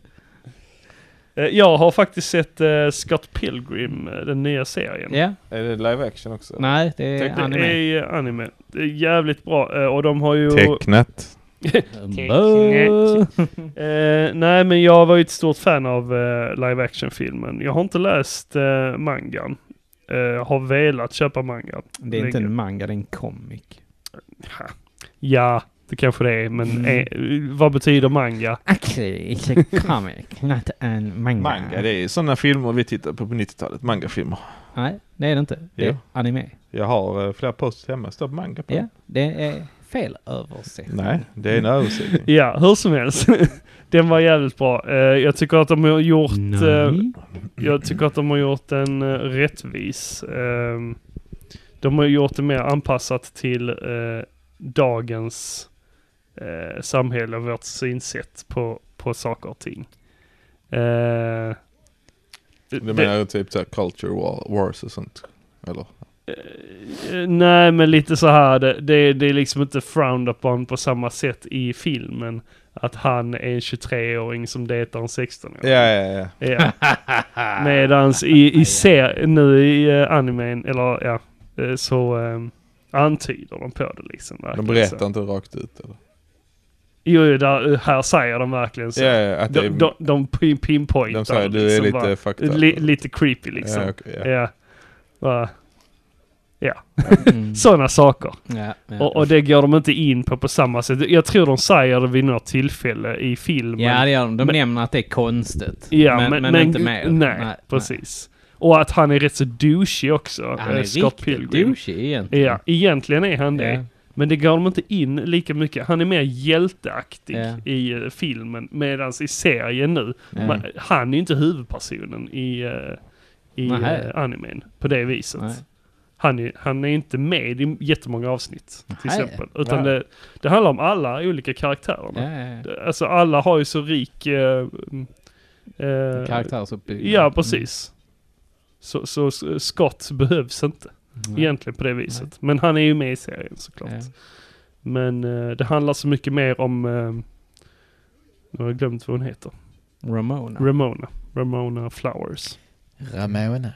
Eh, Jag har faktiskt sett eh, Scott Pilgrim, eh, den nya serien. Ja, Är det live action också? nej det Tänk dig, är Det anime. är eh, anime. Det är jävligt bra eh, och de har ju... Tecknat. Bö. Eh, nej men jag var ju ett stort fan av eh, live action-filmen. Jag har inte läst eh, mangan. Eh, har velat köpa mangan. Det är inte Länge. en manga, det är en comic. Ha. Ja, det kanske det är, men eh, vad betyder manga? Actually, it's a comic, not an manga. Manga, det är sådana filmer vi tittar på på 90-talet. Mangafilmer. Nej, det är det inte. Det är Jo. anime. Jag har eh, flera posts hemma, står manga på. Ja, det är fel översättning. Mm. Nej, det är en (laughs) översättning. Ja, hur som helst. Den var jävligt bra. Eh, jag tycker att de har gjort... eh, Nej. Jag tycker att de har gjort den eh, rättvis. Ehm, De har gjort det mer anpassat till eh, dagens eh, samhälle och vårt synsätt på, på saker och ting. Eh, Du det- menar typ såhär culture war, wars och sånt? Eller? eh, nej, men lite så här. Det, det, det är liksom inte frowned upon på samma sätt i filmen. Att han är en 23-åring som dejtar en 16-åring. Ja, ja, ja. (laughs) Ja. Medans i, i ser, nu i eh, animen, eller ja, eh, så eh, antyder de på det liksom. De verkligen berättar så. inte rakt ut eller? Jo, jo, där, eh, här säger de verkligen så. Ja, ja, att det är, De, de, de pin- pinpointar de säger det du är bara. lite fucked up. Li, lite creepy liksom. Ja, Ja, okej, ja. Bara, Mm. Sådana saker. Ja, ja. Och, och det går de inte in på på samma sätt. Jag tror de säger det vid något tillfälle i filmen. ja, det gör de. De men- nämner att det är konstigt. Ja, men, men, inte mer. Nej, precis. Och att han är rätt så douchey också. Han är eh, Scott riktigt Pilgrim. douchey egentligen. Ja, egentligen är han det. Mm. Ja. Men det går de inte in lika mycket. Han är mer hjälteaktig Ja. i eh, filmen. Medan i serien nu, Ja. man, han är ju inte huvudpersonen i, eh, i Nähä. eh, animen på det viset. Nej. Han är, han är inte med i jättemånga avsnitt till Nähä. exempel. Utan Nej. det, det handlar om alla olika karaktärerna. Ja, ja, ja. Det- Alltså alla har ju så rik... Eh, mm, eh, Karaktärsuppbyggnad. Ja, Mm. precis. Så, så så Scott behövs inte Mm. egentligen på det viset. Men han är ju med i serien såklart. Ja. Men eh, det handlar så mycket mer om... eh, nu har jag glömt vad hon heter. Ramona. Ramona. Ramona Flowers. Ramona.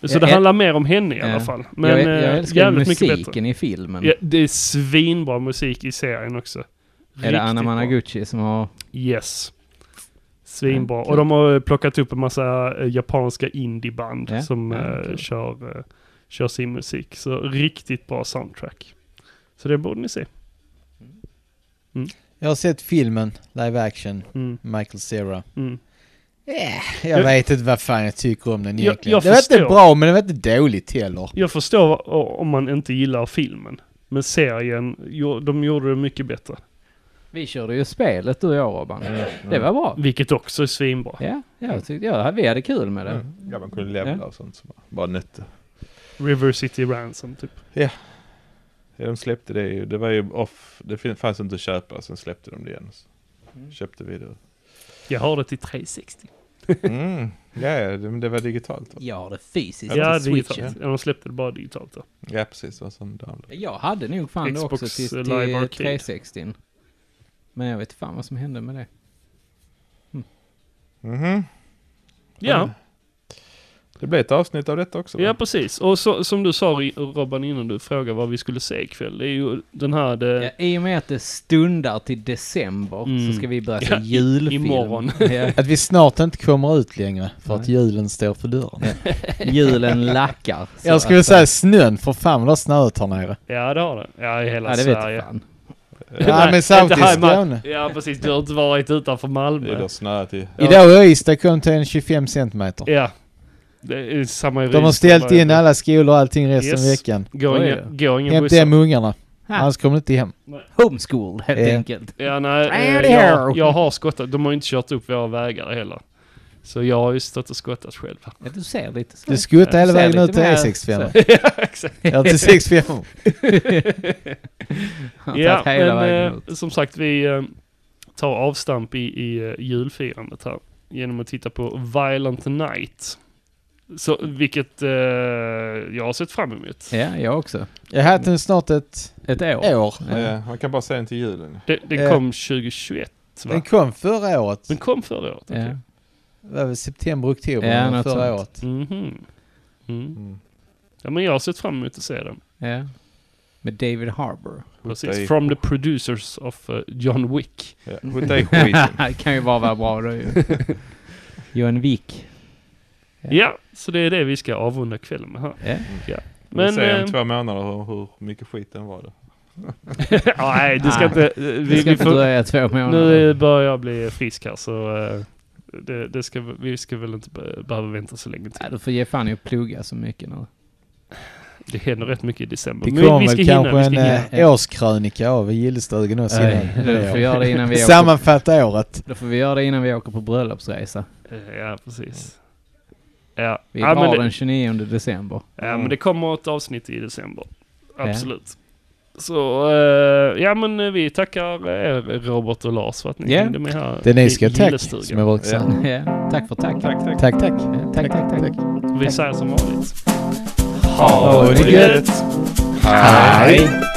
Så Ja, det jag- handlar mer om henne i Ja. alla fall. Men Men, jag, eh, jag älskar ju jävligt mycket bättre. musiken i filmen. Ja, det är svinbra musik i serien också. är det Riktigt Anna bra. Managuchi som har... Yes. Svinbra. Ja, kul. Och de har eh, plockat upp en massa eh, japanska indieband Ja, som ja, eh, kul. kör, eh, kör sin musik. Så riktigt bra soundtrack. Så det borde ni se. Jag har sett filmen, live action, Mm, Michael Cera. mm. Jag vet inte vad fan jag tycker om den Jag- egentligen. jag det var inte förstår. bra, men det var inte dåligt heller. Jag förstår o- om man inte gillar filmen. Men serien, jo, de gjorde det mycket bättre. Vi körde ju spelet du och jag Robban. Det var bra. Vilket också är svinbra. Ja, jag tyckte, ja, vi hade kul med det. Mm. Ja, man kunde levla Ja. och sånt som bara nötte. River City Ransom typ. Ja, de släppte det ju. Det var ju off. Det fin- fanns inte att köpa. Sen släppte de det igen. Så Mm. köpte vi (laughs) det. Jag har det till 360. Mm. Ja, ja det, men det var digitalt. Va? Jag har det fysiskt Ja, på switchen. digitalt. Ja, de släppte det bara digitalt då. Ja, precis. Det var sån download. Jag hade nog fan det också Xbox till, till Live Arcade. 360. Men jag vet fan vad som hände med det. Mhm. Ja, Det blev ett avsnitt av detta också. va? ja precis. Och så, som du sa i- Robban innan du frågade vad vi skulle se ikväll. Det är ju den här... Det, Ja, I och med att det stundar till december Mm. så ska vi börja se Ja, i- julfilm. imorgon. (laughs) ja, Att vi snart inte kommer ut längre för att Nej. julen står för dörren. julen lackar. så Jag skulle att- eh, säga snön, för fan vad det har snöat här nere. Ja det har det. Ja i hela Ja, det vet Sverige. jag (laughs) fan. Ja, men samt i inte här i Mal- Skåne. Ja precis, du har inte varit utanför Det Malmö. är då snöat i. Ja. Idag i Ystad kom till en 25 centimeter. Ja. Det är samma i De har Rydstad ställt där. in alla skolor och allting resten av Yes. veckan. Går Oj, ingen, går ingen Hämta hem buss. ungarna, Ha, annars kommer de inte hem. homeschool helt Ja. enkelt. Ja nej, eh, Right here. jag, jag har skottat. De har inte kört upp våra vägar heller. Så jag har ju stått och skottat själv. (laughs) (laughs) Ja, du ser lite så. Du skuttar hela Ser vägen lite ut till E mer (laughs) E65. så. ja, exakt. Ja, till E 65. Han har Ja, tagit hela vägen men ut. eh, som sagt vi eh, tar avstamp i, i eh, julfirandet här. Genom att titta på Violent Night. Så, vilket eh, jag har sett fram emot. Ja, jag också. Jag har haft den snart ett Ett år. år. Eh, man kan bara säga den till julen. Den, den Eh, kom 2021 va? Den kom förra året. Den kom förra året? okej. Ja. Det var väl september, oktober Ja, något förra sånt. året. Mhm. Mm. Mm. Ja men jag har sett fram emot att se den. Ja. Med David Harbour. dig. Precis. From the producers of eh, John Wick. Ja. (laughs) Skjuta i skiten. (laughs) det kan ju bara vara bra då ju. Johan Wick. Ja. Ja. så det är det vi ska avrunda kvällen med här. Ja. Men, vi Men... ser eh, om två månader hur, hur mycket skit den var då. ja, (laughs) nej, du ska Nej. inte... eh, Vi, Det ska vi inte får, dröja två månader. nu eh, börjar jag bli frisk här så... eh, Det, det ska, vi- vi ska väl inte be- behöva vänta så länge Nej, till. du får ge fan i att plugga så mycket nu. Det händer rätt mycket i december. Det Men vi- kommer vi ska hinna, väl vi kanske ska en hinna. eh, årskrönika av Gillestugan också. Nej, innan Du det får år. göra det (laughs) innan vi åker, Sammanfatta året. då får vi göra det innan vi åker på bröllopsresa. Eh, Ja, precis. Ja, Mm. Vi ja, men drar det, den 29 december. Ja, men det kommer ett avsnitt i december. Ja. Absolut. Så, eh, ja men eh, vi tackar er Robert och Lars för att ni Ja. hängde med här. Det är ni i ska tack, Gillestugan. som jag brukar säga. Ja. Tack för tacket. Tack, tack. Tack, tack. Ja, tack, tack, tack. Vi säger som vanligt. Ha det gött. Hej.